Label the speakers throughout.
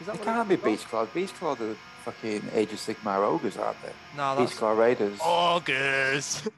Speaker 1: Is that
Speaker 2: It
Speaker 1: what
Speaker 2: can't be
Speaker 1: is?
Speaker 2: Beach Claw. Beach Claw, the fucking Age of Sigmar ogres, aren't they?
Speaker 1: No,
Speaker 2: Beach
Speaker 1: that's
Speaker 2: Claw Raiders.
Speaker 3: August.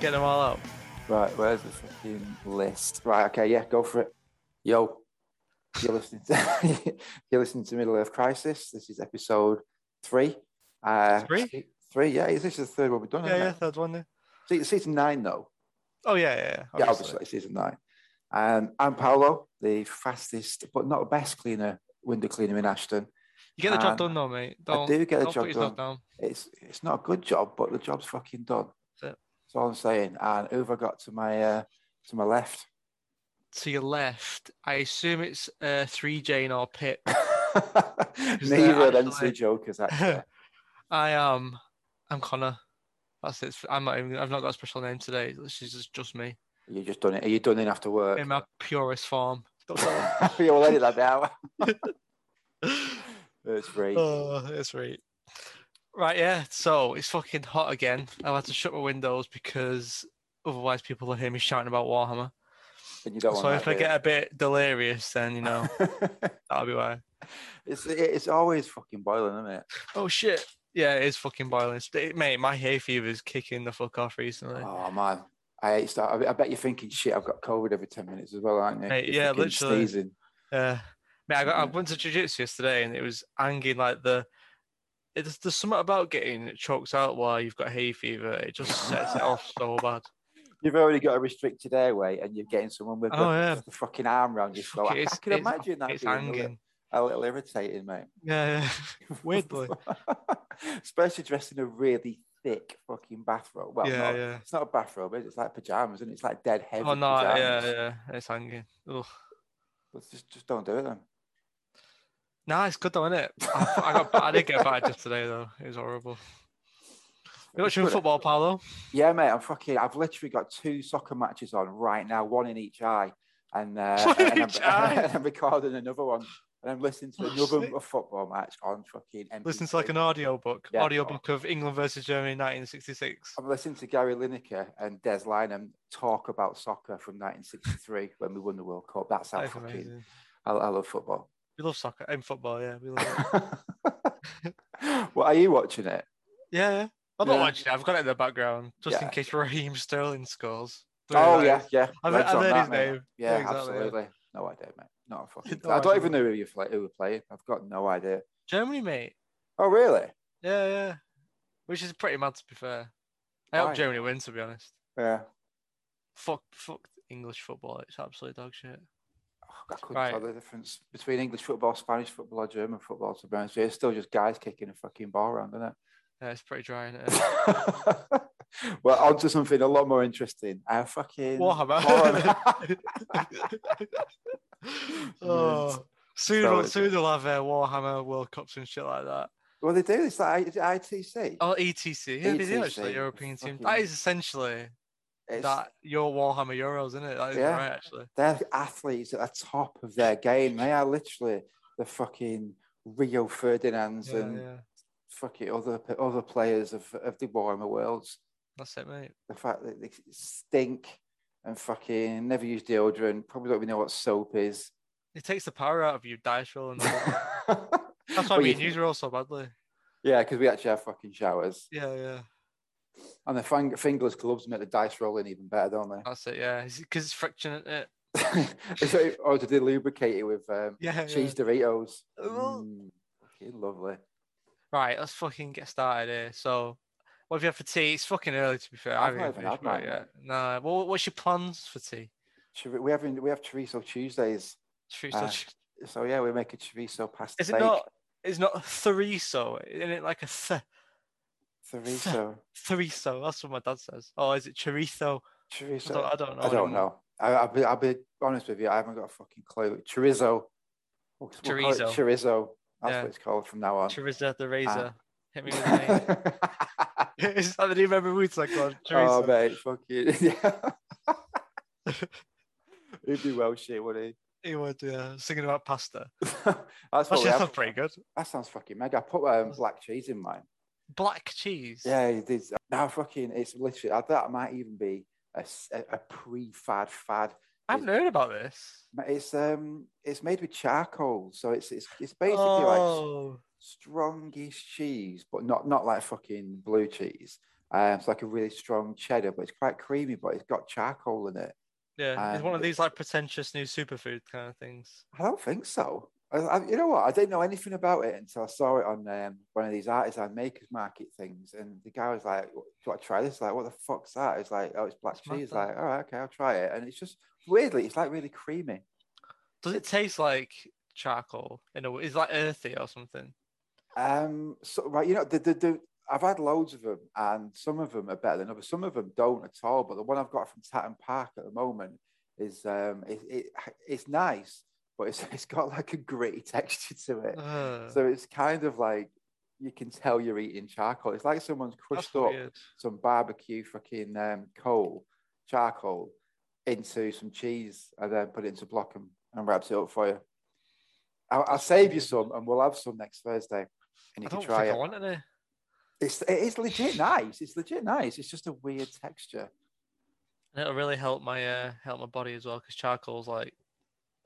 Speaker 1: get them all out.
Speaker 2: Right, where's the fucking list? Right, okay, yeah, go for it. Yo, you're listening to, you're listening to Middle Earth Crisis. This is episode three. Uh,
Speaker 1: Three?
Speaker 2: se- Three, yeah. This is the third one we've done.
Speaker 1: Yeah,
Speaker 2: isn't
Speaker 1: yeah,
Speaker 2: it?
Speaker 1: third one there.
Speaker 2: Se- season nine, though.
Speaker 1: Oh yeah, yeah, yeah.
Speaker 2: Yeah, obviously, season nine. Um, I'm Paolo, the fastest but not best cleaner, window cleaner in Ashton.
Speaker 1: You get the job
Speaker 2: And
Speaker 1: done though, mate.
Speaker 2: Um, I
Speaker 1: Don't,
Speaker 2: do get the
Speaker 1: don't
Speaker 2: job
Speaker 1: put yourself
Speaker 2: done.
Speaker 1: down.
Speaker 2: It's it's not a good job, but the job's fucking done.
Speaker 1: That's it.
Speaker 2: That's all I'm saying. And who have I got to my uh, to my left?
Speaker 1: To your left, I assume it's uh, 3Jane or Pip.
Speaker 2: Neither
Speaker 1: they're
Speaker 2: of them two
Speaker 1: actually-
Speaker 2: jokers actually.
Speaker 1: I am. I'm Connor. That's it. I'm not even. I've not got a special name today. This is just, just me
Speaker 2: you just done it. Are you done in after work?
Speaker 1: in my purest form. Don't tell them.
Speaker 2: You'll edit that now. That's great.
Speaker 1: oh, that's right. Right, yeah. So it's fucking hot again. I've had to shut my windows because otherwise people will hear me shouting about Warhammer.
Speaker 2: and you don't
Speaker 1: so
Speaker 2: want
Speaker 1: if I get
Speaker 2: that,
Speaker 1: a bit delirious, then you know
Speaker 2: do you?
Speaker 1: that'll be why.
Speaker 2: it's it's always fucking boiling, isn't it?
Speaker 1: Oh shit! Yeah, it is fucking boiling. It's- It, mate, my hay fever is kicking the fuck off recently.
Speaker 2: Oh man, I hate that. I, I bet you're thinking, shit, I've got COVID every ten minutes as well, aren't you?
Speaker 1: Mate,
Speaker 2: You're
Speaker 1: yeah,
Speaker 2: fucking
Speaker 1: literally.
Speaker 2: Sneezing.
Speaker 1: Yeah, Uh, mate, I, got, I
Speaker 2: Yeah.
Speaker 1: went to jiu-jitsu yesterday and it was hanging like the. It's there's something about getting choked out while you've got hay fever. It just sets it off so bad.
Speaker 2: You've already got a restricted airway, and you're getting someone with
Speaker 1: Oh,
Speaker 2: the,
Speaker 1: yeah.
Speaker 2: the fucking arm round your throat.
Speaker 1: Fuck it,
Speaker 2: I, I
Speaker 1: it's-
Speaker 2: can
Speaker 1: it's-
Speaker 2: imagine that
Speaker 1: It's
Speaker 2: being a little,
Speaker 1: hanging.
Speaker 2: a little irritating, mate.
Speaker 1: Yeah, yeah. weirdly.
Speaker 2: Especially dressed in a really thick fucking bathrobe. Well,
Speaker 1: yeah,
Speaker 2: not-
Speaker 1: yeah.
Speaker 2: it's not a bathrobe, is it? It's like pajamas, and it's like dead heavy.
Speaker 1: Oh no,
Speaker 2: pajamas.
Speaker 1: yeah, yeah. It's hanging. Ugh.
Speaker 2: Let's just, just don't do it then.
Speaker 1: Nah, it's good though, isn't it? I, fu- I got, I did get bad just today though. It was horrible. You
Speaker 2: It's
Speaker 1: watching
Speaker 2: good.
Speaker 1: football, Paolo?
Speaker 2: Yeah, mate. I'm fucking. I've literally got two soccer matches on right now, one in each eye, and uh,
Speaker 1: One in
Speaker 2: and, I'm,
Speaker 1: each eye?
Speaker 2: and I'm recording another one, and I'm listening to
Speaker 1: Oh,
Speaker 2: another
Speaker 1: shit.
Speaker 2: football match on fucking. MP3.
Speaker 1: Listen to like an audio book.
Speaker 2: Yeah.
Speaker 1: Audio book of England versus Germany, 1966.
Speaker 2: I'm listening to Gary Lineker and Des Lynam talk about soccer from 1963 when we won the World Cup. That's how
Speaker 1: That's
Speaker 2: fucking
Speaker 1: amazing.
Speaker 2: I, I love football.
Speaker 1: We love soccer and football. Yeah, we love it.
Speaker 2: what are you watching it?
Speaker 1: yeah, yeah. I'm not
Speaker 2: Yeah.
Speaker 1: watching it. I've got it in the background just in
Speaker 2: Yeah.
Speaker 1: case Raheem Sterling scores.
Speaker 2: oh
Speaker 1: Like,
Speaker 2: yeah, yeah.
Speaker 1: I've,
Speaker 2: Legs
Speaker 1: I've
Speaker 2: on
Speaker 1: heard
Speaker 2: that,
Speaker 1: his
Speaker 2: mate.
Speaker 1: name.
Speaker 2: Yeah,
Speaker 1: exactly, yeah.
Speaker 2: absolutely. No idea, mate. Not a fucking.
Speaker 1: No
Speaker 2: I don't
Speaker 1: idea.
Speaker 2: even know who you play, who were playing. I've got no idea.
Speaker 1: Germany, mate.
Speaker 2: Oh really?
Speaker 1: Yeah, yeah. Which is pretty mad to be fair. I hope
Speaker 2: Why?
Speaker 1: Germany wins, to be honest.
Speaker 2: Yeah.
Speaker 1: Fuck, fuck English football. It's absolute dog shit.
Speaker 2: Oh, I couldn't
Speaker 1: Right.
Speaker 2: tell the difference between English football, Spanish football, or German football. To be honest, with you. it's still just guys kicking a fucking ball around, isn't
Speaker 1: Yeah, it's pretty dry. Isn't it?
Speaker 2: it? well, on to something a lot more interesting. Uh, fucking
Speaker 1: Warhammer.
Speaker 2: Warhammer.
Speaker 1: oh, soon,
Speaker 2: So
Speaker 1: we'll,
Speaker 2: it's-
Speaker 1: soon they'll have uh, Warhammer World Cups and shit like that.
Speaker 2: well, they do. It's like is it ITC.
Speaker 1: Oh, ETC. Yeah, they do
Speaker 2: ETC,
Speaker 1: actually. European team. That
Speaker 2: E fucking-
Speaker 1: is essentially
Speaker 2: It's-
Speaker 1: that your Warhammer Euros, isn't it? That is
Speaker 2: Yeah.
Speaker 1: right, actually.
Speaker 2: they're athletes at the top of their game. They are literally the fucking Rio Ferdinands
Speaker 1: Yeah,
Speaker 2: and
Speaker 1: yeah.
Speaker 2: fucking other other players of, of the Warhammer worlds.
Speaker 1: That's it, mate.
Speaker 2: the fact that they stink and fucking never use deodorant, probably don't even know what soap is.
Speaker 1: It takes the power out of you, dice roll, and all that. that's
Speaker 2: That's
Speaker 1: why we use roll so badly.
Speaker 2: Yeah, because we actually have fucking showers.
Speaker 1: Yeah, yeah.
Speaker 2: And the fang- fingerless gloves make the dice rolling even better, don't
Speaker 1: That's it. Yeah, because it's friction. Isn't it.
Speaker 2: they? So- or do they lubricate it with um,
Speaker 1: Yeah. yeah.
Speaker 2: cheese Doritos?
Speaker 1: Oh.
Speaker 2: Mm, fucking lovely.
Speaker 1: Right, let's fucking get started here. So, what have you had for tea? It's fucking early to be fair. I
Speaker 2: I've
Speaker 1: haven't
Speaker 2: not
Speaker 1: even
Speaker 2: even had
Speaker 1: finished mine
Speaker 2: mine,
Speaker 1: yet. No, well, what's your plans for tea?
Speaker 2: Chori- We have we have chorizo Tuesdays,
Speaker 1: Street
Speaker 2: Uh,
Speaker 1: sushi-
Speaker 2: so yeah, we make a chorizo pasta.
Speaker 1: Is it
Speaker 2: bake.
Speaker 1: not? It's not chorizo. Isn't it like a th-
Speaker 2: chorizo?
Speaker 1: chorizo? That's what my dad says. Or is it chorizo? I
Speaker 2: Chorizo.
Speaker 1: don't, I don't know.
Speaker 2: I don't
Speaker 1: anymore.
Speaker 2: know. I, I'll, be, I'll be honest with you, I haven't got a fucking clue. Chorizo. We'll- we'll call it
Speaker 1: Chorizo.
Speaker 2: chorizo. That's
Speaker 1: Yeah.
Speaker 2: what it's called from now on.
Speaker 1: Chorizo the
Speaker 2: Uh,
Speaker 1: Razor. Hit me with the name. Is that the name of Wu Tang Clan?
Speaker 2: oh,
Speaker 1: Chorizo.
Speaker 2: mate, fucking. yeah. He'd be well shit, wouldn't
Speaker 1: he would, yeah. Singing about pasta.
Speaker 2: he? That's what
Speaker 1: Actually,
Speaker 2: we
Speaker 1: that's
Speaker 2: have.
Speaker 1: not pretty good.
Speaker 2: That sounds fucking mega. I put um, black cheese in mine.
Speaker 1: Black cheese.
Speaker 2: Yeah, it is. Now, fucking, it's literally, I- that might even be a, s- a- a pre-fad fad.
Speaker 1: I haven't heard about this.
Speaker 2: It's um, it's made with charcoal, so it's it's it's basically like
Speaker 1: Oh,
Speaker 2: strongest cheese, but not not like fucking blue cheese. Um, it's like a really strong cheddar, but it's quite creamy, but it's got charcoal in it.
Speaker 1: yeah. It's one of
Speaker 2: um,
Speaker 1: these like pretentious new superfood kind of things.
Speaker 2: I don't think so. I, I, you know what? I didn't know anything about it until I saw it on um, one of these artisan makers market things, and the guy was like, "Do you want to try this?" Like, what the fuck's that? It's like, "Oh, it's black
Speaker 1: It's
Speaker 2: cheese."
Speaker 1: mad, that.
Speaker 2: Like, all right, okay, I'll try it, and it's just weirdly, it's like really creamy.
Speaker 1: Does it taste like charcoal? In a way, is like earthy or something?
Speaker 2: Um, so right, you know, the, the, the I've had loads of them, and some of them are better than others. Some of them don't at all. But the one I've got from Tatton Park at the moment is um, it, it it's nice, but it's it's got like a gritty texture to it.
Speaker 1: Ugh,
Speaker 2: So it's kind of like you can tell you're eating charcoal. It's like someone's crushed
Speaker 1: that's
Speaker 2: up
Speaker 1: weird.
Speaker 2: some barbecue fucking um, coal, charcoal, into some cheese, and then put it into blockham and wraps it up for you. I'll, I'll
Speaker 1: That's
Speaker 2: save you
Speaker 1: weird.
Speaker 2: some, and we'll have some next Thursday,
Speaker 1: I
Speaker 2: and you
Speaker 1: don't
Speaker 2: can
Speaker 1: think
Speaker 2: try
Speaker 1: I
Speaker 2: it.
Speaker 1: want any.
Speaker 2: It's it is legit nice. It's legit nice. It's just a weird texture.
Speaker 1: And it'll really help my uh, help my body as well because charcoal's like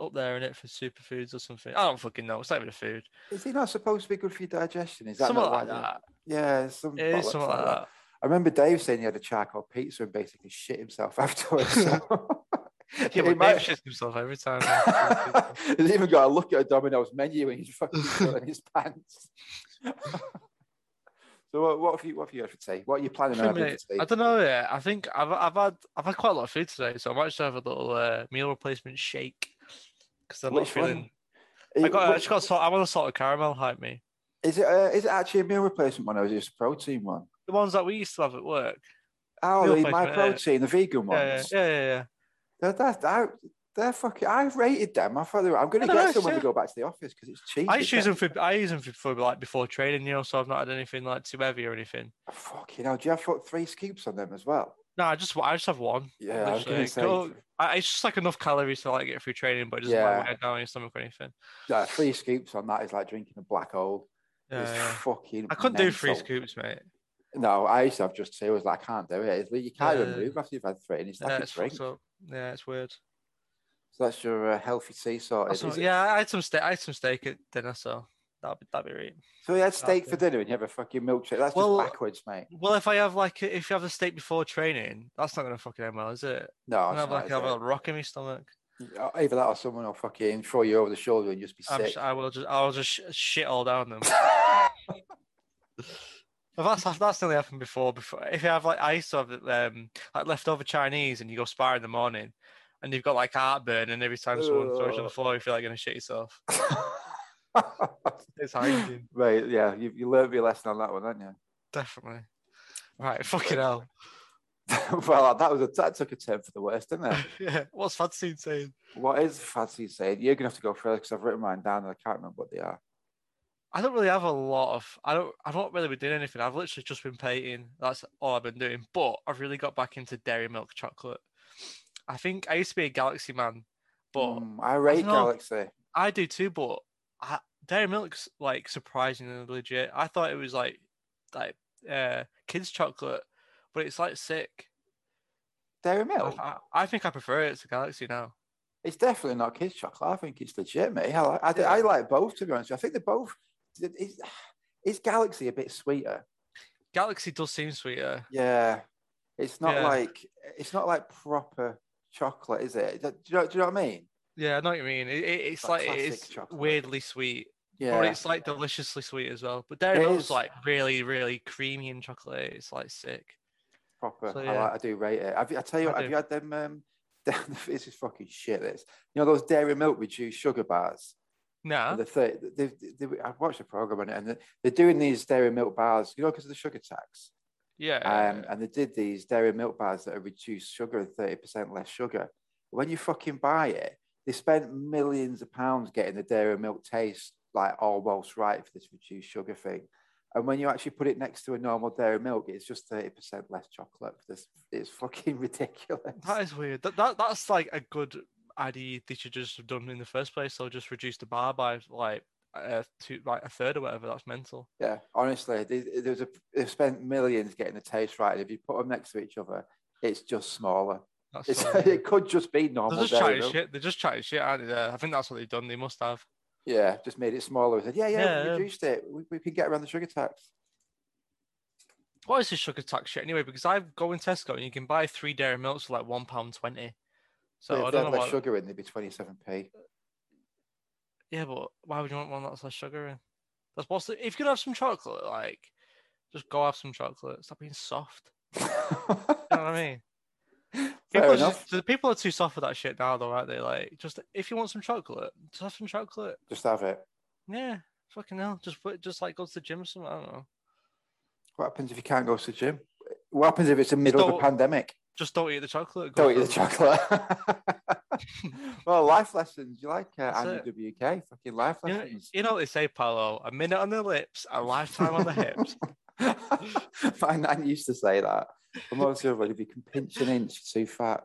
Speaker 1: up there in it for superfoods or something. I don't fucking know. It's not even a food.
Speaker 2: Is it not supposed to be good for your digestion? Is that
Speaker 1: Something
Speaker 2: not
Speaker 1: like
Speaker 2: why-
Speaker 1: that.
Speaker 2: Yeah, some
Speaker 1: It is
Speaker 2: bollocks
Speaker 1: something like
Speaker 2: that.
Speaker 1: that.
Speaker 2: I remember Dave saying he had a charcoal pizza and basically shit himself afterwards. so-
Speaker 1: Yeah,
Speaker 2: It
Speaker 1: but
Speaker 2: might-
Speaker 1: Dave shits himself every time.
Speaker 2: He's even got to look at a Domino's menu and he's fucking filling his pants. so what, what have you what have you had for tea? What are you planning on
Speaker 1: For
Speaker 2: having
Speaker 1: me,
Speaker 2: for tea?
Speaker 1: I don't know. Yeah, I think I've I've had I've had quite a lot of food today, so I might just have a little uh, meal replacement shake because I'm not
Speaker 2: Which one?
Speaker 1: feeling. I
Speaker 2: Is-
Speaker 1: got I
Speaker 2: what-
Speaker 1: just got salt. I want a salt of caramel hype me.
Speaker 2: is it uh, is it actually a meal replacement one or is it just a protein one?
Speaker 1: The ones that we used to have at work.
Speaker 2: Oh,
Speaker 1: Meal
Speaker 2: the my
Speaker 1: replacement, yeah.
Speaker 2: protein, the vegan ones.
Speaker 1: Yeah, yeah, yeah. yeah.
Speaker 2: They're, they're, they're, they're fucking. I rated them. I thought they were, I'm going to
Speaker 1: They're
Speaker 2: get
Speaker 1: nice,
Speaker 2: someone
Speaker 1: yeah.
Speaker 2: to go back to the office because it's cheap.
Speaker 1: I
Speaker 2: it's
Speaker 1: used to use
Speaker 2: that-
Speaker 1: them for I use them for, for like before training, you know. So I've not had anything like too heavy or anything.
Speaker 2: Fucking hell! Do you have what, three scoops on them as well?
Speaker 1: No, I just I just have one.
Speaker 2: Yeah, I was going
Speaker 1: Literally,
Speaker 2: to say.
Speaker 1: go- I, it's just like enough calories to like get through training, but it doesn't
Speaker 2: Yeah.
Speaker 1: like weigh down on your stomach or anything.
Speaker 2: Yeah, three scoops on that is like drinking a black hole.
Speaker 1: Yeah,
Speaker 2: it's
Speaker 1: yeah.
Speaker 2: fucking.
Speaker 1: I couldn't do three
Speaker 2: mental.
Speaker 1: scoops, mate.
Speaker 2: No, I used to have just two. I was like, I can't do it. It's like you can't even
Speaker 1: Yeah.
Speaker 2: move after you've had three, and it's
Speaker 1: yeah,
Speaker 2: like a
Speaker 1: it's
Speaker 2: drink.
Speaker 1: fucked
Speaker 2: So
Speaker 1: up. Yeah, it's weird.
Speaker 2: that's your uh, healthy tea sorted.
Speaker 1: Also,
Speaker 2: is it?
Speaker 1: yeah, I had some steak. I had some steak at dinner, so that'd be that'd be right.
Speaker 2: So you had steak for
Speaker 1: Nothing.
Speaker 2: dinner and you have a fucking milkshake. That's
Speaker 1: Well-
Speaker 2: just backwards, mate.
Speaker 1: Well, if I have like a- if you have a steak before training, that's not gonna fucking end well, is it?
Speaker 2: Oh, No,
Speaker 1: I'm gonna
Speaker 2: it's
Speaker 1: have
Speaker 2: not,
Speaker 1: like
Speaker 2: is
Speaker 1: have
Speaker 2: it? uh,
Speaker 1: a rock in my stomach.
Speaker 2: either that or someone will fucking throw you over the shoulder and just be
Speaker 1: I'm,
Speaker 2: sick.
Speaker 1: sh- I will just I'll just sh- shit all down them. But that's that's- that's nearly happened before. Before if you have like I used to have um like leftover Chinese and you go spar in the morning, and you've got like heartburn, and every time someone throws you on the
Speaker 2: Ugh.
Speaker 1: floor, you feel like you're gonna shit yourself. It's hygiene,
Speaker 2: right, yeah, you, you learned your lesson on that one, didn't you?
Speaker 1: definitely. Right, fucking hell.
Speaker 2: well, that was a, that took a turn for the worst, didn't it?
Speaker 1: yeah, what's fancy saying?
Speaker 2: what is fancy saying? You're gonna have to go first because I've written mine down and I can't remember what they are.
Speaker 1: I don't really have a lot of. I don't. I've not really been doing anything. I've literally just been painting. That's all I've been doing. But I've really got back into dairy milk chocolate. I think I used to be a Galaxy man, but
Speaker 2: Mm, I rate
Speaker 1: dunno.
Speaker 2: Galaxy.
Speaker 1: I do too. But I, dairy milk's like surprisingly legit. I thought it was like like uh, kids chocolate, but it's like sick.
Speaker 2: Dairy
Speaker 1: I-
Speaker 2: Milk.
Speaker 1: I, I think I prefer it to Galaxy now.
Speaker 2: It's definitely not kids' chocolate. I think it's legit, mate. I, like- I, d-
Speaker 1: Yeah.
Speaker 2: I like both, to be honest. with you. I think they're both. Is, is Galaxy a bit sweeter?
Speaker 1: Galaxy does seem sweeter.
Speaker 2: Yeah, it's not
Speaker 1: Yeah.
Speaker 2: like it's not like proper chocolate, is it? Do you know, do you know what I mean?
Speaker 1: Yeah, I know what you mean. It, it- it's
Speaker 2: Like
Speaker 1: like
Speaker 2: classic
Speaker 1: it's
Speaker 2: chocolate.
Speaker 1: weirdly sweet.
Speaker 2: Yeah,
Speaker 1: But it's like deliciously sweet as well. But Dairy
Speaker 2: It
Speaker 1: Milk's
Speaker 2: is.
Speaker 1: like really, really creamy and chocolate. It's like sick.
Speaker 2: proper.
Speaker 1: so
Speaker 2: I,
Speaker 1: yeah.
Speaker 2: like, I do rate it. Have you, I tell you,
Speaker 1: I
Speaker 2: what,
Speaker 1: do.
Speaker 2: have you had them? Um, this is fucking shit. This, you know, those dairy milk reduced sugar bars.
Speaker 1: Nah.
Speaker 2: The third, they, they, they, I watched a program on it, and they- they're doing these dairy milk bars, you know, because of the sugar tax.
Speaker 1: Yeah.
Speaker 2: Um, and they did these dairy milk bars that are reduced sugar and 30% less sugar. When you fucking buy it, they spent millions of pounds getting the dairy milk taste like almost right for this reduced sugar thing. And when you actually put it next to a normal dairy milk, it's just 30% less chocolate. This it's fucking ridiculous.
Speaker 1: That is weird. That, that that's like a good idea they should just have done in the first place. So just reduce the bar by like uh, two, like a third or whatever. That's mental.
Speaker 2: Yeah, honestly, they, there's a, they've spent millions getting the taste right. And if you put them next to each other, it's just smaller.
Speaker 1: That's
Speaker 2: It's,
Speaker 1: so weird.
Speaker 2: it could just be normal.
Speaker 1: They're just
Speaker 2: dairy
Speaker 1: chatting
Speaker 2: milk.
Speaker 1: shit. They're just chatting shit, aren't they? There? I think that's what they've done. They must have.
Speaker 2: Yeah, just made it smaller. Said, yeah, yeah,
Speaker 1: Yeah,
Speaker 2: we
Speaker 1: yeah.
Speaker 2: reduced it. We, we can get around the sugar tax.
Speaker 1: What is this sugar tax shit anyway? Because I go in Tesco and you can buy three dairy milks for like one pound twenty. So I
Speaker 2: if they
Speaker 1: don't
Speaker 2: had
Speaker 1: know
Speaker 2: less
Speaker 1: what.
Speaker 2: sugar in, they'd be 27p.
Speaker 1: Yeah, but why would you want one that's less sugar in? That's what's the... if you could have some chocolate, like just go have some chocolate. Stop being soft. You know what I mean?
Speaker 2: Fair
Speaker 1: People are
Speaker 2: enough.
Speaker 1: just, the people are too soft for that shit now, though, aren't they? Like, just if you want some chocolate, just have some chocolate.
Speaker 2: Just have it.
Speaker 1: Yeah, fucking hell. Just put, just like go to the gym or something. I don't know.
Speaker 2: What happens if you can't go to the gym? What happens if it's in the middle of
Speaker 1: don't-
Speaker 2: a pandemic?
Speaker 1: Just don't eat the chocolate. go
Speaker 2: Don't eat the
Speaker 1: for-
Speaker 2: chocolate. well, life lessons. You like uh,
Speaker 1: That's
Speaker 2: Andy WK? Fucking life
Speaker 1: You know,
Speaker 2: lessons.
Speaker 1: you know what they say, Paolo? A minute on the lips, a lifetime on the hips.
Speaker 2: My nan used to say that. I'm not sure if you can pinch an inch, you're too fat.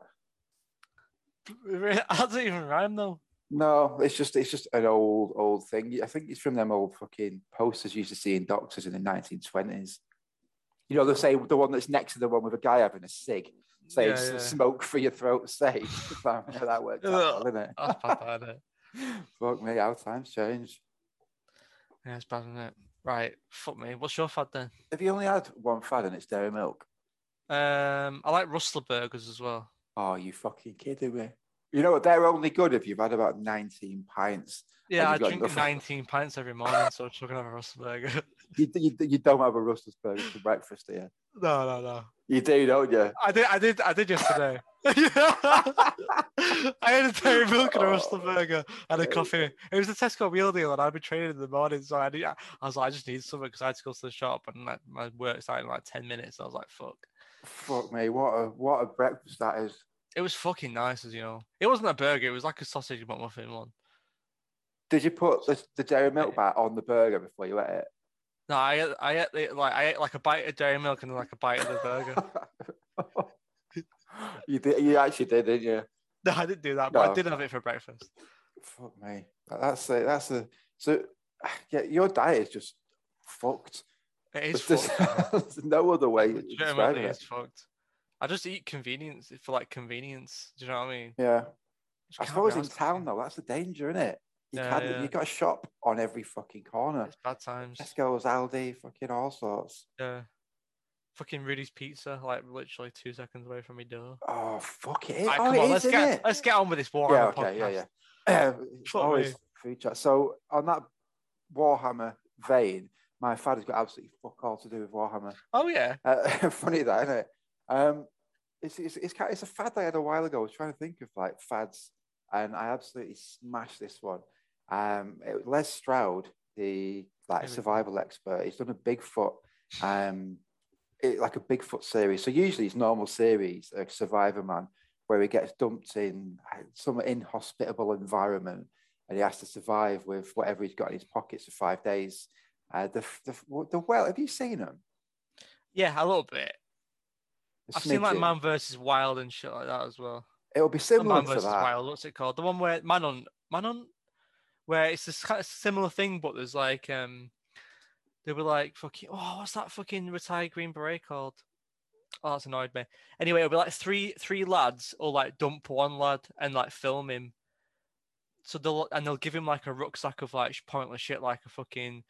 Speaker 1: That doesn't even rhyme though.
Speaker 2: No, it's just it's just an old old thing. I think it's from them old fucking posters you used to see in doctors in the 1920s. You know, they say the one that's next to the one with a guy having a cig, saying
Speaker 1: Yeah,
Speaker 2: "S-
Speaker 1: yeah.
Speaker 2: "Smoke for your throat's sake." I remember that worked out, well,
Speaker 1: Ugh.
Speaker 2: didn't it?
Speaker 1: That's bad, that, innit?
Speaker 2: Fuck me, how times change.
Speaker 1: Yeah, it's bad, isn't it? Right, fuck me. What's your fad then?
Speaker 2: Have you only had one fad and it's dairy milk?
Speaker 1: Um, I like Rustler burgers as well.
Speaker 2: Oh, you fucking kidding me? You know what? They're only good if you've had about 19 pints.
Speaker 1: Yeah,
Speaker 2: you
Speaker 1: I
Speaker 2: got
Speaker 1: drink
Speaker 2: nothing?
Speaker 1: 19 pints every morning, so I'm just gonna have a Rustler burger.
Speaker 2: You, you, you don't have a Russell's burger for breakfast, do you?
Speaker 1: no, no, no.
Speaker 2: You do, don't you?
Speaker 1: I did, I did, I did yesterday. I had a dairy milk and a Rustler
Speaker 2: Oh.
Speaker 1: burger and a
Speaker 2: Yeah.
Speaker 1: coffee. It was a Tesco meal deal, and I'd be training in the morning, so I, need, I was like, I just need something because I had to go to the shop, and like, my work started in like 10 minutes. I was like, fuck.
Speaker 2: Fuck me, what a what a breakfast that is.
Speaker 1: It was fucking nice, as you know. It wasn't a burger; it was like a sausage McMuffin one.
Speaker 2: Did you put the, the dairy milk bar on the burger before you ate it?
Speaker 1: No, I ate, I ate the- like I ate like a bite of dairy milk and then like a bite of the burger.
Speaker 2: you did, you actually did, didn't you?
Speaker 1: no, I didn't do that, but
Speaker 2: No.
Speaker 1: I did have it for breakfast.
Speaker 2: Fuck me. That's a, that's a so yeah, your diet is just fucked.
Speaker 1: It is
Speaker 2: There's-
Speaker 1: fucked.
Speaker 2: there's no other way to describe
Speaker 1: Legitimately,
Speaker 2: it.
Speaker 1: it's fucked. I just eat convenience for like convenience. Do you know what I mean?
Speaker 2: Yeah.
Speaker 1: Just
Speaker 2: I
Speaker 1: can't be
Speaker 2: suppose in
Speaker 1: arsed.
Speaker 2: town though, that's the danger, isn't it? You
Speaker 1: Yeah,
Speaker 2: can't
Speaker 1: yeah.
Speaker 2: you got a shop on every fucking corner.
Speaker 1: It's bad times.
Speaker 2: Tesco's, Aldi, fucking all sorts.
Speaker 1: Yeah. Fucking Rudy's Pizza, like literally two seconds away from me door.
Speaker 2: Oh fuck it. is-
Speaker 1: Right,
Speaker 2: oh,
Speaker 1: come
Speaker 2: it
Speaker 1: on,
Speaker 2: is,
Speaker 1: let's
Speaker 2: isn't
Speaker 1: get
Speaker 2: it?
Speaker 1: let's get on with this war.
Speaker 2: yeah,
Speaker 1: on the
Speaker 2: okay, yeah,
Speaker 1: podcast.
Speaker 2: yeah. Um, it's
Speaker 1: Fuck
Speaker 2: always
Speaker 1: me.
Speaker 2: food chat. So on that Warhammer vein, my fad has got absolutely fuck all to do with Warhammer.
Speaker 1: Oh yeah.
Speaker 2: Uh, funny that, isn't it? Um, it's, it's, it's, kind it's a fad I had a while ago. I was trying to think of like fads, and I absolutely smashed this one. Um, it was Les Stroud, the like
Speaker 1: Here we go.
Speaker 2: survival expert, he's done a Bigfoot, um, it, like a Bigfoot series. So usually it's normal series, like Survivor Man, where he gets dumped in uh, some inhospitable environment, and he has to survive with whatever he's got in his pockets for five days. Uh, the, the the well, have you seen him?
Speaker 1: Yeah, a little bit.
Speaker 2: The
Speaker 1: I've seen like
Speaker 2: smidgen.
Speaker 1: Man versus Wild and shit like that as well.
Speaker 2: It'll be
Speaker 1: Not
Speaker 2: similar
Speaker 1: Man
Speaker 2: to
Speaker 1: versus
Speaker 2: that.
Speaker 1: Wild. What's it called? The one where Man on Man on, where it's this kind of similar thing, but there's like um, they were like fucking oh, what's that fucking retired Green Beret called? Oh, that's annoyed me. Anyway, it'll be like three three lads or like dump one lad and like film him. So they'll and they'll give him like a rucksack of like pointless shit, like a fucking.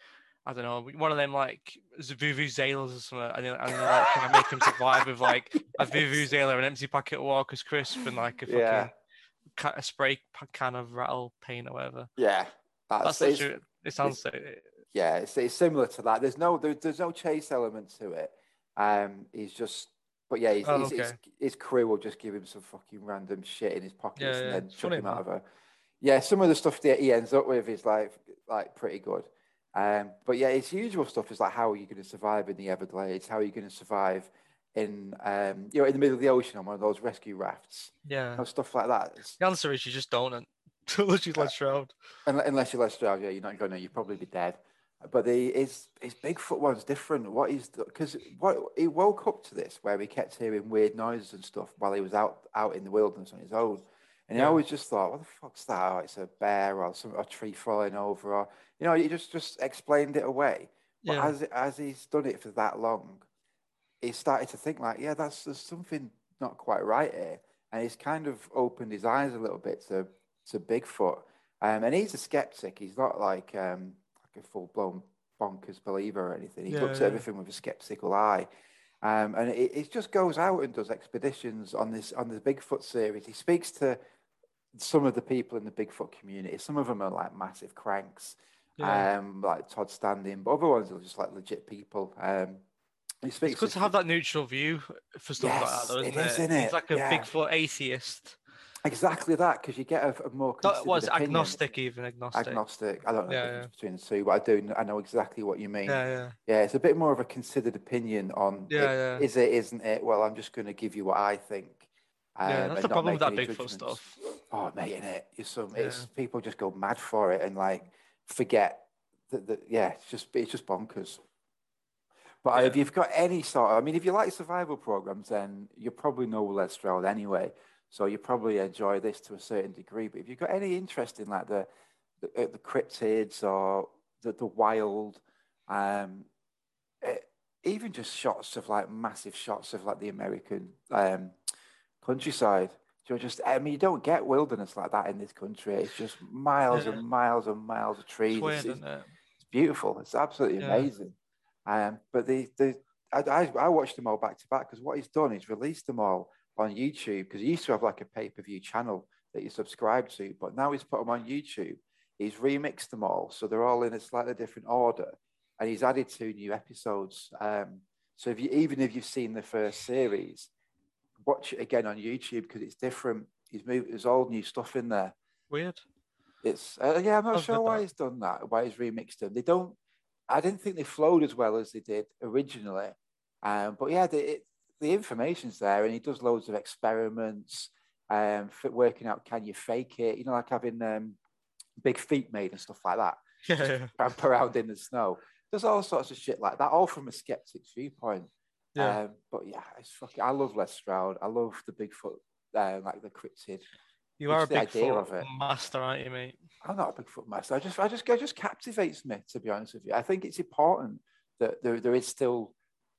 Speaker 1: I don't know, one of them like Vuvuzelas or something, and they and they like try and make him survive with like a Vuvuzela, an empty packet of Walker's crisp, and like a fucking
Speaker 2: Yeah.
Speaker 1: ca- a spray p- can of rattle paint or whatever.
Speaker 2: Yeah, that's,
Speaker 1: That's
Speaker 2: it's,
Speaker 1: literally. It sounds. so-
Speaker 2: yeah, it's, it's similar to that. There's no there, there's no chase element to it. Um, he's just, but yeah, he's,
Speaker 1: Oh,
Speaker 2: he's,
Speaker 1: okay.
Speaker 2: his, his crew will just give him some fucking random shit in his pockets
Speaker 1: Yeah,
Speaker 2: and
Speaker 1: yeah,
Speaker 2: then
Speaker 1: it's
Speaker 2: chuck
Speaker 1: funny,
Speaker 2: him
Speaker 1: man.
Speaker 2: out of her. Yeah, some of the stuff that he ends up with is like like pretty good. Um, but yeah, his usual stuff is like how are you going to survive in the Everglades? How are you going to survive in um, you know in the middle of the ocean on one of those rescue rafts, you
Speaker 1: Yeah.
Speaker 2: know, stuff like that. It's-
Speaker 1: The answer is you just don't unless you let shroud.
Speaker 2: unle- unless you're Leicester, yeah, you're not going to. You'd probably be dead. But the it's it's Bigfoot one's different. What is because what he woke up to this where he kept hearing weird noises and stuff while he was out out in the wilderness on his own, and he
Speaker 1: Yeah.
Speaker 2: always just thought, "What the fuck's that? Oh, it's a bear or some a tree falling over." Or you know, he just just explained it away. But
Speaker 1: Yeah.
Speaker 2: as as he's done it for that long, he started to think like, yeah, that's there's something not quite right here, and he's kind of opened his eyes a little bit to to Bigfoot. Um, and he's a skeptic. He's not like um, like a full blown bonkers believer or anything. He
Speaker 1: Yeah,
Speaker 2: looks
Speaker 1: yeah.
Speaker 2: at everything with a skeptical eye. Um, and it, it just goes out and does expeditions on this on the Bigfoot series. He speaks to some of the people in the Bigfoot community. Some of them are like massive cranks,
Speaker 1: yeah.
Speaker 2: um, like Todd Standing, but other ones are just like legit people. Um, he speaks
Speaker 1: it's good to have that neutral view for stuff
Speaker 2: Yes,
Speaker 1: like that, though,
Speaker 2: it
Speaker 1: isn't
Speaker 2: is, isn't it?
Speaker 1: He's like a
Speaker 2: Yeah.
Speaker 1: Bigfoot atheist.
Speaker 2: exactly that because you get a, a more
Speaker 1: Not, was
Speaker 2: considered opinion.
Speaker 1: agnostic, even agnostic.
Speaker 2: Agnostic. I don't know
Speaker 1: Yeah,
Speaker 2: the difference between the two, but I do. I know exactly what you mean.
Speaker 1: Yeah, yeah,
Speaker 2: Yeah, it's a bit more of a considered opinion on
Speaker 1: yeah,
Speaker 2: it,
Speaker 1: yeah.
Speaker 2: is it, isn't it? Well, I'm just going to give you what I think.
Speaker 1: yeah,
Speaker 2: um,
Speaker 1: that's
Speaker 2: and
Speaker 1: the
Speaker 2: not
Speaker 1: problem with that
Speaker 2: make any
Speaker 1: Bigfoot
Speaker 2: judgments.
Speaker 1: stuff.
Speaker 2: Oh, mate, in it, it's some
Speaker 1: Yeah.
Speaker 2: it's people just go mad for it and like forget that. that yeah, it's just it's just bonkers. But
Speaker 1: Yeah.
Speaker 2: if you've got any sort of, I mean, if you like survival programs, then you probably know Les Stroud anyway. So you probably enjoy this to a certain degree. But if you've got any interest in like the the, uh, the cryptids or the, the wild, um, eh, even just shots of like massive shots of like the American um, countryside. So just, I mean, you don't get wilderness like that in this country. It's just miles
Speaker 1: Yeah.
Speaker 2: and miles and miles of trees.
Speaker 1: It's weird,
Speaker 2: It's-
Speaker 1: isn't it?
Speaker 2: it's beautiful. It's absolutely
Speaker 1: Yeah.
Speaker 2: amazing. Um, but the the I, I, I watched them all back to back because what he's done is released them all on YouTube because he used to have like a pay per view channel that you subscribe to, but now he's put them on YouTube. He's remixed them all, so they're all in a slightly different order, and he's added two new episodes. Um, so if you even if you've seen the first series, watch it again on YouTube because it's different. He's moved. There's all new stuff in there.
Speaker 1: Weird.
Speaker 2: It's uh, yeah, I'm not
Speaker 1: I've
Speaker 2: sure
Speaker 1: heard
Speaker 2: why
Speaker 1: that.
Speaker 2: he's done that, why he's remixed them. They don't. I didn't think they flowed as well as they did originally, um, but yeah, the it, the information's there, and he does loads of experiments, um, for working out can you fake it? You know, like having um, big feet made and stuff like that,
Speaker 1: Yeah, yeah,
Speaker 2: tramp around in the snow. There's all sorts of shit like that, all from a skeptic's viewpoint.
Speaker 1: yeah.
Speaker 2: Um, but yeah, it's fucking. I love Les Stroud. I love the Bigfoot, uh, like the cryptid.
Speaker 1: you are a
Speaker 2: it's the idea of
Speaker 1: Bigfoot
Speaker 2: it.
Speaker 1: master, aren't you, mate?
Speaker 2: I'm not a Bigfoot master. I just, I just, it just captivates me. To be honest with you, I think it's important that there, there is still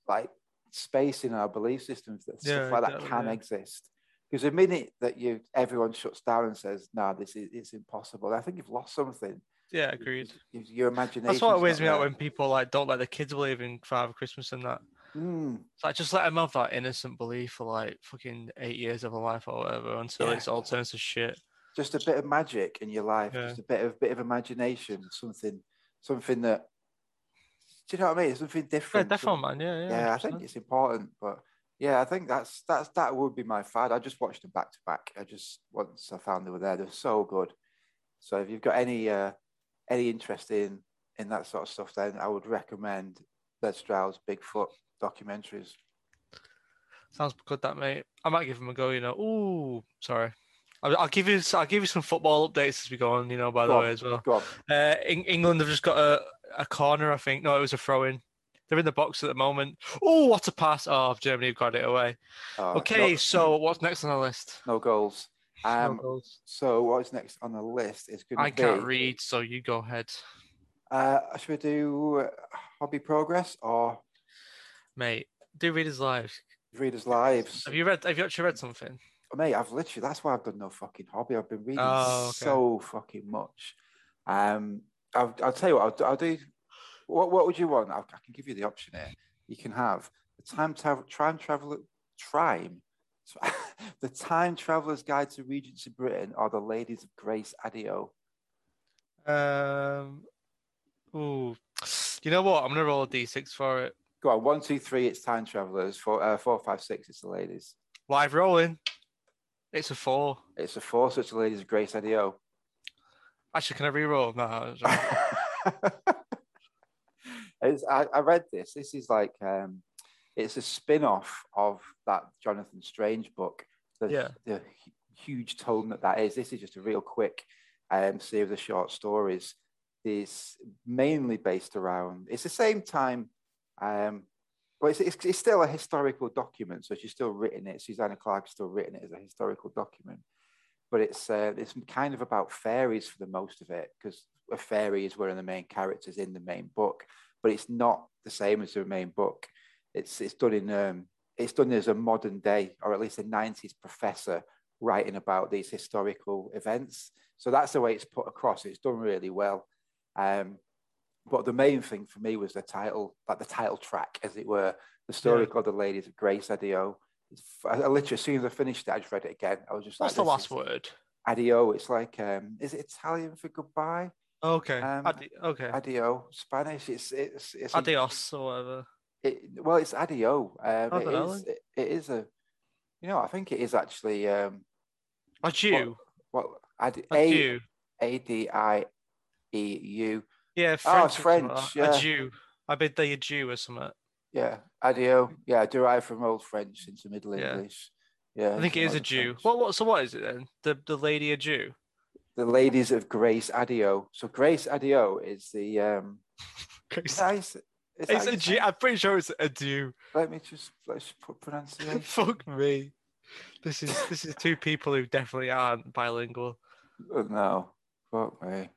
Speaker 2: like space in our belief systems that
Speaker 1: Yeah,
Speaker 2: stuff like that
Speaker 1: exactly,
Speaker 2: can
Speaker 1: yeah.
Speaker 2: exist. Because the minute that you, everyone shuts down and says, "No, this is it's impossible," I think you've lost something.
Speaker 1: Yeah, agreed.
Speaker 2: Your, your imagination.
Speaker 1: That's what weirs me out when people like don't let the kids believe in Father Christmas and that.
Speaker 2: Hmm,
Speaker 1: It's like just let them have that innocent belief for like fucking eight years of a life or whatever until
Speaker 2: Yeah.
Speaker 1: it's all turns to shit.
Speaker 2: just a bit of magic in your life,
Speaker 1: Yeah.
Speaker 2: just a bit of bit of imagination, something, something that. Do you know what I mean? Something
Speaker 1: Yeah,
Speaker 2: different. some-
Speaker 1: definitely, man. Yeah, yeah.
Speaker 2: yeah, I think
Speaker 1: 100%.
Speaker 2: it's important, but yeah, I think that's that's that would be my fad. I just watched them back to back. I just once I found they were there, they're so good. So if you've got any uh, any interest in in that sort of stuff, then I would recommend Les Stroud's Bigfoot documentaries.
Speaker 1: sounds good, that mate. I might give him a go. You know. Ooh, sorry. I'll, I'll give you. I'll give you some football updates as we go on. You know, by
Speaker 2: Go
Speaker 1: the
Speaker 2: on.
Speaker 1: way, as well.
Speaker 2: Go on.
Speaker 1: Uh, Eng- England have just got a, a corner, I think. No, it was a throw in. They're in the box at the moment. Oh, what a pass! Oh, Germany have got it away.
Speaker 2: Uh,
Speaker 1: Okay,
Speaker 2: no-
Speaker 1: so what's next on the list?
Speaker 2: no goals.
Speaker 1: No
Speaker 2: Um,
Speaker 1: goals.
Speaker 2: so what is next on the list is going to be.
Speaker 1: I can't read, so you go ahead,
Speaker 2: Uh, should we do uh, hobby progress or
Speaker 1: mate. Do readers' lives.
Speaker 2: readers' lives?
Speaker 1: Have you read? Have you actually read something?
Speaker 2: mate, I've literally that's why I've done no fucking hobby. I've been reading
Speaker 1: Oh, okay.
Speaker 2: so fucking much. Um, I'll, I'll tell you what, I'll, do- I'll do. What What would you want? i I can give you the option here. You can have the time travel, time travel, time, the time traveler's guide to Regency Britain, or the Ladies of Grace Adio.
Speaker 1: Um. Ooh. You know what? I'm gonna roll a d6 for it.
Speaker 2: Go on, one, two, three. It's time travelers. Four, uh, four, five, six. It's the ladies.
Speaker 1: Live rolling. It's a four.
Speaker 2: It's the four. So it's the Ladies of Grace Adio.
Speaker 1: Actually, can I re-roll? No. I was wrong.
Speaker 2: it's, I, I read this. This is like um, it's a spin-off of that Jonathan Strange book. The,
Speaker 1: Yeah.
Speaker 2: the hu- huge tome that that is. This is just a real quick um, series of short stories. It's mainly based around. It's the same time, um, but it's, it's, it's still a historical document. So she's still written it. Susanna Clarke has still written it as a historical document. But it's uh, it's kind of about fairies for the most of it uh, because a fairy is one of the main characters in the main book. But it's not the same as the main book it's it's done in um, it's done as a modern day or at least a 90s professor writing about these historical events so that's the way it's put across it's done really well um, but the main thing for me was the title like the title track as it were the story
Speaker 1: Yeah.
Speaker 2: called the ladies of grace adio It's f- I, I literally as soon as i finished it i just read it again i was just
Speaker 1: What's
Speaker 2: like
Speaker 1: the
Speaker 2: this
Speaker 1: last
Speaker 2: is-
Speaker 1: word?
Speaker 2: adio it's like um, is it italian for goodbye
Speaker 1: Okay.
Speaker 2: Um,
Speaker 1: Adi- okay.
Speaker 2: adio spanish it's it's it's a-
Speaker 1: Adios or whatever.
Speaker 2: it, well, it's Adio. Um,
Speaker 1: don't
Speaker 2: it,
Speaker 1: know.
Speaker 2: is, it, it is a, you know, I think it is actually um,
Speaker 1: Adieu.
Speaker 2: what Ad, A
Speaker 1: Adieu.
Speaker 2: A D I E U.
Speaker 1: Yeah, French.
Speaker 2: Oh, it's
Speaker 1: or something like
Speaker 2: French,
Speaker 1: that.
Speaker 2: yeah.
Speaker 1: Adieu. I bid thee adieu or something.
Speaker 2: Yeah, Adio. Yeah, derived from Old French into Middle
Speaker 1: Yeah.
Speaker 2: English. Yeah,
Speaker 1: I think it
Speaker 2: from
Speaker 1: is a
Speaker 2: Old
Speaker 1: Jew.
Speaker 2: French.
Speaker 1: What, what? So what is it then? The the lady a Jew?
Speaker 2: The Ladies of Grace Adio. So Grace Adio is the. Um, is
Speaker 1: It's
Speaker 2: that, is, is that-
Speaker 1: a Jew. I'm pretty sure it's a Jew.
Speaker 2: Let me just let's put pronunciation.
Speaker 1: Fuck me. This is this is two people who definitely aren't bilingual.
Speaker 2: Oh, no, fuck me.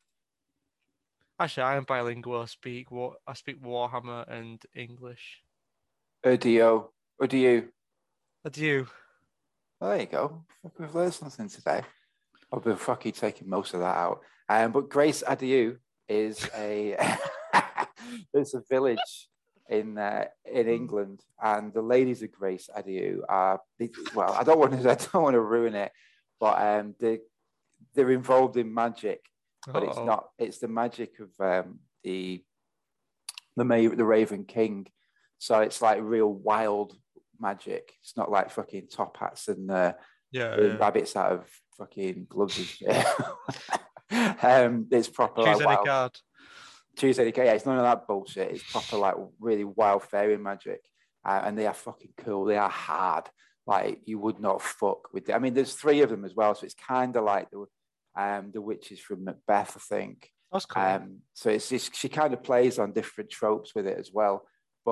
Speaker 1: Actually, I am bilingual. I speak war. I speak Warhammer and English.
Speaker 2: Adio. Adio.
Speaker 1: Adieu.
Speaker 2: Well, there you go. Fuck, We've learned something today. I'll be fucking taking most of that out. Um, but Grace Adieu is a it's a village in uh, in England, and the ladies of Grace Adieu are big- well. I don't want to. I don't want to ruin it, but um, they they're involved in magic, but it's
Speaker 1: Uh-oh.
Speaker 2: not. It's the magic of um, the the Ma- the Raven King. So it's like real wild magic. It's not like fucking top hats and. Uh,
Speaker 1: Yeah.
Speaker 2: doing
Speaker 1: yeah.
Speaker 2: rabbits out of fucking gloves and shit. um, it's proper
Speaker 1: Choose any
Speaker 2: like wild,
Speaker 1: card.
Speaker 2: Tuesday any card. Yeah, it's none of that bullshit. It's proper like really wild fairy magic, uh, and they are fucking cool. They are hard. Like you would not fuck with. Them. I mean, there's three of them as well, so it's kind of like the um, the witches from Macbeth, I think.
Speaker 1: That's cool.
Speaker 2: Um, so it's just, she kind of plays on different tropes with it as well.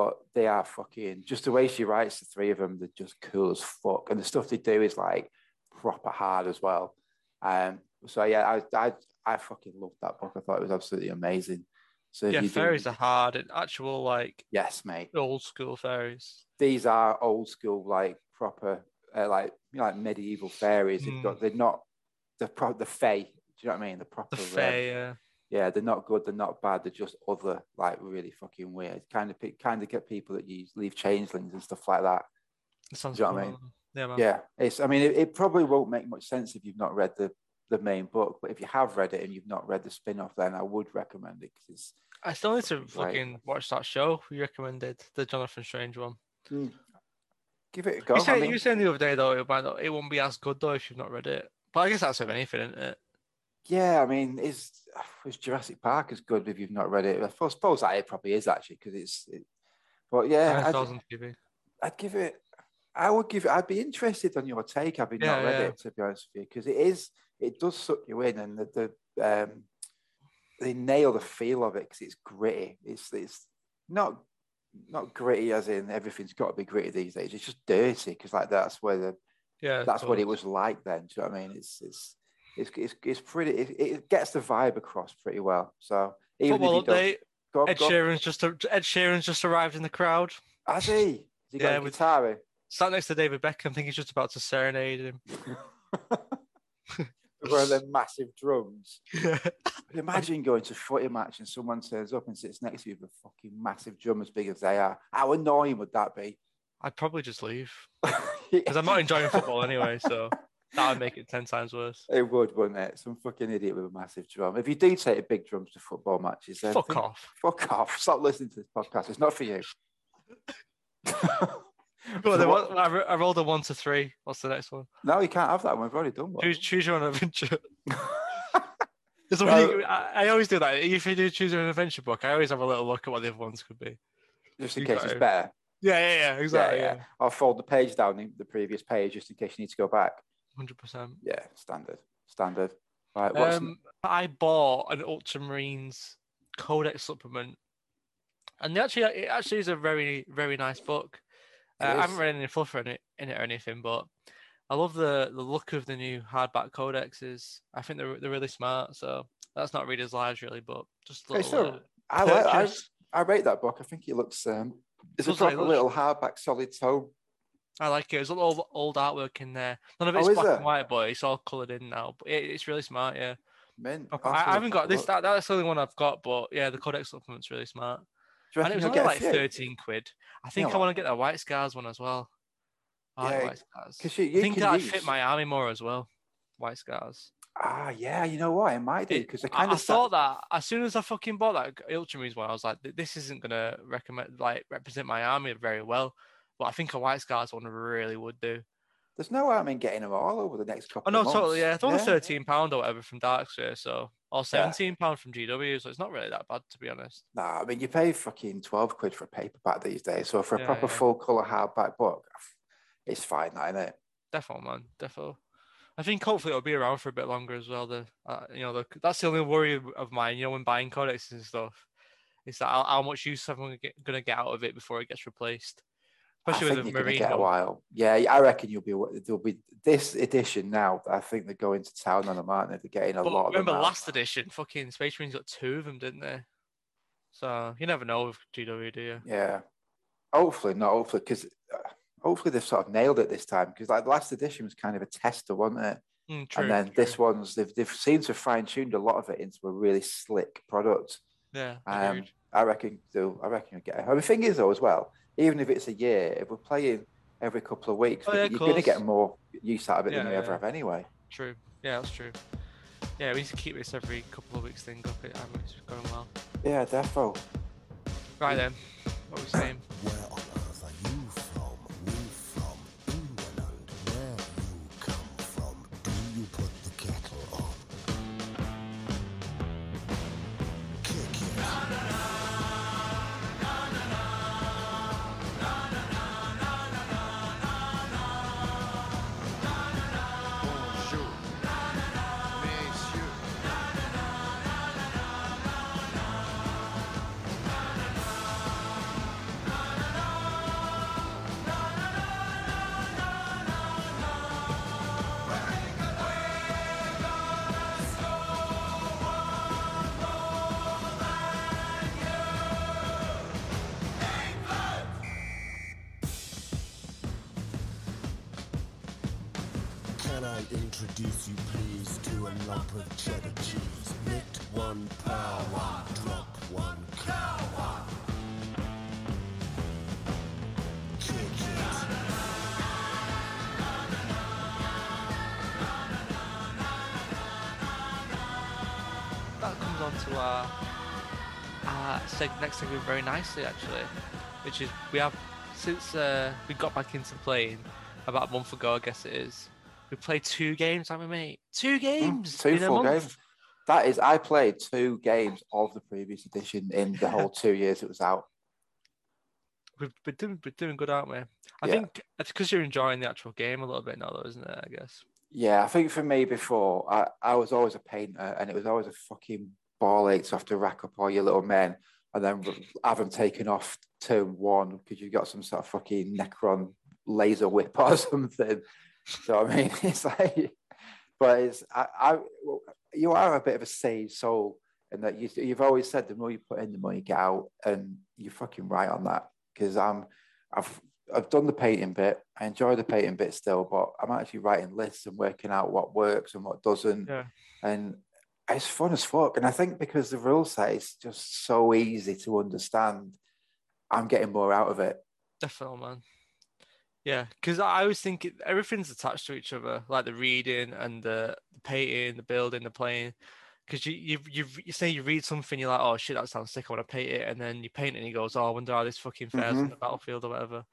Speaker 2: But they are fucking just the way she writes the three of them. They're just cool as fuck, and the stuff they do is like proper hard as well. Um, so yeah, I, I I fucking loved that book. I thought it was absolutely amazing. So if
Speaker 1: yeah,
Speaker 2: you do-
Speaker 1: fairies are hard. And actual like
Speaker 2: yes, mate.
Speaker 1: old school fairies.
Speaker 2: These are old school, like proper, uh, like you know, like medieval fairies. They've
Speaker 1: Mm.
Speaker 2: got they're not the pro- the fae. Do you know what I mean? The proper
Speaker 1: The
Speaker 2: um,
Speaker 1: fae. Yeah.
Speaker 2: yeah, they're not good, they're not bad, they're just other, like really fucking weird. Kind of pick, kind of get people that you leave changelings and stuff like that.
Speaker 1: It sounds
Speaker 2: do you
Speaker 1: cool.
Speaker 2: know what I mean?
Speaker 1: Yeah, man.
Speaker 2: Yeah, it's. I mean, it, it probably won't make much sense if you've not read the the main book, but if you have read it and you've not read the spin off, then I would recommend it because it's.
Speaker 1: I still need to
Speaker 2: Right.
Speaker 1: fucking watch that show you recommended, the Jonathan Strange one.
Speaker 2: Give it a go.
Speaker 1: Hmm. you,
Speaker 2: I
Speaker 1: said,
Speaker 2: mean,
Speaker 1: you said the other day though it might not, it won't be as good though if you've not read it. But I guess that's with anything, isn't it?
Speaker 2: yeah, I mean, is was Jurassic Park as good if you've not read it? I suppose- suppose that it probably is actually because it's. It, but yeah,
Speaker 1: Yeah,
Speaker 2: I'd-
Speaker 1: on TV.
Speaker 2: I'd give it. I would give. I'd be interested on your take. I've
Speaker 1: Yeah,
Speaker 2: not read
Speaker 1: yeah.
Speaker 2: it to be honest with you because it is. It does suck you in, and the, the um, they nail the feel of it because it's gritty. It's it's not not gritty as in everything's got to be gritty these days. It's just dirty because like that's where the
Speaker 1: Yeah,
Speaker 2: that's what it
Speaker 1: cool.
Speaker 2: was like then. Do you know what I mean? It's it's it's it's, it's pretty. It, it gets the vibe across pretty well. So even
Speaker 1: Football
Speaker 2: if you don't,
Speaker 1: update.
Speaker 2: go on,
Speaker 1: Ed
Speaker 2: go on.
Speaker 1: Sheeran's just a, Ed Sheeran's just arrived in the crowd.
Speaker 2: Has he? Has he got
Speaker 1: Yeah,
Speaker 2: a
Speaker 1: with-
Speaker 2: guitar? in?
Speaker 1: Sat next to David Beckham. I think he's just about to serenade him.
Speaker 2: One of them massive drums.
Speaker 1: Yeah.
Speaker 2: Imagine going to a footy match and someone turns up and sits next to you with a fucking massive drum as big as they are. How annoying would that be?
Speaker 1: I'd probably just leave because I'm not enjoying football anyway. So that would make it ten times worse.
Speaker 2: It would, wouldn't it? Some fucking idiot with a massive drum. If you do take big drums to football matches, then
Speaker 1: Fuck
Speaker 2: think-
Speaker 1: off.
Speaker 2: Fuck off. Stop listening to this podcast. It's not for you.
Speaker 1: Go on, then,
Speaker 2: What-
Speaker 1: what- I, ro- I rolled a one to three. What's the next one?
Speaker 2: No, you can't have that one. We've already done one.
Speaker 1: Choose, choose your own adventure. It's
Speaker 2: No.
Speaker 1: already- I, I always do that. If you do choose your own adventure book, I always have a little look at what the other ones could be.
Speaker 2: Just in
Speaker 1: you
Speaker 2: case
Speaker 1: got
Speaker 2: it's
Speaker 1: it.
Speaker 2: better.
Speaker 1: Yeah, yeah, yeah, exactly.
Speaker 2: yeah.
Speaker 1: Yeah,
Speaker 2: I'll fold the page down, the- the previous page, just in case you need to go back.
Speaker 1: hundred percent.
Speaker 2: Yeah, standard, standard. Right, what's
Speaker 1: Um, I bought an Ultramarines Codex supplement, and they actually, it actually is a very, very nice book.
Speaker 2: It
Speaker 1: Uh, I haven't
Speaker 2: is.
Speaker 1: read any fluff in it, in it or anything, but I love the the look of the new hardback codexes. I think they're they're really smart. So that's not readers' lives really, but just a
Speaker 2: It's
Speaker 1: little.
Speaker 2: not-
Speaker 1: uh,
Speaker 2: I like. I,
Speaker 1: purchase.
Speaker 2: I rate that book. I think it looks. Um, it's a
Speaker 1: Looks like
Speaker 2: proper
Speaker 1: it
Speaker 2: little hardback, solid tone.
Speaker 1: I like it. There's a lot of old artwork in there. None of
Speaker 2: Oh,
Speaker 1: it's
Speaker 2: is
Speaker 1: black
Speaker 2: there?
Speaker 1: and white, but it's all coloured in now. But it, it's really smart, yeah.
Speaker 2: Mint.
Speaker 1: Proper-
Speaker 2: I'll have
Speaker 1: I,
Speaker 2: to
Speaker 1: I
Speaker 2: have
Speaker 1: haven't
Speaker 2: a
Speaker 1: got this.
Speaker 2: look.
Speaker 1: That, that's the only one I've got, but yeah, the codex supplement's really smart.
Speaker 2: Do you
Speaker 1: And it
Speaker 2: reckon
Speaker 1: was
Speaker 2: you'll
Speaker 1: only
Speaker 2: get
Speaker 1: like
Speaker 2: a few?
Speaker 1: thirteen quid. I think I
Speaker 2: what?
Speaker 1: want to get that White Scars one as well. I like
Speaker 2: Yeah,
Speaker 1: White Scars.
Speaker 2: 'Cause you,
Speaker 1: I
Speaker 2: you
Speaker 1: think
Speaker 2: can
Speaker 1: that
Speaker 2: use.
Speaker 1: fit my army more as well. White Scars.
Speaker 2: Ah, yeah. You know what? It might do
Speaker 1: It-
Speaker 2: because I
Speaker 1: I,
Speaker 2: kind
Speaker 1: I
Speaker 2: of
Speaker 1: thought that as soon as I fucking bought that g- Ultramarines one, I was like, "Th- this isn't gonna recommend like represent my army very well. But I think a White Scars one really would do.
Speaker 2: There's no harm in getting them all over the next
Speaker 1: Oh
Speaker 2: couple.
Speaker 1: no,
Speaker 2: of months.
Speaker 1: totally. Yeah, it's only thirteen pound or whatever from Darksphere, so or
Speaker 2: Yeah.
Speaker 1: seventeen pound from GW, so it's not really that bad to be honest.
Speaker 2: Nah, I mean you pay fucking twelve quid for a paperback these days. So for a
Speaker 1: Yeah,
Speaker 2: proper
Speaker 1: yeah.
Speaker 2: full color hardback book, it's fine, that, isn't it?
Speaker 1: Defo, man, defo. I think hopefully it'll be around for a bit longer as well. The uh, you know the, that's the only worry of- of mine. You know when buying codexes and stuff, it's that how, how much use am I get- gonna get out of it before it gets replaced, especially
Speaker 2: I
Speaker 1: with
Speaker 2: think
Speaker 1: the
Speaker 2: you're gonna
Speaker 1: marine.
Speaker 2: get a
Speaker 1: one.
Speaker 2: while. Yeah, I reckon you'll be. There'll be this edition now. I think they're going to town on them, aren't they? They're getting a lot
Speaker 1: But
Speaker 2: of them
Speaker 1: remember
Speaker 2: out.
Speaker 1: last edition, fucking Space Marines got two of them, didn't they? So you never know with GW, do you?
Speaker 2: Yeah, hopefully not. Hopefully, because hopefully they've sort of nailed it this time. Because like last edition was kind of a tester, wasn't it?
Speaker 1: Mm, true.
Speaker 2: and then
Speaker 1: true.
Speaker 2: this one's they've they've seemed to fine tuned a lot of it into a really slick product.
Speaker 1: yeah,
Speaker 2: Um,
Speaker 1: agreed.
Speaker 2: I reckon they'll. I reckon you'll get. It. I mean, the thing is though, as well, even if it's a year, if we're playing every couple of weeks,
Speaker 1: Oh, yeah, of
Speaker 2: you're going to
Speaker 1: course.
Speaker 2: get more use out of it than
Speaker 1: Yeah,
Speaker 2: you ever
Speaker 1: yeah.
Speaker 2: have anyway.
Speaker 1: True. Yeah, that's true. Yeah, we need to keep this every couple of weeks thing up. It, um, it's going well.
Speaker 2: Yeah, defo.
Speaker 1: Right then, what are we saying?
Speaker 3: Where on earth are you from? We from England. Where you come from? Do you put the kettle on? Kick it.
Speaker 4: Bonjour. Messieurs.
Speaker 3: Can I introduce you, please, to a lump of cheddar cheese? Knit one, power one, drop one, cow one. Kick it.
Speaker 1: That comes on to our, our seg- next segment very nicely, actually, which is we have since uh, we got back into playing about a month ago, I guess it is. We played two games, haven't we, mate? Two games.
Speaker 2: Hmm, Two
Speaker 1: in a
Speaker 2: full
Speaker 1: month.
Speaker 2: games. That is, I played two games of the previous edition in the whole two years it was out.
Speaker 1: We've been doing, we're doing good, aren't we? I
Speaker 2: Yeah.
Speaker 1: think it's because you're enjoying the actual game a little bit now, though, isn't it? I guess.
Speaker 2: Yeah, I think for me before, I, I was always a painter and it was always a fucking ball ache to have to rack up all your little men and then have them taken off turn one because you've got some sort of fucking Necron laser whip or something. So, I mean, it's like, but it's, I, I, you are a bit of a sage soul in that you, you've always said the more you put in, the more you get out. And you're fucking right on that because I'm, I've I've done the painting bit. I enjoy the painting bit still, but I'm actually writing lists and working out what works and what doesn't.
Speaker 1: Yeah.
Speaker 2: And it's fun as fuck. And I think because the rule set is just so easy to understand, I'm getting more out of it.
Speaker 1: Definitely, man. Yeah, because I always think it, everything's attached to each other, like the reading and the, the painting, the building, the playing. Because you, you you you say you read something, you're like, oh shit, that sounds sick. I want to paint it, and then you paint it, and he goes, oh, I wonder how this fucking fares on the battlefield or whatever.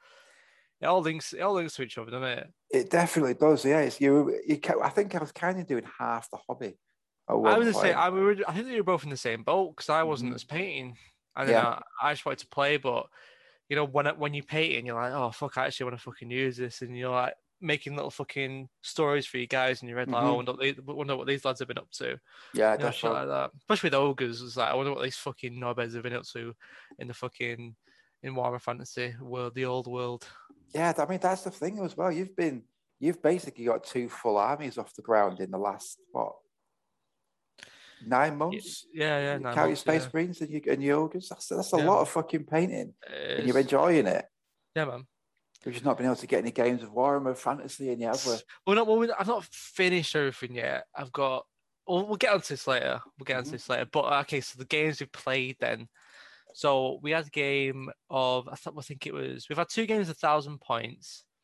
Speaker 1: It all links. It all links to each other, doesn't it?
Speaker 2: It definitely does. Yeah, it's you. you ca- I think I was kind of doing half the hobby. at one
Speaker 1: I was gonna say,
Speaker 2: point.
Speaker 1: I, we were, I think we were both in the same boat because I wasn't
Speaker 2: Mhm.
Speaker 1: as painting, and then
Speaker 2: Yeah.
Speaker 1: I, I just wanted to play, but you know, when it- when you pay it and you're like, oh fuck, I actually want to fucking use this, and you're like making little fucking stories for you guys in your head, like,
Speaker 2: Mm-hmm.
Speaker 1: oh, I wonder, what they- I wonder what these lads have been up to,
Speaker 2: Yeah,
Speaker 1: you know, shit
Speaker 2: definitely.
Speaker 1: like that. Especially with ogres, it's like, I wonder what these fucking knobheads have been up to in the fucking in Warhammer Fantasy world, the old world.
Speaker 2: Yeah, I mean that's the thing as well. You've been you've basically got two full armies off the ground in the last what nine
Speaker 1: Y-
Speaker 2: months.
Speaker 1: Yeah, yeah.
Speaker 2: You
Speaker 1: nine
Speaker 2: count your
Speaker 1: months,
Speaker 2: space
Speaker 1: yeah.
Speaker 2: marines and you and your ogres. That's that's a
Speaker 1: Yeah.
Speaker 2: lot of fucking painting, and you're
Speaker 1: It's-
Speaker 2: enjoying it.
Speaker 1: Yeah, man.
Speaker 2: We've just not been able to get any games of Warhammer Fantasy in yet, have we?
Speaker 1: Well, not well, we- I've not finished everything yet. I've got. Well, we'll get onto this later. We'll get onto
Speaker 2: Mhm.
Speaker 1: this later. But uh, okay, so the games we've played then. So we had a game of I thought I think it was we've had two games of thousand points.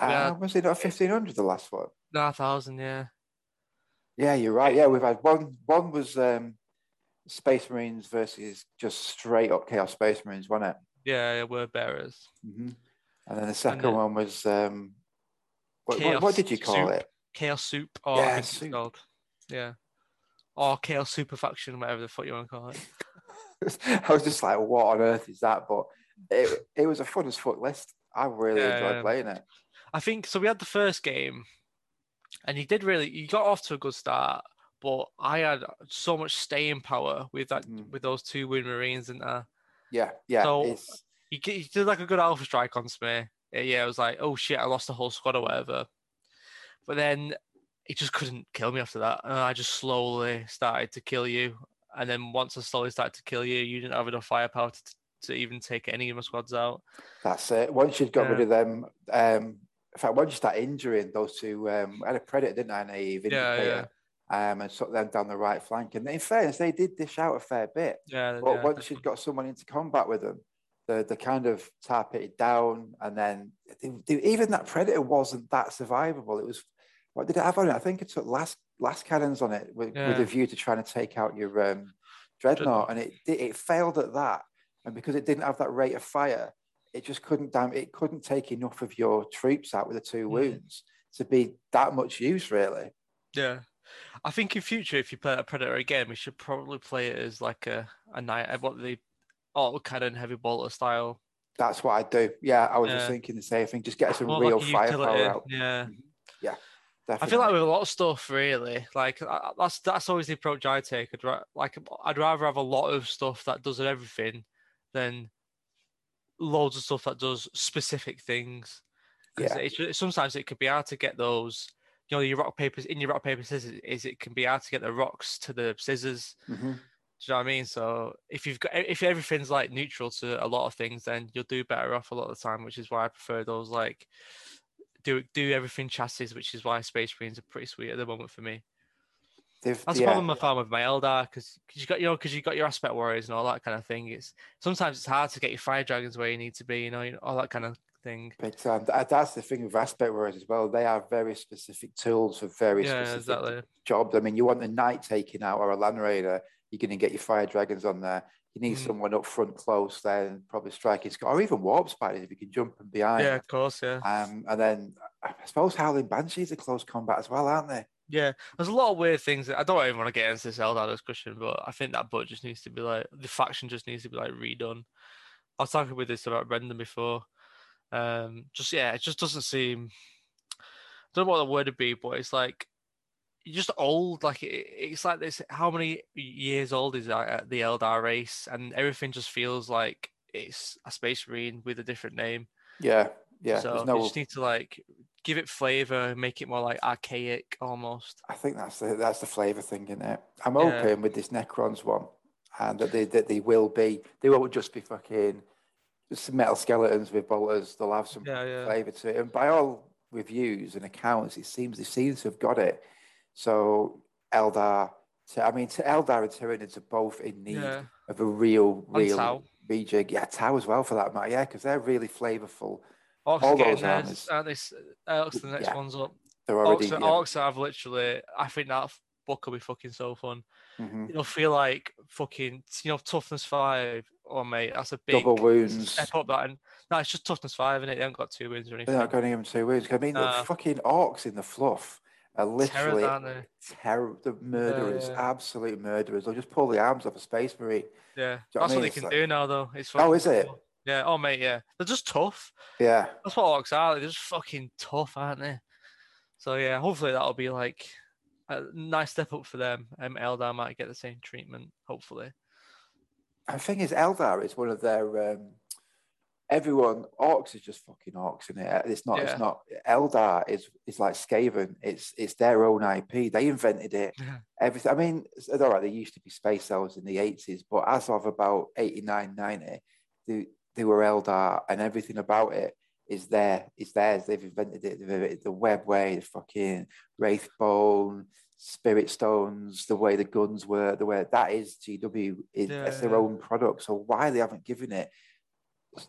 Speaker 1: Yeah.
Speaker 2: Uh, was it not fifteen hundred the last one?
Speaker 1: No, thousand, yeah.
Speaker 2: Yeah, you're right. Yeah, we've had one. One was um, Space Marines versus just straight up Chaos Space Marines, wasn't it?
Speaker 1: Yeah, yeah, word bearers.
Speaker 2: hmm And then the second
Speaker 1: Mm-hmm. then-
Speaker 2: one was um, what, what, what
Speaker 1: Chaos
Speaker 2: did you call
Speaker 1: Soup.
Speaker 2: it?
Speaker 1: Chaos Soup or I
Speaker 2: Yeah,
Speaker 1: think it's
Speaker 2: soup.
Speaker 1: called. Yeah. Or Chaos Super Faction, whatever the fuck you want to call it.
Speaker 2: I was just like, what on earth is that? But it it was a fun as fuck list. I really
Speaker 1: Yeah,
Speaker 2: enjoyed
Speaker 1: yeah.
Speaker 2: playing it.
Speaker 1: I think so. We had the first game, and you did really. You got off to a good start, but I had so much staying power with that
Speaker 2: Mm.
Speaker 1: with those two wound marines, and uh,
Speaker 2: Yeah, yeah.
Speaker 1: So-
Speaker 2: it's,
Speaker 1: you, g- you did like a good alpha strike on Smear. Yeah, yeah, I was like, oh shit, I lost the whole squad or whatever. But then it just couldn't kill me after that, and I just slowly started to kill you. And then once I slowly started to kill you, you didn't have enough firepower to, to even take any of my squads out.
Speaker 2: that's it. Once you've got rid
Speaker 1: Yeah.
Speaker 2: of them, um, in fact, once you start injuring those two, um, I had a predator, didn't I? And a
Speaker 1: Yeah,
Speaker 2: vindicator, um, and took them down the right flank. And in fairness, they did dish out a fair bit.
Speaker 1: Yeah,
Speaker 2: But
Speaker 1: yeah,
Speaker 2: once you've got someone into combat with them, the the kind of tap it down, and then they, they- even that predator wasn't that survivable. It was what did it have on it? I think it took last last cannons on it with, with
Speaker 1: Yeah.
Speaker 2: a view to trying to take out your um, dreadnought, and it di- it failed at that. And because it didn't have that rate of fire, it just couldn't damn it couldn't take enough of your troops out with the two
Speaker 1: Mhm.
Speaker 2: wounds to be that much use really.
Speaker 1: Yeah. I think in future, if you play a Predator again, we should probably play it as like a a night what the auto cannon heavy bolter style,
Speaker 2: That's what I do. Yeah, I was
Speaker 1: Yeah.
Speaker 2: just thinking the same thing. Just get some
Speaker 1: More
Speaker 2: real
Speaker 1: like a
Speaker 2: firepower
Speaker 1: utility,
Speaker 2: out.
Speaker 1: Yeah, I
Speaker 2: Definitely.
Speaker 1: feel like with a lot of stuff, really, like I- that's that's always the approach I take. I'd ra- like I'd rather have a lot of stuff that does everything than loads of stuff that does specific things. 'Cause
Speaker 2: Yeah.
Speaker 1: it's ju- sometimes it could be hard to get those. You know, your rock papers in your rock paper scissors is it can be hard to get the rocks to the scissors.
Speaker 2: Mhm.
Speaker 1: Do you know what I mean? So if you've got if everything's like neutral to a lot of things, then you'll do better off a lot of the time, which is why I prefer those like do do everything chassis, which is why Space Marines are pretty sweet at the moment for me.
Speaker 2: They've-
Speaker 1: That's
Speaker 2: yeah,
Speaker 1: the problem I found with my Eldar because you got your because you got your aspect warriors and all that kind of thing. It's sometimes it's hard to get your fire dragons where you need to be, you know, you know all that kind of thing.
Speaker 2: big time. That- um, That's the thing with aspect warriors as well. They are very specific tools for very
Speaker 1: yeah,
Speaker 2: specific
Speaker 1: exactly.
Speaker 2: jobs. I mean, you want a knight taken out or a land raider, you're going to get your fire dragons on there. You need
Speaker 1: Mhm.
Speaker 2: someone up front close, then probably striking sc- or even warp spiders if you can jump and behind.
Speaker 1: Yeah, of course, yeah.
Speaker 2: Um, and then I suppose howling banshees are close combat as well, aren't they?
Speaker 1: Yeah, there's a lot of weird things. That, I don't even want to get into this Eldar discussion, but I think that book just needs to be like the faction just needs to be like redone. I was talking with this about Brendan before. Um, just yeah, it just doesn't seem. don't know what the word would be, but it's like you're just old. Like it, it's like this. How many years old is that, uh, the Eldar race? And everything just feels like it's a Space Marine with a different name.
Speaker 2: Yeah, yeah.
Speaker 1: so
Speaker 2: there's
Speaker 1: you
Speaker 2: no,
Speaker 1: just need to like give it flavor, make it more like archaic almost.
Speaker 2: I think that's the that's the flavour thing, isn't it? I'm
Speaker 1: Yeah.
Speaker 2: hoping with this Necrons one, and that they that they will be they won't just be fucking just metal skeletons with bolters. They'll have some
Speaker 1: Yeah, yeah.
Speaker 2: flavour to it. And by all reviews and accounts, it seems they seem to have got it. So Eldar, so, I mean, to Eldar and Tyranids are both in need
Speaker 1: Yeah.
Speaker 2: of a real,
Speaker 1: And
Speaker 2: real
Speaker 1: Tau.
Speaker 2: rejig. Yeah, Tau as well for that matter. Yeah, because they're really flavourful.
Speaker 1: Orcs
Speaker 2: All
Speaker 1: are getting
Speaker 2: those
Speaker 1: theirs,
Speaker 2: armies.
Speaker 1: aren't they? S- uh, Orcs are the next
Speaker 2: Yeah.
Speaker 1: ones up.
Speaker 2: They're already.
Speaker 1: Orcs, are-
Speaker 2: yeah.
Speaker 1: Orcs have literally. I think that f- book will be fucking so fun.
Speaker 2: Mhm.
Speaker 1: It'll feel like fucking. You know, toughness five. Oh mate, that's a big
Speaker 2: Double wounds.
Speaker 1: step up. That and no, it's just toughness five, and it. They haven't got two wins or anything.
Speaker 2: They're not going even two wounds. 'cause I mean,
Speaker 1: Nah.
Speaker 2: the fucking orcs in the fluff are
Speaker 1: Terrors,
Speaker 2: literally
Speaker 1: aren't they?
Speaker 2: terror, the murderers,
Speaker 1: yeah.
Speaker 2: absolute murderers. They'll just pull the arms off a space marine.
Speaker 1: Yeah,
Speaker 2: what I
Speaker 1: that's what
Speaker 2: mean?
Speaker 1: they
Speaker 2: It's
Speaker 1: can
Speaker 2: like-
Speaker 1: do now, though. It's
Speaker 2: Oh,
Speaker 1: fucking
Speaker 2: is it?
Speaker 1: cool. Yeah. Oh, mate. Yeah. They're just tough.
Speaker 2: Yeah.
Speaker 1: That's what Orcs are. They're just fucking tough, aren't they? So yeah, hopefully that'll be like a nice step up for them. Um, Eldar might get the same treatment. Hopefully.
Speaker 2: And the thing is, Eldar is one of their. Um, everyone orcs is just fucking orcs in it. Uh, It's not.
Speaker 1: Yeah.
Speaker 2: It's not. Eldar is is like Skaven. It's it's their own IP. They invented it.
Speaker 1: Yeah.
Speaker 2: Everything. I mean, it's- all right. There used to be space elves in the eighties, but as of about 89, 90, they they were Eldar, and everything about it is there. Is theirs. They've invented it. They've invented the webway, the fucking wraith bone. Spirit stones, the way the guns were, the way that is GW, is
Speaker 1: Yeah,
Speaker 2: it's their
Speaker 1: yeah.
Speaker 2: own product. So why they haven't given it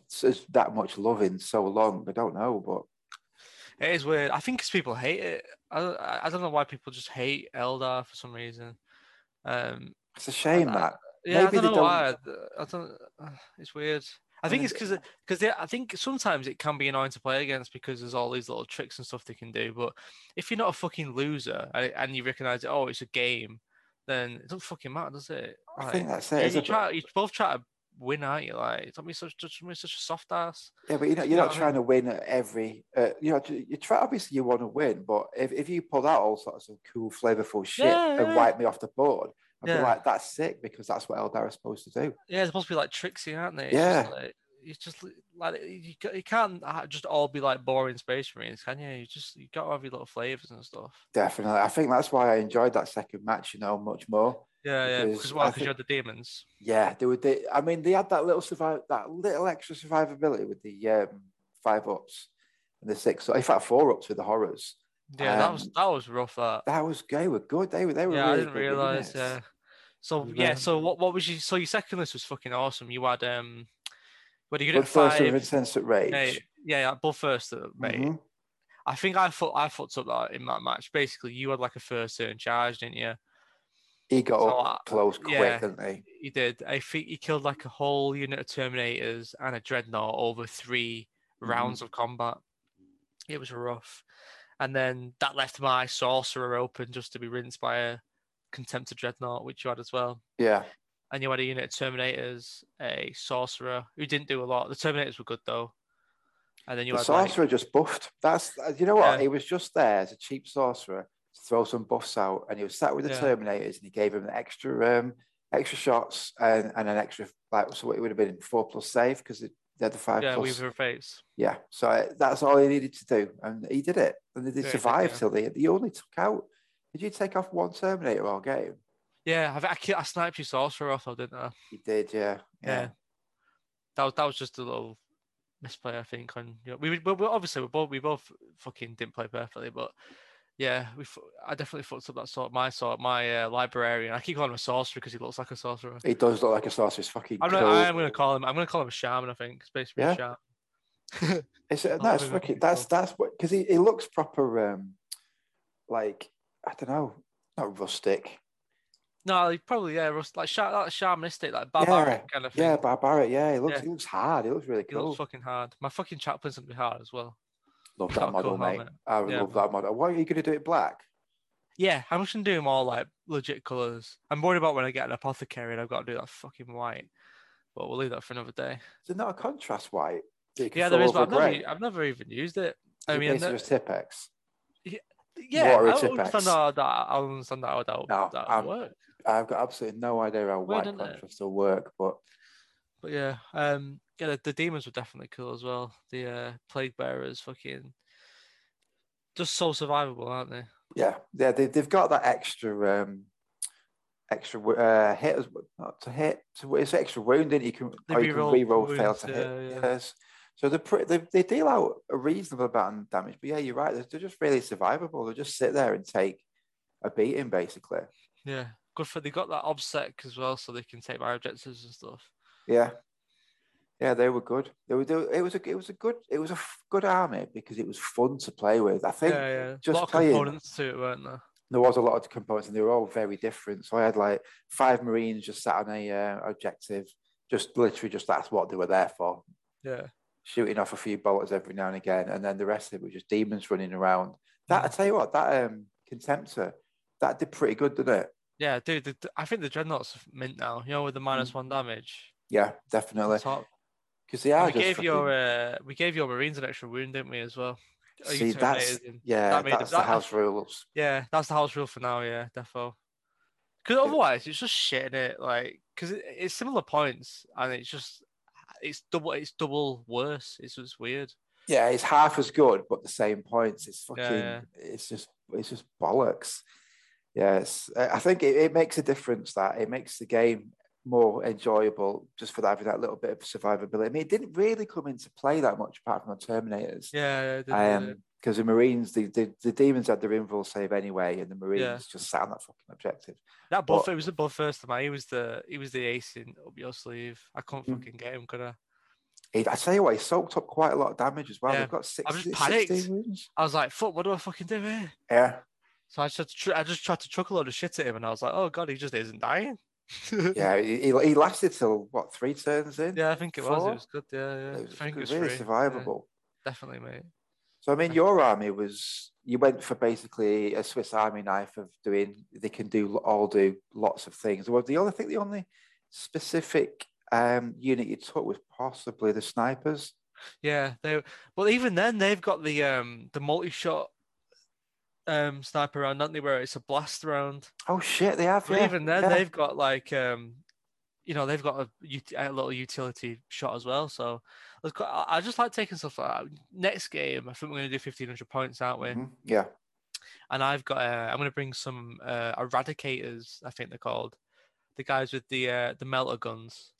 Speaker 2: so that much love in so long. I don't know, but
Speaker 1: It is weird. I think because people hate it. I, don't- I I don't know why people just hate Eldar for some reason. Um,
Speaker 2: it's a shame
Speaker 1: I-
Speaker 2: that.
Speaker 1: yeah,
Speaker 2: Maybe
Speaker 1: I
Speaker 2: they
Speaker 1: don't know
Speaker 2: don't-
Speaker 1: why. I don't. uh, It's weird. I think it's
Speaker 2: Maybe-
Speaker 1: because because I think sometimes it can be annoying to play against because there's all these little tricks and stuff they can do. But if you're not a fucking loser and, and you recognize oh it's a game, then it doesn't fucking matter, does it?
Speaker 2: I
Speaker 1: Like,
Speaker 2: think that's
Speaker 1: you,
Speaker 2: it. It's
Speaker 1: you
Speaker 2: a-
Speaker 1: try, you both try to win, aren't you? Like don't be such don't be such a soft ass.
Speaker 2: yeah, but you know,
Speaker 1: you
Speaker 2: you're
Speaker 1: know
Speaker 2: not
Speaker 1: what I
Speaker 2: trying to win at every. Uh, you know, t- you try. Obviously, you want to win, but if, if you pull out all sorts of cool, flavorful shit
Speaker 1: Yeah,
Speaker 2: and
Speaker 1: yeah.
Speaker 2: wipe me off the board, I'd
Speaker 1: Yeah.
Speaker 2: be like, that's sick because that's what Eldar is supposed to do.
Speaker 1: Yeah, they're supposed to be like tricksy, aren't they? It's just
Speaker 2: Yeah.
Speaker 1: like- It's just li- like you, ca- you can't uh, just all be like boring space marines, can you? You just you got to have your little flavors and stuff.
Speaker 2: Definitely, I think that's why I enjoyed that second match. You know, much more.
Speaker 1: Yeah, yeah.
Speaker 2: Because
Speaker 1: Because
Speaker 2: I
Speaker 1: why? Because
Speaker 2: think-
Speaker 1: you had the demons.
Speaker 2: Yeah, they were. They, I mean, they had that little survive, that little extra survivability with the um, five ups and the six. In fact, four ups with the horrors.
Speaker 1: Yeah, that was
Speaker 2: Um,
Speaker 1: that was rough. That.
Speaker 2: That was they were good. They were they were
Speaker 1: yeah,
Speaker 2: really
Speaker 1: I didn't
Speaker 2: good
Speaker 1: realize.
Speaker 2: units.
Speaker 1: Yeah. So
Speaker 2: And
Speaker 1: yeah,
Speaker 2: then-
Speaker 1: so what what was you? So your second list was fucking awesome. You had um, what did you get
Speaker 2: Blood
Speaker 1: at
Speaker 2: Thirst and
Speaker 1: five?
Speaker 2: Insensate Rage.
Speaker 1: Yeah, yeah, yeah, blood first, mate.
Speaker 2: Mhm.
Speaker 1: I think I fucked I fucked up that in that match. Basically, you had like a first turn charge, didn't you?
Speaker 2: He got
Speaker 1: So
Speaker 2: up
Speaker 1: I-
Speaker 2: close quick,
Speaker 1: yeah.
Speaker 2: didn't he?
Speaker 1: He did. I think he killed like a whole unit of Terminators and a Dreadnought over 3
Speaker 2: Mhm.
Speaker 1: rounds of combat. It was rough. And then that left my Sorcerer open just to be rinsed by a Contempt of Dreadnought, which you had as well.
Speaker 2: Yeah.
Speaker 1: And you had a unit of Terminators, a Sorcerer, who didn't do a lot. The Terminators were good though. And then you
Speaker 2: The
Speaker 1: had like,
Speaker 2: sorcerer just buffed. That's uh, you know what?
Speaker 1: Yeah.
Speaker 2: He was just there as a cheap sorcerer to throw some buffs out, and he was sat with the
Speaker 1: Yeah.
Speaker 2: Terminators, and he gave him the extra um, extra shots and, and an extra like so it would have been four plus save because they had the five
Speaker 1: yeah, uh,
Speaker 2: plus.
Speaker 1: Weaver Face.
Speaker 2: Yeah, so uh, that's all he needed to do, and he did it, and they
Speaker 1: Yeah, he did,
Speaker 2: survived
Speaker 1: yeah.
Speaker 2: till the end. He only took out. Did you take off one Terminator all game?
Speaker 1: Yeah, I, think I, ki- I sniped your Sorcerer off though, didn't I?
Speaker 2: He did, yeah,
Speaker 1: Yeah. that was that was just a little misplay, I think. On you know, we, we, we obviously we both we both fucking didn't play perfectly, but yeah, we fu- I definitely fucked up that sort my sort my uh, librarian. I keep calling him a sorcerer because he looks like a sorcerer.
Speaker 2: He does look like a sorcerer's fucking.
Speaker 1: I'm
Speaker 2: cool.
Speaker 1: gonna, I'm gonna call him I'm gonna call him a shaman. I think space marine
Speaker 2: Yeah.
Speaker 1: shaman.
Speaker 2: It's uh,
Speaker 1: Not
Speaker 2: no, it's
Speaker 1: really that
Speaker 2: fucking
Speaker 1: big
Speaker 2: that's
Speaker 1: though.
Speaker 2: that's what because he, he looks proper um like I don't know, not rustic.
Speaker 1: No, he probably yeah, rust- like sha- like shamanistic, like
Speaker 2: Yeah,
Speaker 1: barbaric kind of thing.
Speaker 2: Yeah, barbaric. Yeah, he looks
Speaker 1: Yeah.
Speaker 2: he looks hard. He looks really
Speaker 1: he
Speaker 2: cool.
Speaker 1: looks fucking hard. My fucking chaplain's gonna be hard as well.
Speaker 2: love
Speaker 1: got a
Speaker 2: that
Speaker 1: cool
Speaker 2: model, mate.
Speaker 1: helmet.
Speaker 2: I
Speaker 1: Yeah.
Speaker 2: love that model. Why are you gonna do it black?
Speaker 1: Yeah, I'm just gonna do them all like legit colours. I'm worried about when I get an apothecary and I've got to do that fucking white. But we'll leave that for another day.
Speaker 2: Is it not a contrast white? that you can
Speaker 1: Yeah, there
Speaker 2: throw
Speaker 1: is, but I've
Speaker 2: over
Speaker 1: never,
Speaker 2: grey?
Speaker 1: u- I've never even used it. I
Speaker 2: Is it
Speaker 1: mean, I
Speaker 2: basically
Speaker 1: ne-
Speaker 2: just Tipex.
Speaker 1: yeah, I
Speaker 2: water
Speaker 1: don't
Speaker 2: tip
Speaker 1: understand
Speaker 2: backs?
Speaker 1: how that. I don't understand how that,
Speaker 2: No,
Speaker 1: that would
Speaker 2: I'm-
Speaker 1: work.
Speaker 2: I've got absolutely no idea how
Speaker 1: Weird,
Speaker 2: white
Speaker 1: isn't it?
Speaker 2: contrast will work, but
Speaker 1: But yeah, um, yeah, the, the demons were definitely cool as well. The uh, plague bearers, fucking, just so survivable, aren't they?
Speaker 2: yeah, yeah, they, they've got that extra um extra wo- uh hit as w- not to hit to it's extra wound and you can
Speaker 1: They
Speaker 2: or you can
Speaker 1: reroll
Speaker 2: reroll fail
Speaker 1: wounds,
Speaker 2: to hit.
Speaker 1: yeah, yeah.
Speaker 2: Yes. So they're pretty, they they deal out a reasonable amount of damage, but yeah, you're right. They're, they're just really survivable. They just sit there and take a beating basically.
Speaker 1: Yeah, good for they got that obsec as well, so they can take my objectives and stuff.
Speaker 2: Yeah. Yeah, they were good. They were. They were it was a. It was a good. It was a f- good army because it was fun to play with. I think
Speaker 1: yeah, yeah, a
Speaker 2: just
Speaker 1: lot of
Speaker 2: playing-
Speaker 1: components to it, weren't there?
Speaker 2: there was a lot of components and they were all very different. So I had like five Marines just sat on a uh, objective, just literally just that's what they were there for,
Speaker 1: Yeah,
Speaker 2: shooting off a few bullets every now and again, and then the rest of it was just demons running around. That I
Speaker 1: Mhm.
Speaker 2: tell you what, that um, Contemptor, that did pretty good, didn't it?
Speaker 1: yeah, dude.
Speaker 2: Mm.
Speaker 1: The, the- I think the dreadnoughts are mint now. You know, with the minus one damage.
Speaker 2: Yeah, definitely.
Speaker 1: Top.
Speaker 2: because they are.
Speaker 1: we
Speaker 2: just
Speaker 1: gave
Speaker 2: fucking-
Speaker 1: your uh, we gave your Marines an extra wound, didn't we, as well? Oh, you
Speaker 2: see
Speaker 1: took it
Speaker 2: that's
Speaker 1: amazing.
Speaker 2: yeah,
Speaker 1: that made them-
Speaker 2: that's
Speaker 1: that-
Speaker 2: the house rules.
Speaker 1: Yeah, that's the house rule for now. Yeah, defo. Because otherwise, it's just shit in it. Like, because it, it's similar points, and it's just it's double it's double worse. It's just weird.
Speaker 2: Yeah, it's half as good, but the same points. It's fucking.
Speaker 1: yeah.
Speaker 2: It's just. It's just bollocks. Yes, I I think it, it makes a difference. That it makes the game more enjoyable just for having that little bit of survivability. I mean, it didn't really come into play that much apart from the Terminators.
Speaker 1: Yeah. yeah, yeah, yeah.
Speaker 2: Um, because the Marines, the, the the demons had their invul save anyway, and the Marines just sat on that fucking objective.
Speaker 1: that buff.
Speaker 2: but-
Speaker 1: It was the buff first time. He was the he was the ace in up your sleeve. I couldn't
Speaker 2: Mhm.
Speaker 1: fucking get him, could I?
Speaker 2: He, I tell you what, he soaked up quite a lot of damage as well.
Speaker 1: Yeah.
Speaker 2: They've got six,
Speaker 1: just
Speaker 2: is it
Speaker 1: panicked.
Speaker 2: 16 wounds.
Speaker 1: I was like, fuck. What do I fucking do here?
Speaker 2: Yeah,
Speaker 1: So I just had to tr- I just tried to chuck a load of shit at him, and I was like, oh god, he just isn't dying. yeah.
Speaker 2: yeah. He, he he lasted till what three turns in.
Speaker 1: I think it was. It
Speaker 2: Four?
Speaker 1: was good. Yeah, yeah.
Speaker 2: it was,
Speaker 1: I think it was
Speaker 2: really
Speaker 1: free. Yeah,
Speaker 2: survivable.
Speaker 1: definitely, mate.
Speaker 2: So I mean, your army was you went for basically a Swiss Army knife of doing they can do all do lots of things. Well, the only thing the only specific um, unit you took was possibly the snipers.
Speaker 1: Yeah, they. Well, even then, they've got the um the multi-shot um sniper round, don't they? Where it's a blast round.
Speaker 2: Oh shit, they have.
Speaker 1: But
Speaker 2: yeah,
Speaker 1: even then,
Speaker 2: yeah.
Speaker 1: they've got like um, you know, they've got a, ut- a little utility shot as well. So, it's quite- I I just like taking stuff like that. Next game, I think we're gonna do fifteen hundred points, aren't we?
Speaker 2: Mhm, Yeah.
Speaker 1: And I've got. Uh, I'm gonna bring some uh, eradicators. I think they're called the guys with the uh, the melter guns.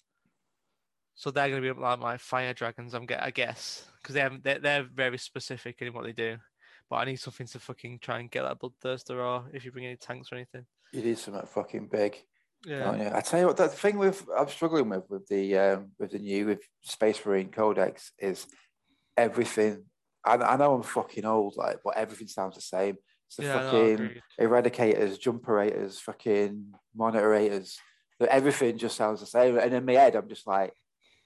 Speaker 1: So they're gonna be like my fire dragons. I'm get. I guess because they haven't. They're, they're very specific in what they do. But I need something to fucking try and get that bloodthirster, or if you bring any tanks or anything.
Speaker 2: You need something fucking big.
Speaker 1: Yeah.
Speaker 2: don't you? I tell you what, that thing with I'm struggling with with the um, with the new with Space Marine Codex is everything. I, I know I'm fucking old, like, but everything sounds the same. It's the
Speaker 1: yeah. no,
Speaker 2: fucking
Speaker 1: agreed.
Speaker 2: eradicators, jumperators, fucking monitorators. that Everything just sounds the same. And in my head, I'm just like,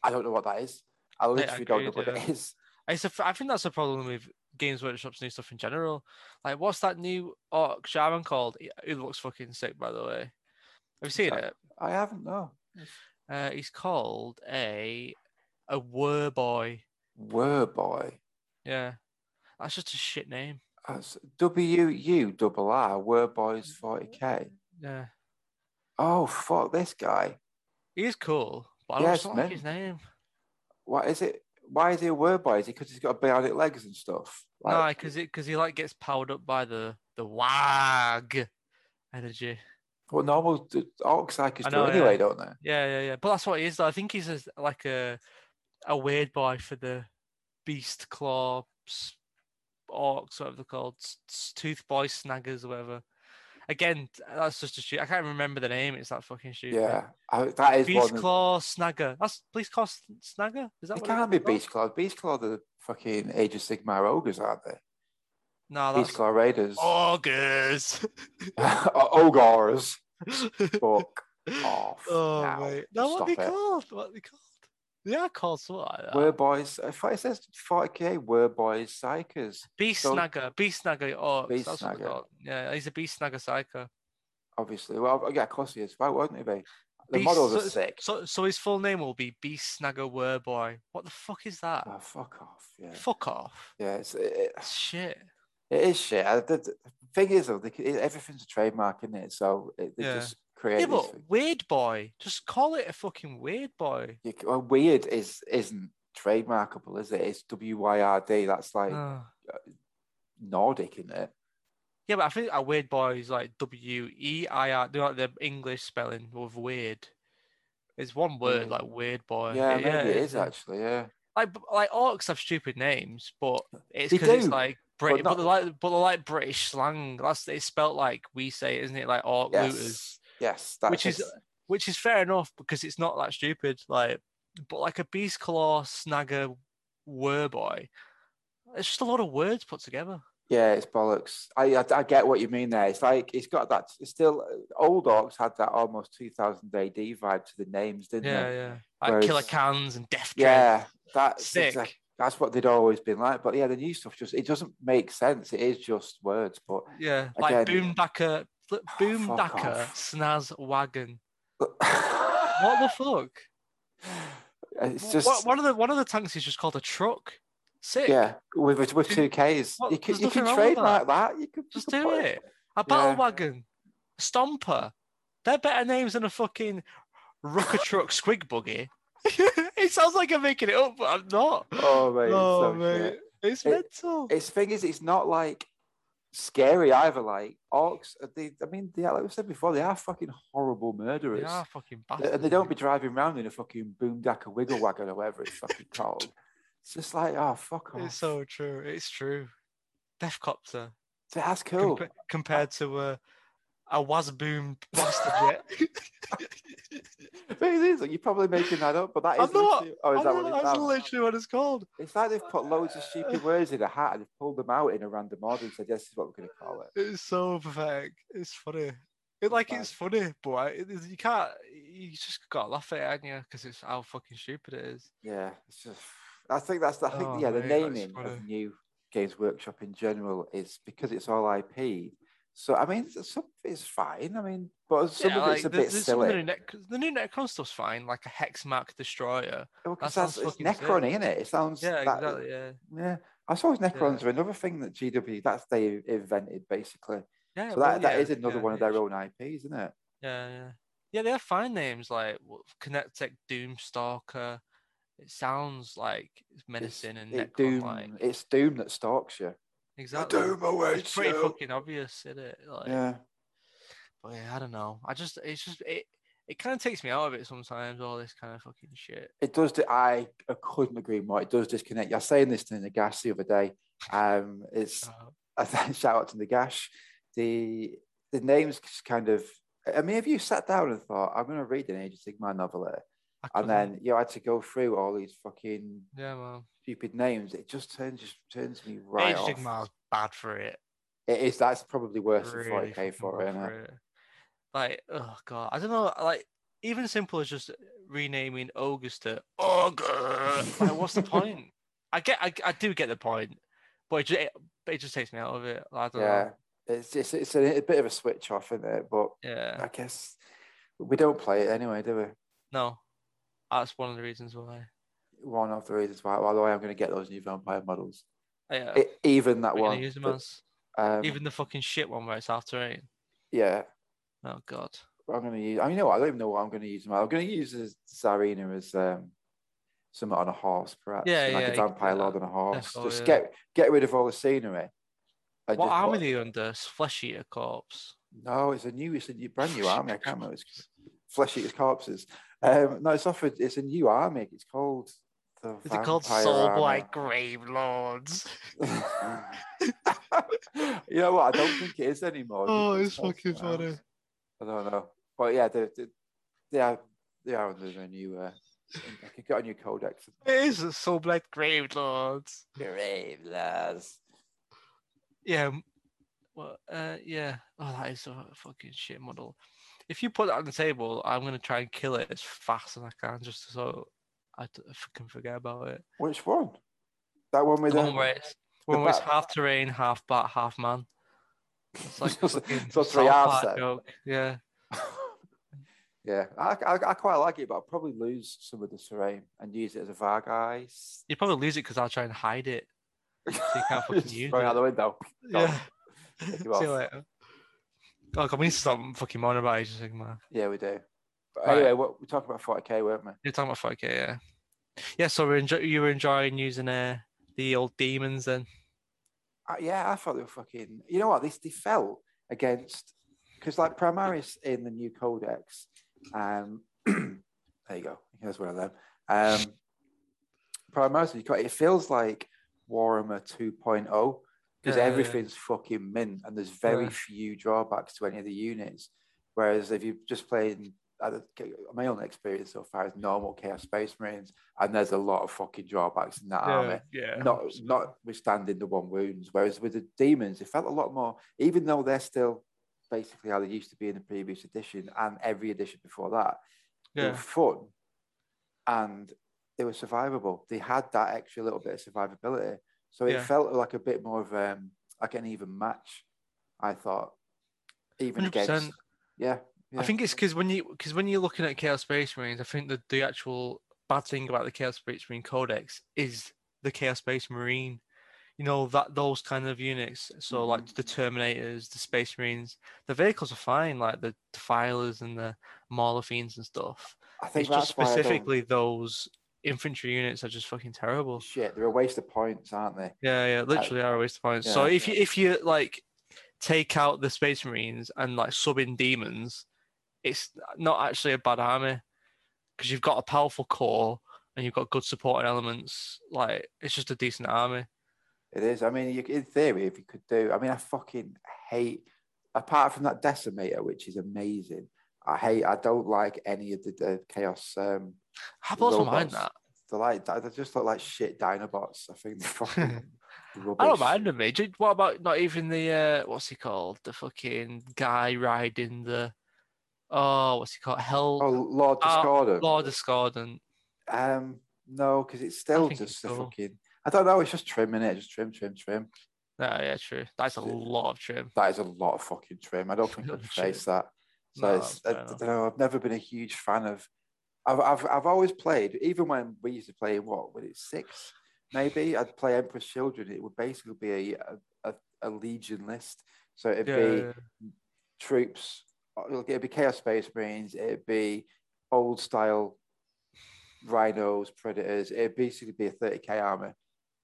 Speaker 2: I don't know what that is. I
Speaker 1: Mate, I
Speaker 2: literally don't know
Speaker 1: agree,
Speaker 2: what
Speaker 1: yeah.
Speaker 2: it is.
Speaker 1: It's a f- I think that's a problem with Games Workshop's new stuff in general. Like, what's that new orc shaman called? He- He looks fucking sick, by the way. Have you seen
Speaker 2: that?
Speaker 1: it?
Speaker 2: I haven't no.
Speaker 1: Uh, he's called a a Werboy.
Speaker 2: Were boy.
Speaker 1: Yeah, that's just a shit name.
Speaker 2: That's W U double R. Were boys forty k.
Speaker 1: Yeah,
Speaker 2: Oh fuck this guy.
Speaker 1: he is cool, but I don't
Speaker 2: Yeah,
Speaker 1: just
Speaker 2: it's
Speaker 1: don't like his name.
Speaker 2: What is it? Why is he a word boy? Is it because he's got bionic legs and stuff?
Speaker 1: No, because it because he like gets powered up by the the wag energy.
Speaker 2: well, normal d- orc psychers
Speaker 1: I
Speaker 2: do
Speaker 1: know,
Speaker 2: anyway,
Speaker 1: yeah.
Speaker 2: don't they?
Speaker 1: Yeah, yeah, yeah. But that's what he is. Though. I think he's a, like a a weird boy for the beast claw s- orcs, whatever they're called, s- s- tooth boy snaggers or whatever. Again, t- that's just a shoot. I can't remember the name. It's that fucking shoot.
Speaker 2: Yeah, I, that is
Speaker 1: Beast
Speaker 2: one.
Speaker 1: claw snagger. That's beast claw s- snagger. Is that?
Speaker 2: It
Speaker 1: what
Speaker 2: can't be
Speaker 1: it's called?
Speaker 2: Beast Claw. Beast Claw are the fucking Age of Sigmar ogres, aren't they?
Speaker 1: No,
Speaker 2: Beast
Speaker 1: Oh, that's
Speaker 2: Claw Raiders.
Speaker 1: augers.
Speaker 2: Ogars. Fuck off.
Speaker 1: oh
Speaker 2: now.
Speaker 1: mate, no, what
Speaker 2: Stop
Speaker 1: they
Speaker 2: it.
Speaker 1: called? What they called? They are called something like that.
Speaker 2: Were boys. If it says 40k, were boys psychers.
Speaker 1: Beast
Speaker 2: So-
Speaker 1: snagger, beast snagger orcs.
Speaker 2: Beast
Speaker 1: that's what they're
Speaker 2: snagger.
Speaker 1: called. Yeah, he's a beast snagger psycho.
Speaker 2: Obviously. Well, yeah, of course he is. Why wouldn't he be? The
Speaker 1: Beast-
Speaker 2: models are
Speaker 1: so-
Speaker 2: sick.
Speaker 1: So, so his full name will be Beast Snagger Werboy. What the fuck is that?
Speaker 2: Oh, fuck off. Yeah.
Speaker 1: Fuck off.
Speaker 2: Yeah, it's, it,
Speaker 1: Shit.
Speaker 2: It is shit. I, the, the thing is, though, they, c- everything's a trademark, isn't it? So it, they
Speaker 1: Yeah.
Speaker 2: just
Speaker 1: Yeah,
Speaker 2: create. these
Speaker 1: but
Speaker 2: thing-
Speaker 1: Weird Boy. Just call it a fucking Weird Boy.
Speaker 2: you c- well, weird is isn't trademarkable, is it? It's W Y R D. That's like
Speaker 1: Ugh.
Speaker 2: Nordic, isn't it?
Speaker 1: Yeah, but I think a Weird Boy is like W E I R. Do like the English spelling of weird. It's one word,
Speaker 2: Mm.
Speaker 1: like Weird Boy.
Speaker 2: yeah, maybe it is
Speaker 1: Uh, yeah.
Speaker 2: actually. Yeah,
Speaker 1: Like, b- like orcs have stupid names, but it's
Speaker 2: They
Speaker 1: because it's
Speaker 2: do,
Speaker 1: like Brit, but,
Speaker 2: not-
Speaker 1: they're like, but they're like British slang. That's it's spelt like we say, it, isn't it? Like orc looters.
Speaker 2: yes, yes. That
Speaker 1: Which is- which is fair enough because it's not that stupid. Like, but like a beast claw snagger werboy, it's just a lot of words put together.
Speaker 2: yeah, it's bollocks. I, I I get what you mean there. It's like it's got that. It's still uh, old orcs had that almost 2000 AD vibe to the names, didn't
Speaker 1: Yeah,
Speaker 2: they?
Speaker 1: yeah. Like killer
Speaker 2: Whereas-
Speaker 1: cans and death dread.
Speaker 2: Yeah, that's
Speaker 1: sick.
Speaker 2: exact- that's what they'd always been like. But yeah, the new stuff just it doesn't make sense. It is just words, but
Speaker 1: Yeah, like boom
Speaker 2: Again-
Speaker 1: dacker, flip boom
Speaker 2: uh, Oh, fuck
Speaker 1: dacker,
Speaker 2: off.
Speaker 1: snaz wagon.
Speaker 2: what
Speaker 1: What the fuck?
Speaker 2: It's just
Speaker 1: One- one of the one of the tanks is just called a truck. Sick.
Speaker 2: yeah, with with
Speaker 1: Dude,
Speaker 2: two Ks.
Speaker 1: what-
Speaker 2: You could
Speaker 1: there's
Speaker 2: you could
Speaker 1: nothing wrong with
Speaker 2: trademark that. You could you
Speaker 1: Just
Speaker 2: could
Speaker 1: do
Speaker 2: put
Speaker 1: it. A battle
Speaker 2: Yeah.
Speaker 1: wagon, a stomper. They're better names than a fucking rocker truck squig buggy. it sounds like I'm making it up, but I'm not.
Speaker 2: Oh mate, it's
Speaker 1: Oh,
Speaker 2: so shit.
Speaker 1: mate. It's
Speaker 2: It-
Speaker 1: mental.
Speaker 2: It's thing is, it's not like scary either. Like orcs, uh, they, I mean, they are, like we said before, they are fucking horrible murderers.
Speaker 1: they are fucking
Speaker 2: They-
Speaker 1: bastards.
Speaker 2: and they don't be driving around in a fucking boondacker wiggle wagon or whatever it's fucking called. It's just like, oh fuck off.
Speaker 1: It's so true. It's true. Deathcopter
Speaker 2: That's cool.
Speaker 1: compa- compared to a a wasboom blaster jet.
Speaker 2: But it is. You're probably making that up, but that
Speaker 1: I'm
Speaker 2: is.
Speaker 1: not-
Speaker 2: literally- Oh, is
Speaker 1: I
Speaker 2: that
Speaker 1: know,
Speaker 2: what it
Speaker 1: that's
Speaker 2: sounds?
Speaker 1: literally what it's called.
Speaker 2: It's like they've put loads of stupid words in a hat and they've pulled them out in a random order and said, "Yes, this is what we're going to call it."
Speaker 1: It's so pathetic. It's funny. It, like
Speaker 2: bad.
Speaker 1: it's funny, but I- it, is- you can't. You just gotta laugh at it, haven't you? Because it's how fucking stupid it is.
Speaker 2: Yeah, it's just. I think that's. the- I think
Speaker 1: Oh,
Speaker 2: yeah, the
Speaker 1: mate, that is
Speaker 2: naming
Speaker 1: funny.
Speaker 2: of new Games Workshop in general is because it's all IP. So I mean, some it's fine. I mean, but some
Speaker 1: Yeah,
Speaker 2: of it's
Speaker 1: like,
Speaker 2: a
Speaker 1: the- the-
Speaker 2: bit
Speaker 1: some of
Speaker 2: silly.
Speaker 1: The new, Nec- the new Necron stuff's fine, like a hex mark destroyer.
Speaker 2: Well, Oh, 'cause
Speaker 1: that
Speaker 2: that's,
Speaker 1: sounds
Speaker 2: it's
Speaker 1: fucking sick.
Speaker 2: Necron, isn't it? It sounds.
Speaker 1: Yeah,
Speaker 2: that-
Speaker 1: exactly. Yeah,
Speaker 2: Yeah, I suppose Necrons are another thing that GW that's they invented basically.
Speaker 1: yeah.
Speaker 2: So that,
Speaker 1: well,
Speaker 2: that
Speaker 1: yeah,
Speaker 2: is another
Speaker 1: yeah,
Speaker 2: one of
Speaker 1: yeah,
Speaker 2: their own IPs, isn't it?
Speaker 1: Yeah, yeah, yeah. They have fine names like Connectech Doomstalker. It sounds like it's menacing and
Speaker 2: It
Speaker 1: Necron
Speaker 2: doom.
Speaker 1: like.
Speaker 2: It's doom that stalks you.
Speaker 1: Exactly. It's
Speaker 2: awaits
Speaker 1: pretty
Speaker 2: you.
Speaker 1: fucking obvious, isn't it? Like,
Speaker 2: Yeah.
Speaker 1: But yeah, I don't know. I just it's just it it kind of takes me out of it sometimes. All this kind of fucking shit.
Speaker 2: it does. di- I, I couldn't agree more. It does disconnect. you. I was saying this to Nagash the other day. Um, it's
Speaker 1: Uh,
Speaker 2: I think- shout out to Nagash. The the names just kind of. I mean, if you sat down and thought, I'm going to read an Age of Sigmar novel, here,"
Speaker 1: I
Speaker 2: and
Speaker 1: couldn't-
Speaker 2: then you had to go through all these fucking
Speaker 1: yeah, man,
Speaker 2: stupid names, it just turns just turns me
Speaker 1: Age
Speaker 2: right
Speaker 1: of
Speaker 2: off.
Speaker 1: Sigmar's bad for it.
Speaker 2: It is. That's probably worse
Speaker 1: Really
Speaker 2: than 40k
Speaker 1: fucking
Speaker 2: for
Speaker 1: bad
Speaker 2: it, isn't it?
Speaker 1: for it. Like, oh god, I don't know. Like, even simple as just renaming August to August. Like, what's the point? I get, I, I do get the point, but it just, it, it just takes me out of it. I don't
Speaker 2: Yeah,
Speaker 1: know.
Speaker 2: it's just, it's a, a bit of a switch off, isn't it? But
Speaker 1: Yeah,
Speaker 2: I guess we don't play it anyway, do we?
Speaker 1: no, that's one of the reasons why.
Speaker 2: one of the reasons why. By the way, I'm going to get those new vampire models.
Speaker 1: Yeah,
Speaker 2: E- even that
Speaker 1: we're
Speaker 2: one.
Speaker 1: gonna use them
Speaker 2: but,
Speaker 1: as
Speaker 2: um,
Speaker 1: even the fucking shit one where it's half terrain.
Speaker 2: yeah,
Speaker 1: Oh god.
Speaker 2: I'm going to use. I mean, you know what? I don't even know what I'm going to use them. as. I'm going to use as Zarina as um, someone on a horse, perhaps.
Speaker 1: Yeah,
Speaker 2: like
Speaker 1: yeah,
Speaker 2: a
Speaker 1: you could do
Speaker 2: vampire
Speaker 1: that.
Speaker 2: lord on a horse.
Speaker 1: Definitely,
Speaker 2: just
Speaker 1: yeah.
Speaker 2: get get rid of all the scenery. and
Speaker 1: What
Speaker 2: just
Speaker 1: arm are
Speaker 2: put-
Speaker 1: they under? S- Flesh Eater Corpse.
Speaker 2: No, it's a new, it's a new, brand new army. I can't remember. It's Flesh Eaters Corpses. Um, no, it's offered. It's a new army. It's called. The
Speaker 1: Is it called
Speaker 2: Vampire
Speaker 1: Soul
Speaker 2: Army.
Speaker 1: Blight Grave Lords?
Speaker 2: you know what? I don't think it is anymore. I think
Speaker 1: Oh,
Speaker 2: it was
Speaker 1: it's fucking
Speaker 2: something else.
Speaker 1: funny.
Speaker 2: I don't know, but yeah, they they, they are they are under a new. Uh, I could get a new codex.
Speaker 1: It is a Soul Blight Grave Lords.
Speaker 2: Grave lads.
Speaker 1: Yeah. m- Well, uh, yeah. Oh, that is a fucking shit model. If you put that on the table, I'm gonna try and kill it as fast as I can, just so I d- fucking forget about it.
Speaker 2: Which one? That one with
Speaker 1: The
Speaker 2: the-
Speaker 1: one where it's, one where it's
Speaker 2: bat-
Speaker 1: half terrain, half bat, half man. It's like a
Speaker 2: So-
Speaker 1: fucking
Speaker 2: so three
Speaker 1: South
Speaker 2: halves
Speaker 1: Park
Speaker 2: then.
Speaker 1: joke. Yeah.
Speaker 2: yeah, I, I, I quite like it, but I'll probably lose some of the terrain and use it as a varg ice.
Speaker 1: You probably lose it because I'll try and hide it. can't fucking
Speaker 2: Just
Speaker 1: use
Speaker 2: throw it
Speaker 1: it.
Speaker 2: out the window. Done.
Speaker 1: Yeah.
Speaker 2: Take
Speaker 1: See
Speaker 2: him off.
Speaker 1: you later. Oh, can we stop fucking moaning about Age of Sigma?
Speaker 2: Yeah, we do. But
Speaker 1: Right.
Speaker 2: anyway, what we're talking about 40k, weren't we?
Speaker 1: You're talking about 5k, yeah. Yeah, so we're enjoy- you were enjoying using uh, the old demons then.
Speaker 2: Uh, yeah, I thought they were fucking. You know what? This they felt against because like Primaris in the new Codex. Um, there you go. Here's one of them. Um, Primaris, in the Codex, it feels like Warhammer 2.0 because
Speaker 1: Yeah, yeah.
Speaker 2: everything's fucking mint and there's very
Speaker 1: Yeah.
Speaker 2: few drawbacks to any of the units. Whereas if you've just played, I don't- my own experience so far is normal Chaos Space Marines, and there's a lot of fucking drawbacks in that army
Speaker 1: yeah.
Speaker 2: not notwithstanding the one wounds. Whereas with the demons, it felt a lot more, even though they're still basically how they used to be in the previous edition and every edition before that. They were
Speaker 1: yeah.
Speaker 2: fun and they were survivable. They had that extra little bit of survivability. So it
Speaker 1: Yeah.
Speaker 2: felt like a bit more of um, like an even match, I thought. Even
Speaker 1: 100%.
Speaker 2: against yeah. yeah.
Speaker 1: I think it's because when you because when you're looking at Chaos Space Marines, I think that the actual bad thing about the Chaos Space Marine Codex is the Chaos Space Marine. You know that those kind of units. So like the Terminators, the Space Marines, the vehicles are fine, like the Defilers and the Mauler Fiends and stuff.
Speaker 2: I think
Speaker 1: It's just
Speaker 2: that's why I don't-
Speaker 1: specifically those infantry units are just fucking terrible.
Speaker 2: Shit, they're a waste of points, aren't they?
Speaker 1: Yeah, yeah, literally are a waste of points. so
Speaker 2: yeah.
Speaker 1: if you if you like take out the space marines and like sub in demons, it's not actually a bad army because you've got a powerful core and you've got good supporting elements. Like it's just a decent army.
Speaker 2: It is. I mean, you, in theory, if you could do, I mean, I fucking hate. Apart from that decimator, which is amazing, I hate. I don't like any of the, the chaos. Um,
Speaker 1: I don't mind
Speaker 2: Robots.
Speaker 1: that.
Speaker 2: they like they just look like shit Dinobots. I think they're fucking rubbish.
Speaker 1: I don't mind them. mate. Do you- What about not even the uh, what's he called? The fucking guy riding the oh, what's he called? Hell
Speaker 2: Oh, Lord
Speaker 1: Ah,
Speaker 2: Discordant.
Speaker 1: Lord Discordant.
Speaker 2: Um, no, because it's still
Speaker 1: think it's
Speaker 2: just the
Speaker 1: cool.
Speaker 2: fucking. I don't know. It's just trimming it. Just trim, trim, trim.
Speaker 1: No, yeah, true. That's a
Speaker 2: Is it-
Speaker 1: lot of trim.
Speaker 2: That is a lot of fucking trim. I don't think
Speaker 1: Lot
Speaker 2: I'd
Speaker 1: of trim.
Speaker 2: face that. So
Speaker 1: No,
Speaker 2: it's, I,
Speaker 1: fair enough.
Speaker 2: don't know. I've never been a huge fan of. I've, I've I've always played. Even when we used to play, in what was it six? Maybe I'd play Emperor's Children. It would basically be a a, a, a legion list. So it'd
Speaker 1: Yeah,
Speaker 2: be
Speaker 1: yeah.
Speaker 2: troops. It'll- It'd be Chaos Space Marines. It'd be old style rhinos, predators. It'd basically be a 30k army.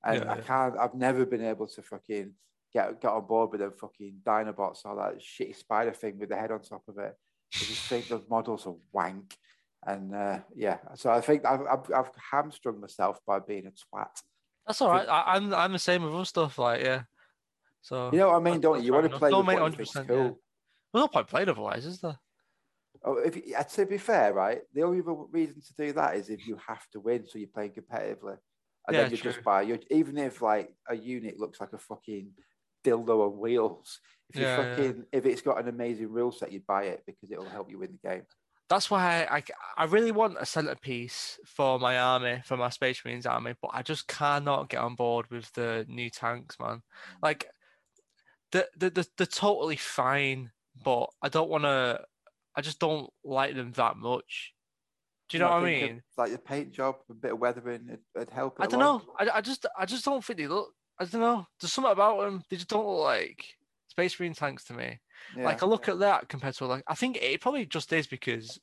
Speaker 2: And
Speaker 1: Yeah,
Speaker 2: I
Speaker 1: yeah.
Speaker 2: can't, I've never been able to fucking get, get on board with them fucking Dinobots or that shitty spider thing with the head on top of it. I just think those models are wank. And uh, yeah, so I think I've, I've, I've hamstrung myself by being a twat.
Speaker 1: That's all
Speaker 2: Could-
Speaker 1: right. I, I'm I'm the same with other stuff. Like yeah, so
Speaker 2: You know what I
Speaker 1: That's-
Speaker 2: mean, don't you?
Speaker 1: that's fair
Speaker 2: You want to
Speaker 1: enough.
Speaker 2: play
Speaker 1: No,
Speaker 2: with
Speaker 1: mate,
Speaker 2: what you think's
Speaker 1: 100%, yeah.
Speaker 2: cool.
Speaker 1: there's no point playing otherwise, is there?
Speaker 2: Oh, if you, uh, to be fair, right, the only other reason to do that is if you have to win, so you're playing competitively, and
Speaker 1: Yeah,
Speaker 2: then you
Speaker 1: true.
Speaker 2: just buy. You even if like a unit looks like a fucking dildo on wheels, if you
Speaker 1: Yeah, yeah.
Speaker 2: fucking if it's got an amazing rule set, you'd buy it because it'll help you win the game.
Speaker 1: That's why I, I I really want a centerpiece for my army, for my Space Marines army, but I just cannot get on board with the new tanks, man. Like, the the the they're totally fine, but I don't want to. I just don't like them that much. Do you know what I
Speaker 2: think a-
Speaker 1: mean?
Speaker 2: like the paint job, a bit of weathering, it'd, it'd help. it
Speaker 1: I don't
Speaker 2: along.
Speaker 1: know. I, I just I just don't think they look. I don't know. There's something about them. They just don't look like Space Marine tanks to me. Like I
Speaker 2: Yeah.
Speaker 1: look at that compared to like I think it probably just is because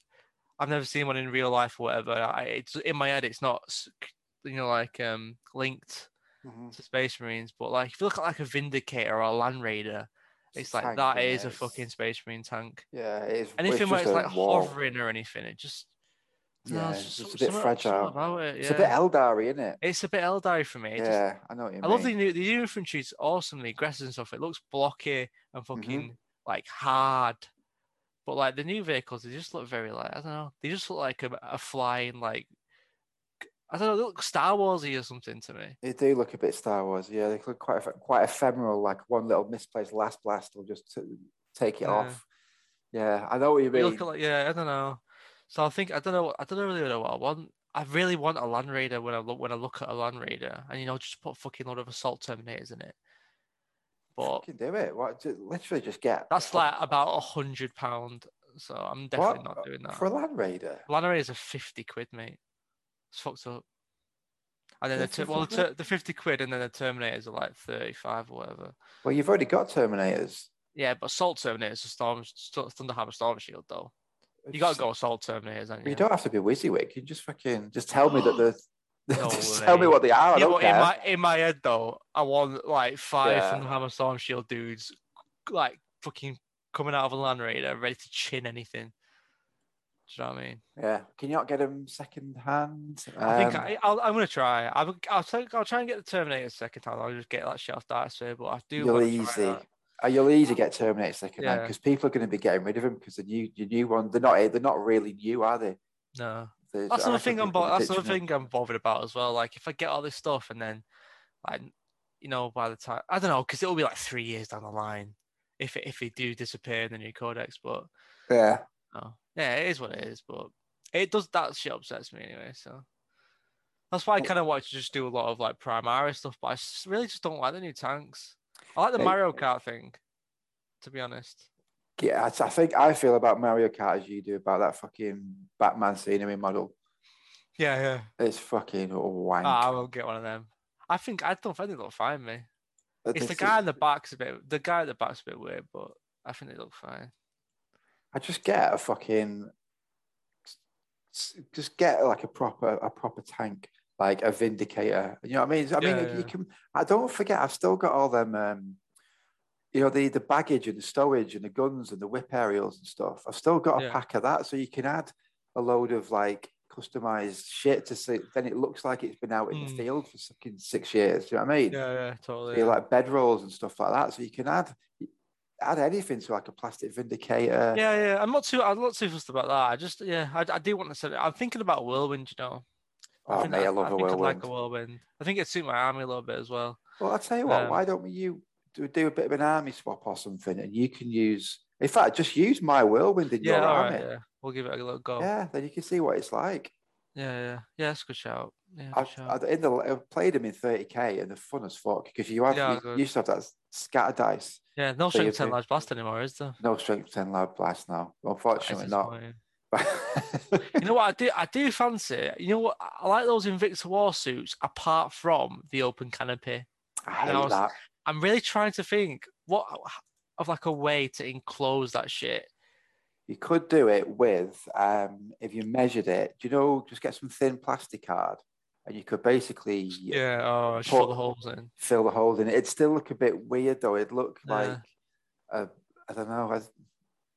Speaker 1: I've never seen one in real life or whatever. I, it's in my head. It's not s- c- you know like um linked
Speaker 2: Mhm.
Speaker 1: to Space Marines, but like if you look at like a Vindicator or a Land Raider, it's like
Speaker 2: tank,
Speaker 1: that
Speaker 2: innit?
Speaker 1: is a
Speaker 2: It's-
Speaker 1: fucking Space Marine tank.
Speaker 2: Yeah, it's
Speaker 1: Anything where it's
Speaker 2: just a
Speaker 1: like
Speaker 2: wall.
Speaker 1: hovering or anything, it just no,
Speaker 2: Yeah,
Speaker 1: it's
Speaker 2: it's
Speaker 1: just,
Speaker 2: just
Speaker 1: some-
Speaker 2: a bit
Speaker 1: something- something
Speaker 2: fragile.
Speaker 1: about it,
Speaker 2: It's a
Speaker 1: yeah.
Speaker 2: bit Eldari, isn't it?
Speaker 1: It's a bit Eldari for me. It just-
Speaker 2: Yeah, I know what you mean.
Speaker 1: I love the new the new infantry's awesome, the aggressors and stuff. It looks blocky and
Speaker 2: Mm-hmm.
Speaker 1: fucking like hard. But like the new vehicles, they just look very like I don't know. They just look like a, a flying like I don't know. They look Star Warsy or something to me.
Speaker 2: They do look a bit Star Wars, yeah. They look quite eph- quite ephemeral. Like one little misplaced last blast will just t- take it
Speaker 1: Yeah.
Speaker 2: off. Yeah, I know what you
Speaker 1: They
Speaker 2: mean.
Speaker 1: look like yeah, I don't know. So I think I don't know. what- I don't really know what I want. I really want a Land Raider when I look when I look at a Land Raider, and you know, just put a fucking load of assault terminators in it. But
Speaker 2: Fucking do it. What? ju- literally, just get.
Speaker 1: that's
Speaker 2: a-
Speaker 1: like about a hundred pound. So I'm definitely
Speaker 2: What?
Speaker 1: not doing that.
Speaker 2: for a Land Raider.
Speaker 1: Lanner is a 50 quid, mate. It's fucked up. And then the,
Speaker 2: Yeah,
Speaker 1: ter-
Speaker 2: 50
Speaker 1: well, the,
Speaker 2: quid.
Speaker 1: ter- the 50 quid and then the Terminators are like 35 or whatever.
Speaker 2: Well, you've already got Terminators.
Speaker 1: Yeah, but Assault Terminators are Storm, St- Thunderhammer Storm Shield, though. You gotta
Speaker 2: Just-
Speaker 1: go Assault Terminators, ain't
Speaker 2: You
Speaker 1: you?
Speaker 2: don't have to be WYSIWYG. You just fucking just tell me that the.
Speaker 1: No
Speaker 2: just tell me
Speaker 1: way.
Speaker 2: what they are. I
Speaker 1: yeah,
Speaker 2: don't
Speaker 1: but
Speaker 2: care.
Speaker 1: in my, in my head, though, I want like five
Speaker 2: Yeah.
Speaker 1: Thunderhammer Storm Shield dudes, like fucking coming out of a Land Raider, ready to chin anything. Do you know what I mean?
Speaker 2: Yeah. Can you not get them second hand?
Speaker 1: I think
Speaker 2: Um,
Speaker 1: I, I'll, I'm going to try. I'll, I'll, take- I'll try and get the Terminator second time. I'll just get that shit off Dicer, but I do
Speaker 2: You'll
Speaker 1: want to
Speaker 2: easy.
Speaker 1: try that.
Speaker 2: Uh, You'll easy get Terminator second hand
Speaker 1: Yeah.
Speaker 2: because people are going to be getting rid of them because the new, the new one, they're not, they're not really new, are they?
Speaker 1: No,
Speaker 2: There's-
Speaker 1: that's
Speaker 2: I
Speaker 1: another
Speaker 2: reckon
Speaker 1: thing. I'm
Speaker 2: people
Speaker 1: bo-
Speaker 2: are
Speaker 1: that's another
Speaker 2: ditching it.
Speaker 1: thing I'm bothered about as well. Like if I get all this stuff and then, like, you know, by the time I don't know, because it'll be like three years down the line if it, if they do disappear in the new codex. But
Speaker 2: Yeah.
Speaker 1: oh, yeah, it is what it is. But it does that shit upsets me anyway. So that's why I kind of wanted to just do a lot of like Primaris stuff, but I s- really just don't like the new tanks. I like the
Speaker 2: Hey.
Speaker 1: Mario Kart thing, to be honest.
Speaker 2: Yeah, I, I think I feel about Mario Kart as you do about that fucking Batman scenery model.
Speaker 1: Yeah, yeah.
Speaker 2: It's fucking wank.
Speaker 1: Ah, I will get one of them. I think I don't think they look fine, me.
Speaker 2: Uh,
Speaker 1: It's the
Speaker 2: this is-
Speaker 1: guy in the back's a bit. The guy at the back's a bit weird, but I think they look fine.
Speaker 2: I just get a fucking, s- just get like a proper a proper tank, like a vindicator. You know what I mean? I mean,
Speaker 1: Yeah,
Speaker 2: if you
Speaker 1: yeah.
Speaker 2: can. I don't forget. I've still got all them. Um, you know the the baggage and the stowage and the guns and the whip aerials and stuff. I've still got a
Speaker 1: Yeah.
Speaker 2: pack of that, so you can add a load of like customized shit to see. Then it looks like it's been out in the
Speaker 1: Mm.
Speaker 2: field for fucking six years. Do you know what I mean?
Speaker 1: Yeah, yeah, totally.
Speaker 2: you like bedrolls and stuff like that. So you can add add anything to like a plastic vindicator.
Speaker 1: yeah, yeah. I'm not too. I'm not too fussed about that. I just, yeah, I, I do want to set it. I'm thinking about a whirlwind. You know,
Speaker 2: Oh,
Speaker 1: think
Speaker 2: mate, I love a
Speaker 1: think I'd
Speaker 2: whirlwind.
Speaker 1: Like a whirlwind. I think it'd suit my army a little bit as well.
Speaker 2: well, I'll tell you what,
Speaker 1: Um,
Speaker 2: why don't we you do, do a bit of an army swap or something and you can use, in fact, just use my whirlwind in
Speaker 1: Yeah,
Speaker 2: your
Speaker 1: all right.
Speaker 2: army.
Speaker 1: Yeah, we'll give it a little
Speaker 2: yeah.
Speaker 1: go. Yeah,
Speaker 2: then you can see what it's like.
Speaker 1: yeah, yeah. that's a good shout. Yeah, good
Speaker 2: I've,
Speaker 1: shout.
Speaker 2: I've, in the, I've played them in 30k and they're fun as fuck because you have
Speaker 1: Yeah,
Speaker 2: you,
Speaker 1: good.
Speaker 2: you used to have that scatter dice,
Speaker 1: yeah, no
Speaker 2: so you
Speaker 1: strength ten
Speaker 2: think-
Speaker 1: large blast anymore, is there?
Speaker 2: no strength 10 loud blast now.
Speaker 1: That is
Speaker 2: Unfortunately, not.
Speaker 1: disappointing.
Speaker 2: But-
Speaker 1: You know what I do? I do fancy. it. You know what? I like those Invicta War suits, apart from the open canopy.
Speaker 2: I hate
Speaker 1: I was-
Speaker 2: that.
Speaker 1: I'm really trying to think what of like a way to enclose that shit.
Speaker 2: You could do it with, um, if you measured it, do you know, just get some thin plastic card and you could basically
Speaker 1: Yeah, oh, just
Speaker 2: Put-
Speaker 1: fill the holes in.
Speaker 2: fill the holes in it. It'd still look a bit weird though. It'd look
Speaker 1: Yeah.
Speaker 2: like, a, I don't know, I-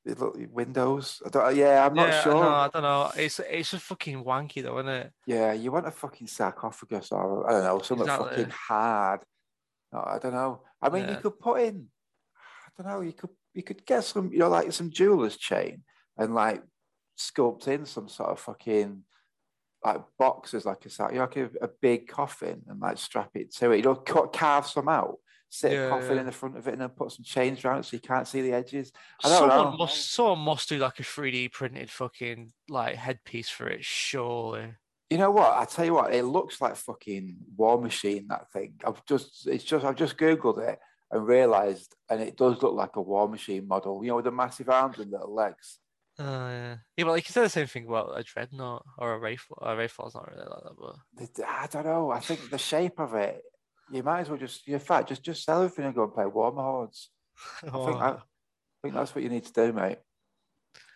Speaker 2: it'd look like windows. I don't, yeah, I'm not
Speaker 1: yeah,
Speaker 2: sure.
Speaker 1: No, I don't know. It's it's just fucking wanky though, isn't it?
Speaker 2: Yeah, you want a fucking sarcophagus or, I don't know, something
Speaker 1: Exactly.
Speaker 2: fucking hard. No, I don't know. I mean, you
Speaker 1: Yeah.
Speaker 2: could put in, I don't know, you could you could get some, you know, like some jeweler's chain and like sculpt in some sort of fucking like boxes, like a sack, you know, like a, a big coffin and like strap it to it. You know, cut, carve some out, sit a
Speaker 1: Yeah,
Speaker 2: coffin
Speaker 1: yeah.
Speaker 2: in the front of it and then put some chains around it so you can't see the edges. I don't
Speaker 1: someone
Speaker 2: know.
Speaker 1: must someone must do like a 3D printed fucking like headpiece for it, surely.
Speaker 2: You know what? I tell you what, it looks like fucking War Machine. That thing. I've just, it's just, I've just googled it and realised, and it does look like a War Machine model. You know, with the massive arms and little legs.
Speaker 1: Oh yeah. Yeah, but like you said the same thing about a dreadnought or a rayfall. A rayfall's not really like that, but
Speaker 2: It- I don't know. I think the shape of it. You might as well just, in fact, just just sell everything and go and play War Hordes. I
Speaker 1: Oh.
Speaker 2: think, I, I think that's what you need to do, mate.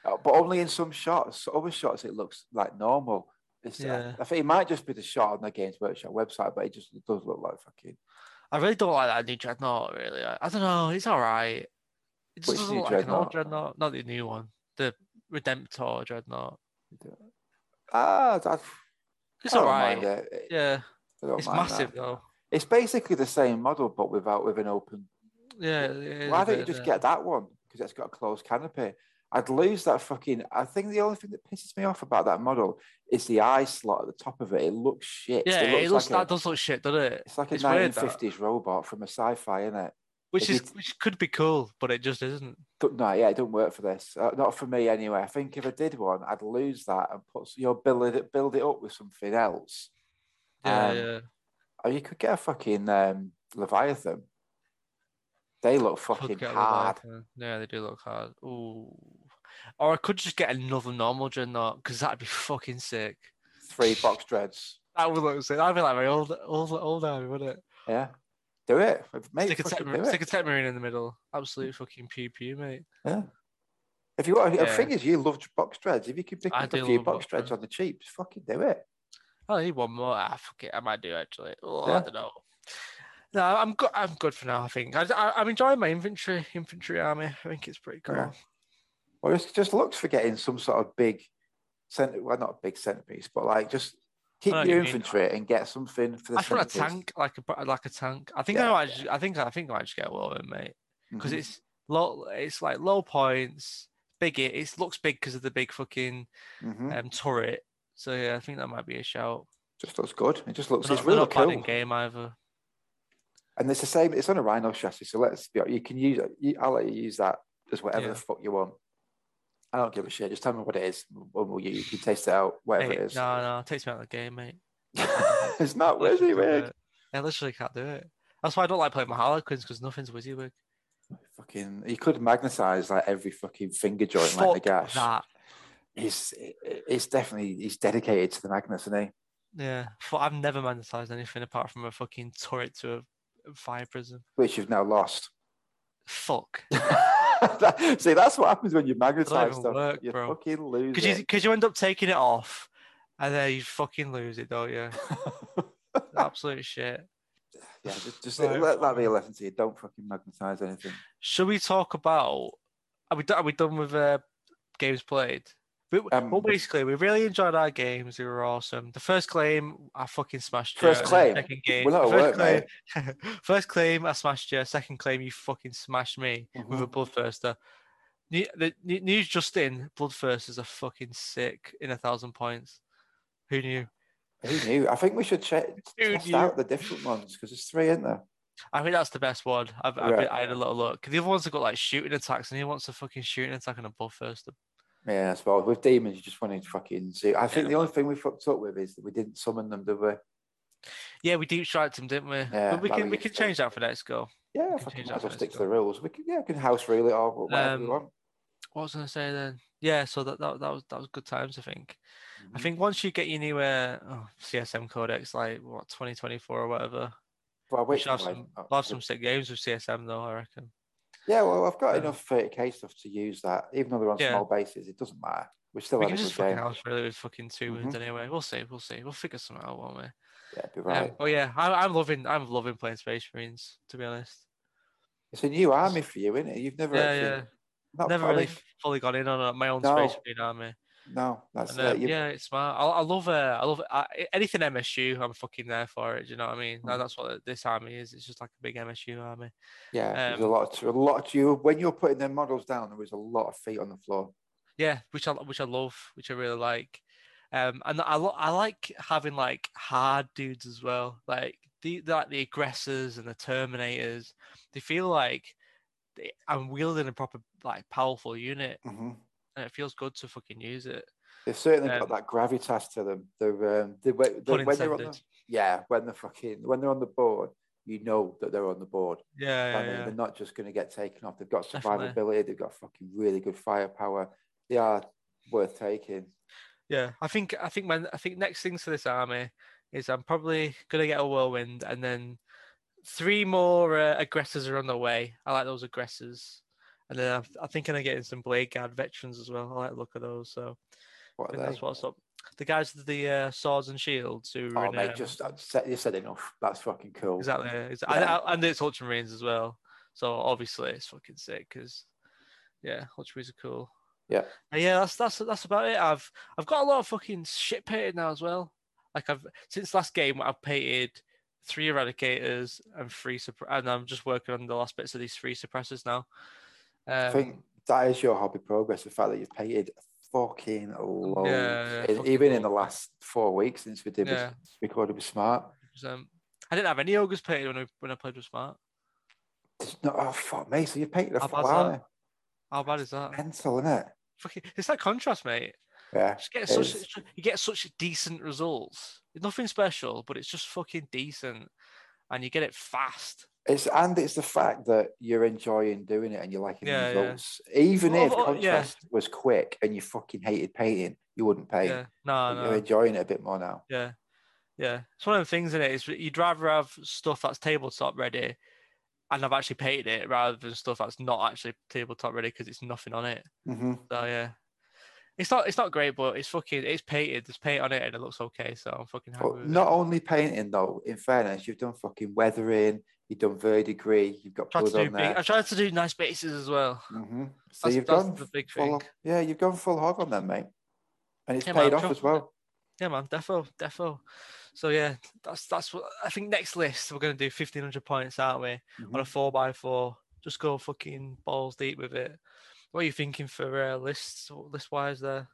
Speaker 2: Uh, But only in some shots. Other shots, it looks like normal. It's, I-
Speaker 1: Yeah.
Speaker 2: I, think it might just be the shot on the Games Workshop website, but it just it does look like fucking.
Speaker 1: I really don't like that new dreadnought. Really, I, I don't know. It's all right. It just
Speaker 2: Which
Speaker 1: doesn't
Speaker 2: new
Speaker 1: look like an old
Speaker 2: dreadnought?
Speaker 1: dreadnought. Not the new one. The Redemptor dreadnought.
Speaker 2: Ah, I,
Speaker 1: It's
Speaker 2: I
Speaker 1: all
Speaker 2: don't
Speaker 1: right.
Speaker 2: mind it. It-
Speaker 1: Yeah,
Speaker 2: I don't
Speaker 1: it's
Speaker 2: mind that.
Speaker 1: massive though.
Speaker 2: It's basically the same model, but without with an open.
Speaker 1: Yeah. it is
Speaker 2: Why
Speaker 1: a
Speaker 2: don't you
Speaker 1: bit,
Speaker 2: just
Speaker 1: yeah.
Speaker 2: get that one? Because it's got a closed canopy. I'd lose that fucking. I think the only thing that pisses me off about that model is the eye slot at the top of it. It looks shit.
Speaker 1: Yeah,
Speaker 2: it looks,
Speaker 1: it looks,
Speaker 2: like
Speaker 1: that
Speaker 2: a,
Speaker 1: does look shit, doesn't it?
Speaker 2: it's like a
Speaker 1: it's weird, that.
Speaker 2: 1950s robot from a sci-fi, isn't it?
Speaker 1: Which
Speaker 2: if
Speaker 1: is which could be cool, but it just isn't.
Speaker 2: Don't- No, yeah, it don't work for this. Uh, not for me anyway. I think if I did one, I'd lose that and put you know build it build it up with something else.
Speaker 1: Yeah,
Speaker 2: Um,
Speaker 1: yeah.
Speaker 2: Oh, you could get a fucking um, Leviathan. They look fucking
Speaker 1: Could get a
Speaker 2: hard.
Speaker 1: Leviathan. Yeah, they do look hard. Ooh. Or I could just get another normal dreadnought because that'd be fucking sick.
Speaker 2: Three box dreads.
Speaker 1: That would look sick. That'd be like my old old old army, wouldn't it?
Speaker 2: Yeah. Do it. Mate,
Speaker 1: Stick a, tech,
Speaker 2: fucking do
Speaker 1: stick
Speaker 2: it.
Speaker 1: a tech marine in the middle. Absolute fucking pew pew, mate.
Speaker 2: Yeah. If you want, the
Speaker 1: Yeah.
Speaker 2: thing is, you love box dreads. If you could pick
Speaker 1: I
Speaker 2: up a
Speaker 1: do
Speaker 2: few
Speaker 1: love
Speaker 2: box
Speaker 1: box
Speaker 2: dreads
Speaker 1: dreads.
Speaker 2: on the cheap, just fucking do it.
Speaker 1: I need one more. Ah, fuck it. I might do actually. Oh,
Speaker 2: Yeah.
Speaker 1: I don't know. No, I'm good. I'm good for now. I think I, I, am enjoying my infantry infantry army. I think it's pretty cool.
Speaker 2: Yeah. Or just, just looks for getting some sort of big, cent- well, not a big centerpiece, but like just keep
Speaker 1: know what
Speaker 2: your
Speaker 1: you mean.
Speaker 2: infantry and get something for the
Speaker 1: I just want a
Speaker 2: centerpiece.
Speaker 1: tank, like a pro- like a tank. I think
Speaker 2: Yeah,
Speaker 1: I might. Just, I think I think I might just get a whirlwind, mate, because
Speaker 2: Mhm.
Speaker 1: it's low. It's like low points, big. It it's, looks big because of the big fucking
Speaker 2: Mhm.
Speaker 1: um, turret. So yeah, I think that might be a shout.
Speaker 2: just looks good. It just looks
Speaker 1: They're
Speaker 2: it's
Speaker 1: not, they're
Speaker 2: really
Speaker 1: not bad in
Speaker 2: cool.
Speaker 1: game either.
Speaker 2: And it's the same. It's on a Rhino chassis, so let's be. You can use. You, I'll let you use that as whatever
Speaker 1: Yeah.
Speaker 2: the fuck you want. I don't give a shit. Just tell me what it is. and we'll you, you can taste it out, whatever
Speaker 1: Mate,
Speaker 2: it is.
Speaker 1: no, no, it takes me out of the game, mate.
Speaker 2: it's not
Speaker 1: Literally
Speaker 2: Wizzy
Speaker 1: can't do
Speaker 2: Wig.
Speaker 1: it. I literally can't do it. That's why I don't like playing my Harlequins because nothing's Wizzy Wig.
Speaker 2: Fucking, you could magnetize like every fucking finger joint, like the gash.
Speaker 1: that.
Speaker 2: he's it's definitely he's dedicated to the Magnus, isn't he?
Speaker 1: Yeah, but I've never magnetized anything apart from a fucking turret to a fire prison.
Speaker 2: Which you've now lost.
Speaker 1: Fuck.
Speaker 2: See, that's what happens when you magnetize
Speaker 1: even
Speaker 2: stuff.
Speaker 1: work,
Speaker 2: you
Speaker 1: bro.
Speaker 2: fucking lose
Speaker 1: Because
Speaker 2: it.
Speaker 1: you, cause you end up taking it off and then you fucking lose it, don't you? Absolute shit.
Speaker 2: yeah, just, just
Speaker 1: Right.
Speaker 2: let that be a lesson to you. Don't fucking magnetize anything.
Speaker 1: Should we talk about? Are we done? Are we done with uh, games played? We,
Speaker 2: Um,
Speaker 1: well, basically, we really enjoyed our games. They were awesome. The first claim, I fucking smashed you.
Speaker 2: First
Speaker 1: and the
Speaker 2: claim?
Speaker 1: second game,
Speaker 2: We're not at
Speaker 1: first,
Speaker 2: work, mate.
Speaker 1: claim first claim, I smashed you. Second claim, you fucking smashed me with a
Speaker 2: Mhm.
Speaker 1: bloodthirster. New, the new- news just in: bloodthirsters are fucking sick in a thousand points. Who knew?
Speaker 2: Who knew? I think we should check
Speaker 1: Who
Speaker 2: test
Speaker 1: knew?
Speaker 2: out the different ones because there's three, isn't there?
Speaker 1: I think that's the best one. I've, I've
Speaker 2: Yeah.
Speaker 1: been- I had a little look. The other ones have got like shooting attacks, and he wants a fucking shooting attack and a bloodthirster.
Speaker 2: Yeah, I suppose with demons, you just want to fucking see. I think the only thing we fucked up with is that we didn't summon them, did we?
Speaker 1: Yeah, we deep striked him, didn't we?
Speaker 2: Yeah,
Speaker 1: but we
Speaker 2: that
Speaker 1: can
Speaker 2: we
Speaker 1: we
Speaker 2: used
Speaker 1: can
Speaker 2: to.
Speaker 1: change that for next goal.
Speaker 2: Yeah,
Speaker 1: can
Speaker 2: I fucking
Speaker 1: change
Speaker 2: might
Speaker 1: that
Speaker 2: as well
Speaker 1: for
Speaker 2: stick
Speaker 1: next
Speaker 2: to the rules. We can, yeah, we can house rule it or wh- whatever we
Speaker 1: Um,
Speaker 2: want.
Speaker 1: What was I gonna say then? Yeah, so that that, that was that was good times, I think.
Speaker 2: Mm.
Speaker 1: I think once you get your new uh, oh, CSM codex, like what twenty twenty four or whatever,
Speaker 2: Mm-hmm. Well,
Speaker 1: we
Speaker 2: wait
Speaker 1: should have
Speaker 2: till I-
Speaker 1: some
Speaker 2: oh,
Speaker 1: we'll have some sick games with CSM though. I reckon.
Speaker 2: Yeah, well, I've got
Speaker 1: Yeah.
Speaker 2: enough 30k stuff to use that, even though they're on
Speaker 1: Yeah.
Speaker 2: small bases, it doesn't matter. We still
Speaker 1: we
Speaker 2: have
Speaker 1: can
Speaker 2: a
Speaker 1: just
Speaker 2: good
Speaker 1: fucking
Speaker 2: game.
Speaker 1: house really with fucking 2
Speaker 2: Mhm.
Speaker 1: wins anyway. We'll see, we'll see, we'll figure something out, won't we?
Speaker 2: Yeah, it'd be
Speaker 1: Yeah.
Speaker 2: right.
Speaker 1: oh yeah, I, I'm loving I'm loving playing Space Marines to be honest.
Speaker 2: It's a new army for you, isn't it? You've never
Speaker 1: Yeah,
Speaker 2: actually,
Speaker 1: yeah.
Speaker 2: Not,
Speaker 1: Never
Speaker 2: I
Speaker 1: really
Speaker 2: mean,
Speaker 1: fully got in on uh, my own
Speaker 2: No.
Speaker 1: Space Marine army.
Speaker 2: No, that's
Speaker 1: And, uh,
Speaker 2: it. You-
Speaker 1: yeah, it's smart. I, I love uh, I love I, anything MSU. I'm fucking there for it. Do you know what I mean? Like,
Speaker 2: Mm.
Speaker 1: that's what this army is. It's just like a big MSU army.
Speaker 2: Yeah, there's a
Speaker 1: Um,
Speaker 2: lot, to, a lot to you. When you're putting their models down, there was a lot of feet on the floor.
Speaker 1: Yeah, which I which I love, which I really like. Um, and I lo- I like having like hard dudes as well. Like the the- like the aggressors and the terminators. They feel like they, I'm wielding a proper like powerful unit,
Speaker 2: hmm
Speaker 1: and it feels good to fucking use it.
Speaker 2: They've certainly
Speaker 1: Um,
Speaker 2: got that gravitas to them. They're, um, they,
Speaker 1: Pun
Speaker 2: when they're on the,
Speaker 1: intended.
Speaker 2: yeah, when they're fucking, when they're on the board, you know that they're on the board.
Speaker 1: Yeah,
Speaker 2: I
Speaker 1: yeah,
Speaker 2: mean,
Speaker 1: yeah.
Speaker 2: They're not just going to get taken off. They've got
Speaker 1: Definitely.
Speaker 2: survivability. They've got fucking really good firepower. They are worth taking.
Speaker 1: Yeah, I think I think my I think next things for this army is I'm probably gonna get a whirlwind and then three more uh, aggressors are on the way. I like those aggressors, and then I'm, I'm thinking of getting some blade guard veterans as well. I like the look of those. So I
Speaker 2: What
Speaker 1: think
Speaker 2: are they?
Speaker 1: that's what's up. The guys with the uh, swords and shields who are
Speaker 2: Oh,
Speaker 1: in,
Speaker 2: mate,
Speaker 1: um,
Speaker 2: just I've said, you said enough. That's fucking cool.
Speaker 1: exactly, exactly.
Speaker 2: Yeah.
Speaker 1: And, and it's ultramarines as well. So obviously it's fucking sick because yeah, ultramarines are cool.
Speaker 2: Yeah.
Speaker 1: Uh, yeah, that's that's that's about it. I've I've got a lot of fucking shit painted now as well. Like I've since last game, I've painted three eradicators and three supp- and I'm just working on the last bits of these three suppressors now.
Speaker 2: I
Speaker 1: Um,
Speaker 2: think that is your hobby progress. The fact that you've painted fucking loads,
Speaker 1: yeah,
Speaker 2: e-
Speaker 1: fucking
Speaker 2: even in the
Speaker 1: loads.
Speaker 2: last four weeks since we did
Speaker 1: yeah,
Speaker 2: this recorded with Smart.
Speaker 1: 'cause, um, I didn't have any ogres painted when I when I played with Smart.
Speaker 2: It's not, oh fuck me! So you painted a
Speaker 1: How
Speaker 2: full
Speaker 1: bad's that?
Speaker 2: army.
Speaker 1: How bad is that?
Speaker 2: Mental, isn't it?
Speaker 1: Fucking, it's that contrast, mate.
Speaker 2: Yeah.
Speaker 1: Just get
Speaker 2: it
Speaker 1: such,
Speaker 2: is.
Speaker 1: you get such decent results. It's nothing special, but it's just fucking decent, and you get it fast.
Speaker 2: It's and it's the fact that you're enjoying doing it and you're liking
Speaker 1: Yeah,
Speaker 2: the
Speaker 1: yeah.
Speaker 2: results. Even
Speaker 1: Well,
Speaker 2: if
Speaker 1: well, yeah.
Speaker 2: contrast was quick and you fucking hated painting, you wouldn't paint.
Speaker 1: Yeah, no,
Speaker 2: But
Speaker 1: no.
Speaker 2: You're enjoying it a bit more now.
Speaker 1: Yeah. Yeah. It's one of the things in it is you'd rather have stuff that's tabletop ready and I've actually painted it rather than stuff that's not actually tabletop ready because it's nothing on it.
Speaker 2: Mm-hmm.
Speaker 1: So yeah. It's not it's not great, but it's fucking it's painted. There's paint on it and it looks okay, so I'm fucking happy
Speaker 2: But
Speaker 1: with
Speaker 2: not only painting though, in fairness, you've done fucking weathering, you've done verdigris, you've got
Speaker 1: it. Tried
Speaker 2: blood
Speaker 1: to do
Speaker 2: on
Speaker 1: big,
Speaker 2: there.
Speaker 1: I tried to do nice bases as well.
Speaker 2: hmm So
Speaker 1: That's,
Speaker 2: you've
Speaker 1: that's
Speaker 2: gone
Speaker 1: the big
Speaker 2: full,
Speaker 1: thing.
Speaker 2: yeah, you've gone full hog on them, mate, and it's
Speaker 1: Yeah, man,
Speaker 2: paid off
Speaker 1: sure.
Speaker 2: as well.
Speaker 1: Yeah, man, defo, defo. So yeah, that's that's what I think. Next list, we're gonna do fifteen hundred points, aren't we?
Speaker 2: Mm-hmm.
Speaker 1: on
Speaker 2: Mm.
Speaker 1: a four by four. Just go fucking balls deep with it. What are you thinking for uh, lists list wise there?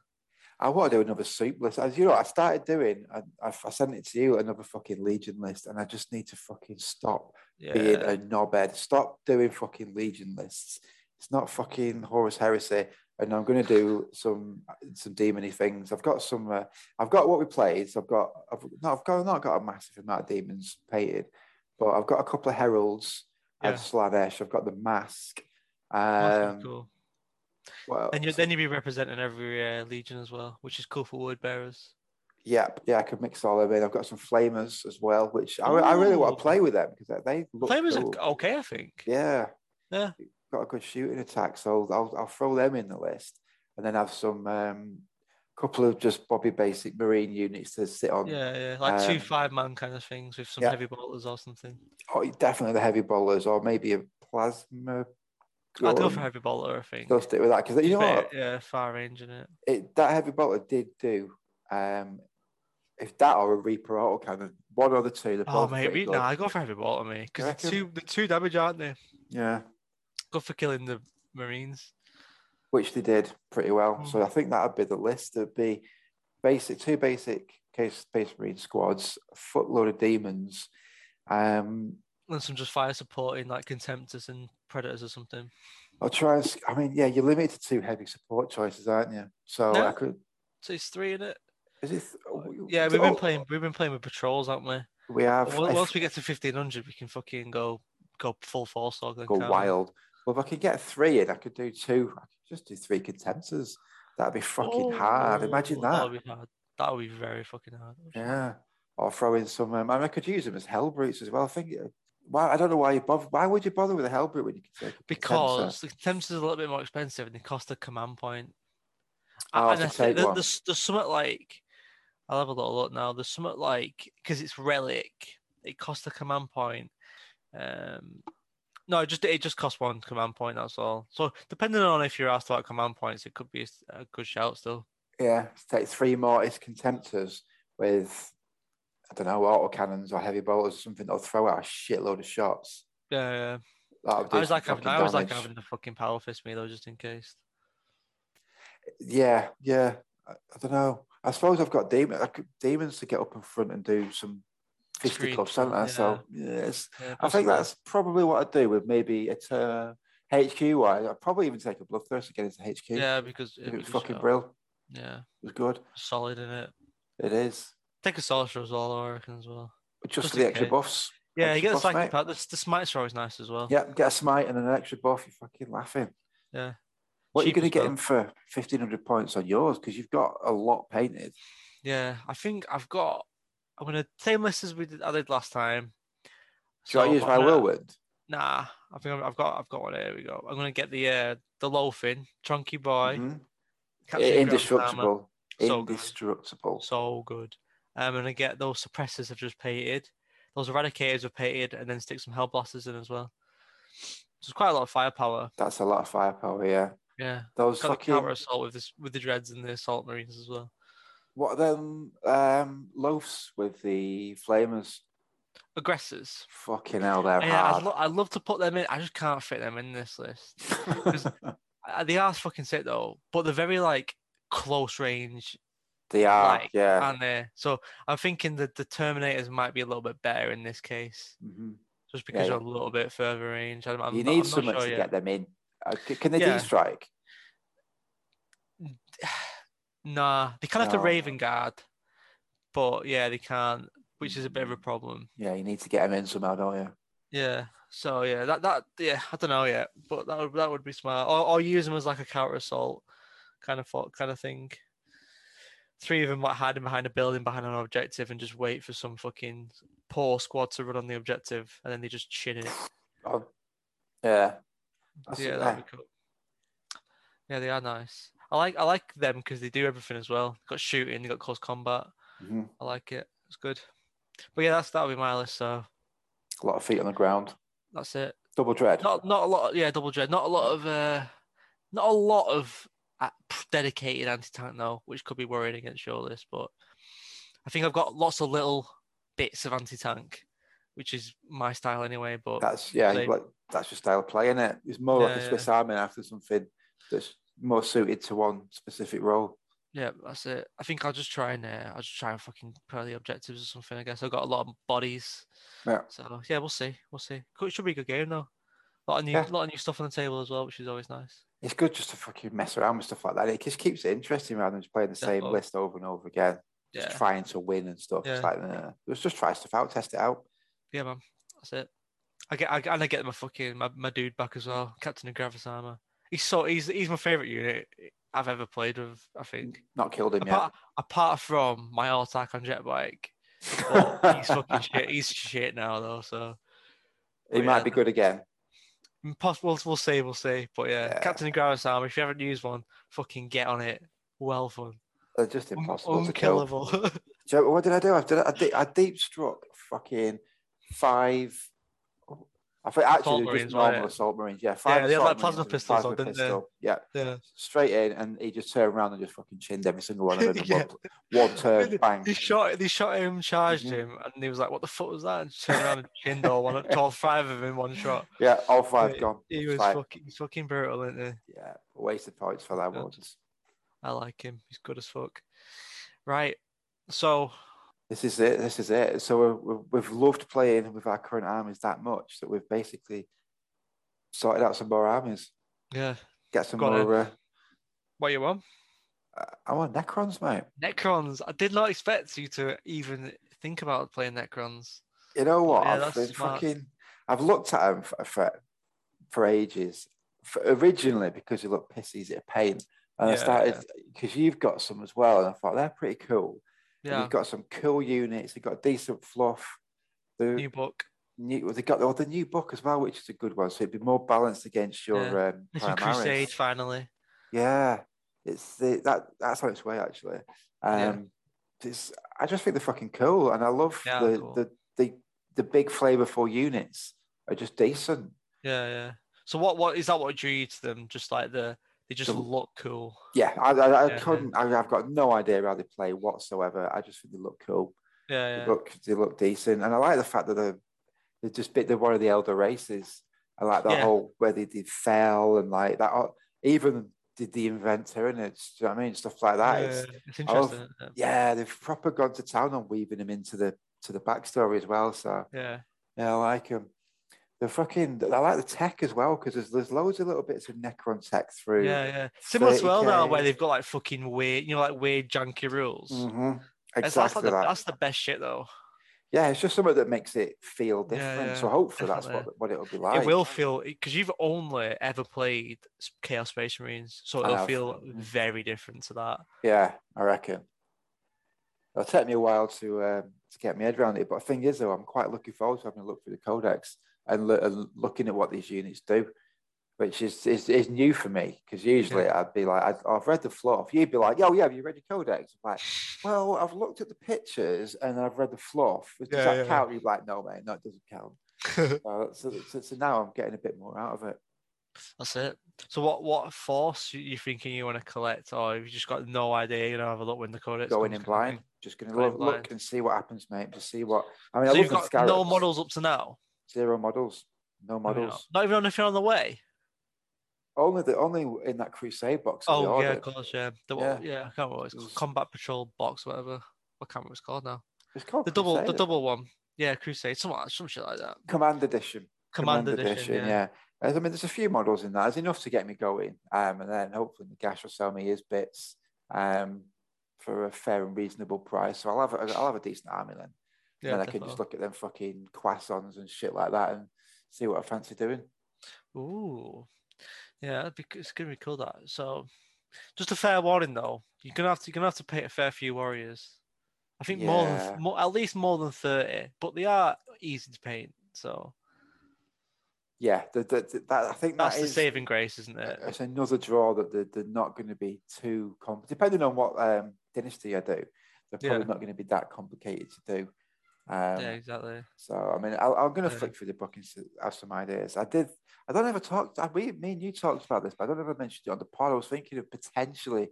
Speaker 2: I want to do another soup list. As you know, I started doing. I, I, I sent it to you another fucking legion list, and I just need to fucking stop being
Speaker 1: Yeah,
Speaker 2: a knobhead. Stop doing fucking legion lists. It's not fucking Horus Heresy. And I'm going to do some some demony things. I've got some. Uh, I've got what we played. So I've got. I've no. I've got not got a massive amount of demons painted, but I've got a couple of heralds
Speaker 1: Yeah.
Speaker 2: and Slanesh. I've got the mask.
Speaker 1: that's
Speaker 2: Um,
Speaker 1: cool.
Speaker 2: Well,
Speaker 1: And you, then you'll be representing every uh, legion as well, which is cool for word bearers.
Speaker 2: yeah, yeah, I could mix all of it. I've got some flamers as well, which I, I really want
Speaker 1: Ooh.
Speaker 2: to play with them because they- they look
Speaker 1: Flamers
Speaker 2: cool.
Speaker 1: are okay, I think.
Speaker 2: Yeah,
Speaker 1: Yeah.
Speaker 2: got a good shooting attack, so I'll, I'll throw them in the list, and then have some um, couple of just Bobby Basic Marine units to sit on.
Speaker 1: Yeah, yeah, like two
Speaker 2: Um,
Speaker 1: five man kind of things with some
Speaker 2: yeah.
Speaker 1: heavy bolters or something.
Speaker 2: Oh, definitely the heavy bowlers, or maybe a plasma.
Speaker 1: I'd go
Speaker 2: gun.
Speaker 1: for heavy bolter, I think.
Speaker 2: They'll stick with that because you know
Speaker 1: Fair-
Speaker 2: what?
Speaker 1: Yeah, far range in it.
Speaker 2: It, that heavy bolter did do. Um, if that or a Reaper autocannon, one or the two. They're
Speaker 1: Oh
Speaker 2: both
Speaker 1: mate,
Speaker 2: pretty
Speaker 1: we,
Speaker 2: good.
Speaker 1: no, I go for heavy bolter, mate, because the
Speaker 2: reckon?
Speaker 1: two the two damage aren't they?
Speaker 2: Yeah,
Speaker 1: Good for killing the marines.
Speaker 2: which they did pretty well. So
Speaker 1: Mm.
Speaker 2: I think that would be the list. It'd be basic two basic case space marine squads, footload of demons. Um,
Speaker 1: And some just fire supporting like contemptors and predators or something.
Speaker 2: I'll try and. s- I mean, yeah, you're limited to two heavy support choices, aren't you? So
Speaker 1: No.
Speaker 2: I could.
Speaker 1: So it's three in it.
Speaker 2: Is it? th-
Speaker 1: Yeah, we've been
Speaker 2: oh,
Speaker 1: playing we've been playing with patrols, haven't we?
Speaker 2: We have.
Speaker 1: But
Speaker 2: I
Speaker 1: on- Once
Speaker 2: th-
Speaker 1: we get to fifteen hundred, we can fucking go go full force or
Speaker 2: go wild. Well, if I could get three in, I could do two. I could just do three contemptors. That'd be
Speaker 1: Oh,
Speaker 2: fucking hard. Imagine that.
Speaker 1: That would be hard. That would be very fucking hard.
Speaker 2: Yeah. Or throw in some. Um, I, mean, I could use them as hell brutes as well. I think. uh, Why? I don't know why you bother. Why would you bother with a hell brute when you can take a contemptor?
Speaker 1: Because the Tempest is a little bit more expensive and they cost a command point.
Speaker 2: I'll
Speaker 1: and
Speaker 2: have
Speaker 1: I
Speaker 2: to
Speaker 1: think
Speaker 2: take
Speaker 1: that
Speaker 2: one.
Speaker 1: there's, there's something like, I'll have a little look now. There's something like, because it's relic, it costs a command point. Um, no, it just it just costs one command point. That's all. So depending on if you're asked about command points, it could be a s- a good shout still.
Speaker 2: Yeah. Take three Mortis contemptors with. I don't know, autocannons or heavy bolters or something that'll throw out a shitload of shots.
Speaker 1: Yeah, yeah.
Speaker 2: That would do
Speaker 1: I was
Speaker 2: some
Speaker 1: like, having,
Speaker 2: fucking
Speaker 1: I was like
Speaker 2: damage.
Speaker 1: having the fucking power fist me though, just in case.
Speaker 2: Yeah, yeah. I, I don't know. I suppose I've got demon, I could, demons to get up in front and do some
Speaker 1: Scream,
Speaker 2: fisticuffs, haven't I? So yes,
Speaker 1: Yeah,
Speaker 2: I think
Speaker 1: possibly.
Speaker 2: that's probably what I'd do with maybe a uh, turn HQ wise. I'd probably even take a bloodthirster get into HQ.
Speaker 1: yeah because
Speaker 2: it was
Speaker 1: because,
Speaker 2: fucking
Speaker 1: uh,
Speaker 2: brill.
Speaker 1: Yeah,
Speaker 2: It was good.
Speaker 1: solid in it.
Speaker 2: It is
Speaker 1: Take a sorcerer as well, I reckon as well.
Speaker 2: just,
Speaker 1: Just
Speaker 2: for the
Speaker 1: in
Speaker 2: extra
Speaker 1: case.
Speaker 2: buffs.
Speaker 1: Yeah,
Speaker 2: Extra
Speaker 1: you get the
Speaker 2: buff,
Speaker 1: psychic
Speaker 2: mate.
Speaker 1: power. The, the smites are always nice as well.
Speaker 2: Yeah, get a smite and an extra buff. You're fucking laughing.
Speaker 1: Yeah.
Speaker 2: What
Speaker 1: Cheap
Speaker 2: are you going
Speaker 1: as
Speaker 2: to get
Speaker 1: well.
Speaker 2: him for 1500 points on yours? Because you've got a lot painted.
Speaker 1: Yeah, I think I've got. I'm gonna same list as we did. I did last time.
Speaker 2: Should I
Speaker 1: So
Speaker 2: use
Speaker 1: I'm
Speaker 2: my
Speaker 1: gonna-
Speaker 2: Willwood?
Speaker 1: Nah, I think I've- I've got. I've got one. Here we go. I'm gonna get the uh, the loafing chunky boy.
Speaker 2: Mhm.
Speaker 1: Captain Grant's armor.
Speaker 2: Indestructible.
Speaker 1: So good.
Speaker 2: Indestructible.
Speaker 1: So good. I'm gonna get those suppressors I've just painted. Those eradicators I've painted, and then stick some hell blasters in as well. So it's quite a lot of firepower.
Speaker 2: That's a lot of firepower, yeah.
Speaker 1: Yeah,
Speaker 2: Those
Speaker 1: got the counter
Speaker 2: fucking
Speaker 1: assault with this with the dreads and the assault marines as well.
Speaker 2: what are them um loafs with the flamers?
Speaker 1: Aggressors.
Speaker 2: Fucking hell, they're
Speaker 1: Yeah, I'd,
Speaker 2: hard.
Speaker 1: lo- I'd love to put them in. I just can't fit them in this list. Uh, They are fucking sick though, but they're very like close range,
Speaker 2: they are,
Speaker 1: like,
Speaker 2: yeah.
Speaker 1: aren't they? So I'm thinking that the Terminators might be a little bit better in this case,
Speaker 2: Mhm.
Speaker 1: just because
Speaker 2: yeah.
Speaker 1: they're a little bit further range. I'm, I'm
Speaker 2: you
Speaker 1: not-
Speaker 2: need
Speaker 1: I'm not
Speaker 2: someone
Speaker 1: sure
Speaker 2: to
Speaker 1: yet.
Speaker 2: get them in. Uh, c- Can they
Speaker 1: Yeah.
Speaker 2: de-strike?
Speaker 1: Nah, they can't have
Speaker 2: No.
Speaker 1: the Raven Guard, but yeah, they can't, which is a bit of a
Speaker 2: Mm.
Speaker 1: problem.
Speaker 2: Yeah, you need to get them in somehow, don't you?
Speaker 1: Yeah. So yeah, that that yeah, I don't know yet, but that would that would be smart. Or, or use them as like a counter assault kind of thought, kind of thing. Three of them like hiding behind a building, behind an objective, and just wait for some fucking poor squad to run on the objective, and then they just chin it.
Speaker 2: Oh, yeah. That's-
Speaker 1: yeah,
Speaker 2: yeah.
Speaker 1: that'd be cool. Yeah, they are nice. I like I like them because they do everything as well. Got shooting, they got close combat.
Speaker 2: Mhm.
Speaker 1: I like it. It's good. But yeah, that's that'll be my list. So
Speaker 2: A lot of feet on the ground.
Speaker 1: that's it.
Speaker 2: Double dread.
Speaker 1: not not a lot. Yeah, double dread. Not a lot of uh, not a lot of uh, p- dedicated anti tank though, which could be worrying against your list. But I think I've got lots of little bits of anti tank, which is my style anyway. But
Speaker 2: That's yeah,
Speaker 1: Same.
Speaker 2: like, that's your style of play, is it? It's more like
Speaker 1: Yeah,
Speaker 2: a Swiss Army knife than something that's more suited to one specific role.
Speaker 1: yeah, that's it. I think I'll just try and uh, I'll just try and fucking pearl the objectives or something. I guess I've got a lot of bodies.
Speaker 2: Yeah.
Speaker 1: So yeah, we'll see. We'll see. Cool, It should be a good game though. lot of new,
Speaker 2: Yeah.
Speaker 1: lot of new stuff on the table as well, which is always nice.
Speaker 2: It's good just to fucking mess around with stuff like that. It just keeps it interesting rather than just playing the same
Speaker 1: Definitely.
Speaker 2: list over and over again,
Speaker 1: Yeah,
Speaker 2: just trying to win and stuff. It's
Speaker 1: Yeah.
Speaker 2: like, nah, let's just try stuff out, test it out.
Speaker 1: Yeah, man. That's it. I get, I, and I get my fucking my, my dude back as well, Captain of Gravis armor. He's so he's he's my favorite unit I've ever played with. I think
Speaker 2: Not killed him yet.
Speaker 1: apart apart from my all attack on jet bike. But he's fucking shit. He's shit now though. So
Speaker 2: he
Speaker 1: but
Speaker 2: might
Speaker 1: yeah.
Speaker 2: be good again.
Speaker 1: impossible. We'll see. We'll see. But yeah,
Speaker 2: Yeah.
Speaker 1: Captain Gravis armor. If you haven't used one, fucking get on it. Well fun.
Speaker 2: They're just
Speaker 1: Un-
Speaker 2: impossible to kill.
Speaker 1: unkillable.
Speaker 2: Do you know what did I do? I did. I, de- I deep struck fucking five. I think actually they're
Speaker 1: marines,
Speaker 2: just normal
Speaker 1: right?
Speaker 2: assault marines. Yeah, five.
Speaker 1: Yeah, they had,
Speaker 2: assault
Speaker 1: like, plasma
Speaker 2: marines and a
Speaker 1: pistols
Speaker 2: plasma
Speaker 1: on, didn't they?
Speaker 2: pistol. Yeah,
Speaker 1: yeah.
Speaker 2: straight in, and he just turned around and just fucking chinned every single one of them.
Speaker 1: Yeah.
Speaker 2: One one turn, bang.
Speaker 1: They shot, they shot him, charged
Speaker 2: Mhm.
Speaker 1: him, and he was like, "What the fuck was that?" And just turned around and chinned all one, all five of them in one shot.
Speaker 2: Yeah, all five
Speaker 1: Mate,
Speaker 2: gone.
Speaker 1: He
Speaker 2: It's
Speaker 1: was
Speaker 2: like,
Speaker 1: fucking, he's fucking brutal, isn't he?
Speaker 2: yeah, wasted points for that
Speaker 1: Yeah.
Speaker 2: one.
Speaker 1: I like him. He's good as fuck. Right. So
Speaker 2: This is it. This is it. So we're, we're, we've loved playing with our current armies that much that we've basically sorted out some more armies.
Speaker 1: yeah,
Speaker 2: Get some
Speaker 1: Got it.
Speaker 2: more. Uh,
Speaker 1: what you want?
Speaker 2: I want Necrons, mate.
Speaker 1: Necrons. I did not expect you to even think about playing Necrons.
Speaker 2: You know what?
Speaker 1: Yeah,
Speaker 2: I've
Speaker 1: that's
Speaker 2: been
Speaker 1: smart.
Speaker 2: fucking. I've looked at them for for, for ages. For, originally, because they look piss easy to paint, and I
Speaker 1: Yeah,
Speaker 2: started because you've got some as well, and I thought they're pretty cool. And
Speaker 1: Yeah.
Speaker 2: You've got some cool units. You've got decent fluff. The
Speaker 1: New book.
Speaker 2: new, well, they got all the new book as well, which is a good one. So it'd be more balanced against your
Speaker 1: Yeah.
Speaker 2: um,
Speaker 1: Little
Speaker 2: Primaris.
Speaker 1: Crusade. Finally.
Speaker 2: Yeah, it's the, that that's on its way actually.
Speaker 1: Yeah.
Speaker 2: Um, it's, I just think they're fucking cool, and I love
Speaker 1: Yeah,
Speaker 2: the,
Speaker 1: cool.
Speaker 2: the the the big flavorful units are just decent.
Speaker 1: Yeah, yeah. So what? What is that? What drew you to them? Just like the they just
Speaker 2: The-
Speaker 1: look cool.
Speaker 2: Yeah, I, I, I
Speaker 1: Yeah.
Speaker 2: couldn't. I, I've got no idea how they play whatsoever. I just think they look cool.
Speaker 1: Yeah, yeah.
Speaker 2: They look they look decent, and I like the fact that they're they're just bit they're one of the elder races. I like that
Speaker 1: Yeah.
Speaker 2: whole where they did fell and like that. Even did the inventor and it's do you know what I mean stuff like that. It's,
Speaker 1: Yeah, it's interesting. isn't it?
Speaker 2: Oh, yeah, they've proper gone to town on weaving him into the to the backstory as well. So
Speaker 1: Yeah,
Speaker 2: yeah, I like him. The fucking I like the tech as well because there's there's loads of little bits of Necron tech through.
Speaker 1: yeah, yeah. Similar to
Speaker 2: 30K.
Speaker 1: well now, where they've got like fucking weird, you know, like weird junky rules.
Speaker 2: Mhm.
Speaker 1: It's- that's, like
Speaker 2: Exactly
Speaker 1: the,
Speaker 2: that.
Speaker 1: that's the best shit though.
Speaker 2: Yeah, it's just something that makes it feel different.
Speaker 1: yeah,
Speaker 2: so hopefully that's
Speaker 1: definitely.
Speaker 2: what, what it'll be like.
Speaker 1: It will feel because you've only ever played s- Chaos Space Marines, so
Speaker 2: I
Speaker 1: it'll
Speaker 2: have.
Speaker 1: feel
Speaker 2: Mhm.
Speaker 1: very different to that.
Speaker 2: Yeah, I reckon. It'll take me a while to um, to get my head around it, but the thing is, though, I'm quite looking forward to having a look through the codex and, lo- and looking at what these units do, which is is, is new for me because usually I'd be like, I'd, I've read the fluff. You'd be like, oh yeah, have you read your codex? I'm like, well, I've looked at the pictures and I've read the fluff. Does
Speaker 1: Yeah,
Speaker 2: that
Speaker 1: yeah.
Speaker 2: count? You'd be like, no, mate, no, it doesn't count. so, so, so, so now I'm getting a bit more out of it.
Speaker 1: That's it. So what what force you, you thinking you want to collect, or have you just got no idea? You know, have a look when the code
Speaker 2: Going in blind, just going to
Speaker 1: Going
Speaker 2: look,
Speaker 1: blind.
Speaker 2: look and see what happmes, mate. Just see what I mean.
Speaker 1: So
Speaker 2: I
Speaker 1: you've
Speaker 2: love the
Speaker 1: got no
Speaker 2: Scarabs.
Speaker 1: models up to now.
Speaker 2: zero models, no
Speaker 1: I mean,
Speaker 2: models.
Speaker 1: Not even on if you're on the way.
Speaker 2: Only the only in that Crusade box. that we
Speaker 1: Oh yeah,
Speaker 2: ordered.
Speaker 1: of course, yeah. The,
Speaker 2: Yeah.
Speaker 1: yeah, yeah. I can't remember what it's
Speaker 2: It
Speaker 1: called.
Speaker 2: was-
Speaker 1: Combat Patrol box, whatever. I can't remember what it's called now.
Speaker 2: It's called
Speaker 1: The double, the
Speaker 2: Crusader.
Speaker 1: double one. Yeah, Crusade, some some shit like that.
Speaker 2: Command Edition.
Speaker 1: Command, edition, yeah.
Speaker 2: There's- I mean, there's a few models in that. It's enough to get me going, um, and then hopefully the gash will sell me his bits um, for a fair and reasonable price. So I'll have a, I'll have a decent army then,
Speaker 1: Yeah,
Speaker 2: and then I can just
Speaker 1: defo.
Speaker 2: look at them fucking quassons and shit like that and see what I fancy doing.
Speaker 1: Ooh, yeah, that'd be, c- it's gonna be cool. That so, just a fair warning though. You're gonna have to, you're gonna have to pay a fair few warriors. I think more than
Speaker 2: Yeah.
Speaker 1: th- more, at least more than thirty, but they are easy to paint. So
Speaker 2: Yeah, the, the, the- that I think
Speaker 1: that's
Speaker 2: that
Speaker 1: the
Speaker 2: is
Speaker 1: saving grace, isn't it?
Speaker 2: it's another draw that they're, they're not going to be too com- depending on what um, dynasty I do. They're probably
Speaker 1: Yeah.
Speaker 2: not going to be that complicated to do. Um,
Speaker 1: yeah, exactly.
Speaker 2: So I mean, I'll, I'm going to
Speaker 1: Yeah.
Speaker 2: flick through the book and s- have some ideas. I did. I don't ever talk. I, we, me and you talked about this, but I don't ever mention it on the pod. I was thinking of potentially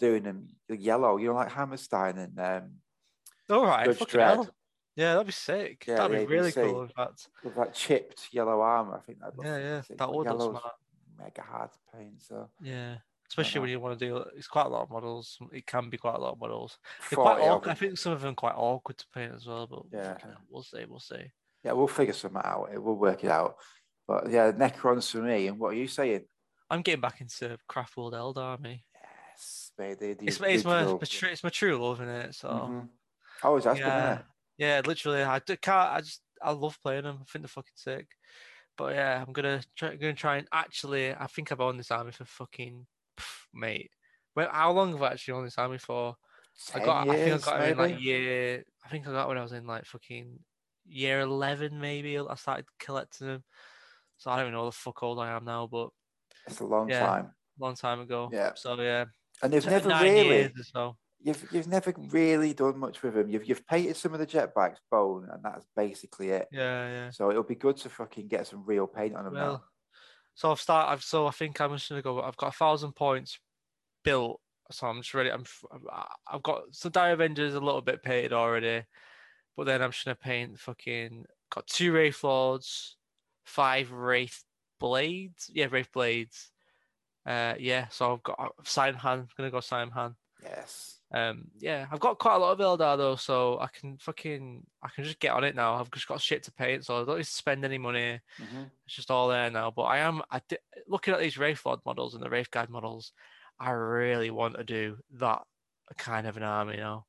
Speaker 2: doing them yellow. You know, like Hammerstein and um,
Speaker 1: All right,
Speaker 2: Judge
Speaker 1: fucking
Speaker 2: Dredd
Speaker 1: hell. Yeah, that'd be sick.
Speaker 2: Yeah,
Speaker 1: that'd be
Speaker 2: the
Speaker 1: really
Speaker 2: ABC.
Speaker 1: cool. In fact,
Speaker 2: with that chipped yellow armor. I think that.
Speaker 1: yeah, yeah, that would look smart.
Speaker 2: Mega hard to paint. So
Speaker 1: Yeah, especially when
Speaker 2: know.
Speaker 1: you want to do it's quite a lot of models. It can be quite a lot of models. They're quite
Speaker 2: 40 of
Speaker 1: awkward. I
Speaker 2: them.
Speaker 1: think some of them quite awkward to paint as well. But
Speaker 2: Yeah.
Speaker 1: fucking hell, we'll see. We'll see.
Speaker 2: Yeah, we'll figure something out. It will work it out. But yeah, Necrons for me. And what are you saying?
Speaker 1: I'm getting back into Craft World Eld Army.
Speaker 2: Yes, mate, the, the
Speaker 1: It's, my- it's my
Speaker 2: original.
Speaker 1: my tru- it's my true love, isn't it? So
Speaker 2: Mhm. I was asking,
Speaker 1: yeah, yeah, literally, I d- can't. I just I love playing them. I think they're fucking sick. But yeah, I'm gonna try, gonna try and actually. I think I've owned this army for fucking pff, mate. Well, how long have I actually owned this army for? I got. I think I got it in like year. I think I got it when I was in like fucking year eleven, maybe. I started collecting them, so I don't even know the fuck old I am now, but
Speaker 2: It's a long
Speaker 1: Yeah.
Speaker 2: time,
Speaker 1: long time ago.
Speaker 2: Yeah.
Speaker 1: So yeah,
Speaker 2: and they've
Speaker 1: took
Speaker 2: never
Speaker 1: nine
Speaker 2: really.
Speaker 1: years or so.
Speaker 2: You've, you've never really done much with them. You've, you've painted some of the jet bikes bone, and that's basically it.
Speaker 1: Yeah, yeah.
Speaker 2: So it'll be good to fucking get some real paint on them
Speaker 1: Well, so I've started. I've, so I think I'm just gonna go. I've got a thousand points built, so I'm just ready. I'm. f- I- I've got so Dire Avengers a little bit painted already, but then I'm just gonna paint fucking. Got two Wraith Lords, five Wraith Blades. Yeah, Wraith Blades. Uh, yeah. So I've got Simon Han. Gonna go Simon Han.
Speaker 2: now. Yes.
Speaker 1: Um, yeah, I've got quite a lot of Eldar though, so I can fucking I can just get on it now. I've just got shit to paint, so I don't need to spend any money.
Speaker 2: Mhm.
Speaker 1: It's just all there now. But I am I di- looking at these Wraith Lord models and the Wraith Guide models. I really want to do that kind of an army now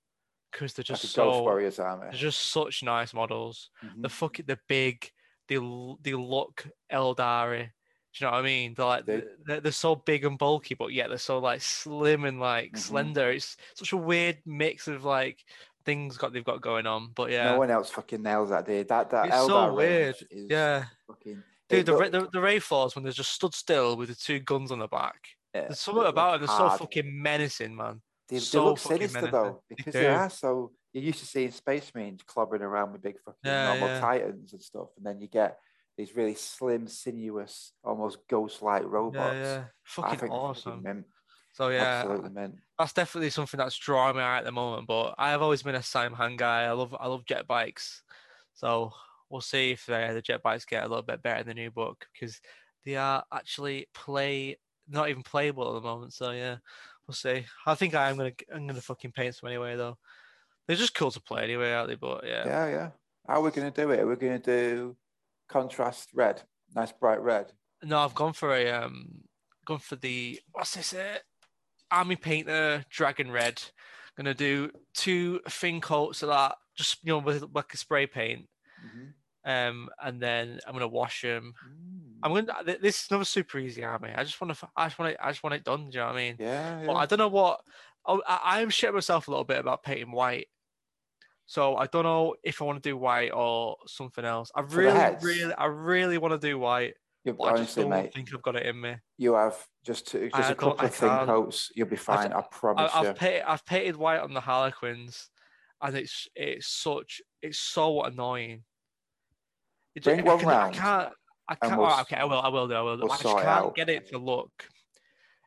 Speaker 1: because they're
Speaker 2: Like
Speaker 1: just
Speaker 2: a Ghost
Speaker 1: so
Speaker 2: Warriors armor.
Speaker 1: they're just such nice models.
Speaker 2: Mhm.
Speaker 1: The fucking the big, they l- they look Eldari. Do you know what I mean? They're like
Speaker 2: They-
Speaker 1: th- they're, they're so big and bulky, but yet they're so like slim and like
Speaker 2: Mhm.
Speaker 1: slender. It's such a weird mix of like things got they've got going on. But yeah,
Speaker 2: No one else fucking nails that, dude. That that
Speaker 1: It's so
Speaker 2: Eldar range
Speaker 1: weird.
Speaker 2: Is
Speaker 1: yeah.
Speaker 2: Fucking,
Speaker 1: Dude,
Speaker 2: it
Speaker 1: the,
Speaker 2: look-
Speaker 1: ra- the, the Ray Floors, when they just stood still with the two guns on the back,
Speaker 2: yeah,
Speaker 1: there's
Speaker 2: uh, they
Speaker 1: something
Speaker 2: look
Speaker 1: about them that's so
Speaker 2: hard.
Speaker 1: fucking menacing, man.
Speaker 2: They, they
Speaker 1: so
Speaker 2: look
Speaker 1: fucking
Speaker 2: sinister
Speaker 1: menacing.
Speaker 2: though,
Speaker 1: They
Speaker 2: because they,
Speaker 1: do.
Speaker 2: are so. You're used to seeing space marines clobbering around with big fucking
Speaker 1: Yeah,
Speaker 2: normal
Speaker 1: yeah.
Speaker 2: titans and stuff, and then you get these really slim, sinuous, almost ghost-like robots.
Speaker 1: Yeah, yeah.
Speaker 2: I
Speaker 1: Fucking
Speaker 2: think they're
Speaker 1: awesome.
Speaker 2: Fucking mint.
Speaker 1: so yeah,
Speaker 2: Absolutely mint.
Speaker 1: that's definitely something that's drawing me out at the moment. But I have always been a Sam Han guy. I love I love jet bikes. So we'll see if uh, the jet bikes get a little bit better in the new book because they are actually play not even playable at the moment. So yeah, we'll see. I think I am gonna I'm gonna fucking paint some anyway though. They're just cool to play anyway, aren't they? But yeah.
Speaker 2: Yeah, yeah. How are we going to do it? We're going to do contrast red, nice bright red.
Speaker 1: No, I've gone for a um, gone for the what's this? It army painter dragon red. Gonna do two thin coats of that, just you know, with like a spray paint.
Speaker 2: Mhm.
Speaker 1: Um, and then I'm gonna wash them.
Speaker 2: Mm.
Speaker 1: I'm gonna. th- This is another super easy army. I just want to. I just want it. I just want it done. Do you know what I mean?
Speaker 2: Yeah, yeah.
Speaker 1: But I don't know what. oh, I, I am shitting myself a little bit about painting white. So I don't know if I want to do white or something else. I
Speaker 2: the
Speaker 1: really,
Speaker 2: heads?
Speaker 1: really, I really want to do white,
Speaker 2: You're-
Speaker 1: but I just
Speaker 2: honestly,
Speaker 1: don't
Speaker 2: mate,
Speaker 1: think I've got it in me.
Speaker 2: you have just two,
Speaker 1: I
Speaker 2: just a
Speaker 1: don't-
Speaker 2: couple
Speaker 1: I
Speaker 2: of thin
Speaker 1: can't.
Speaker 2: coats. You'll be fine. I,
Speaker 1: I,
Speaker 2: promise you.
Speaker 1: I've painted, I've painted white on the Harlequins, and it's it's such it's so annoying. It ju-
Speaker 2: Bring
Speaker 1: I,
Speaker 2: one
Speaker 1: can, I
Speaker 2: round
Speaker 1: can't. I
Speaker 2: and
Speaker 1: can't.
Speaker 2: we'll
Speaker 1: alright,
Speaker 2: s-
Speaker 1: okay, I will. I will do. I will. do.
Speaker 2: we'll
Speaker 1: I just
Speaker 2: sort it
Speaker 1: can't
Speaker 2: out.
Speaker 1: get it to look.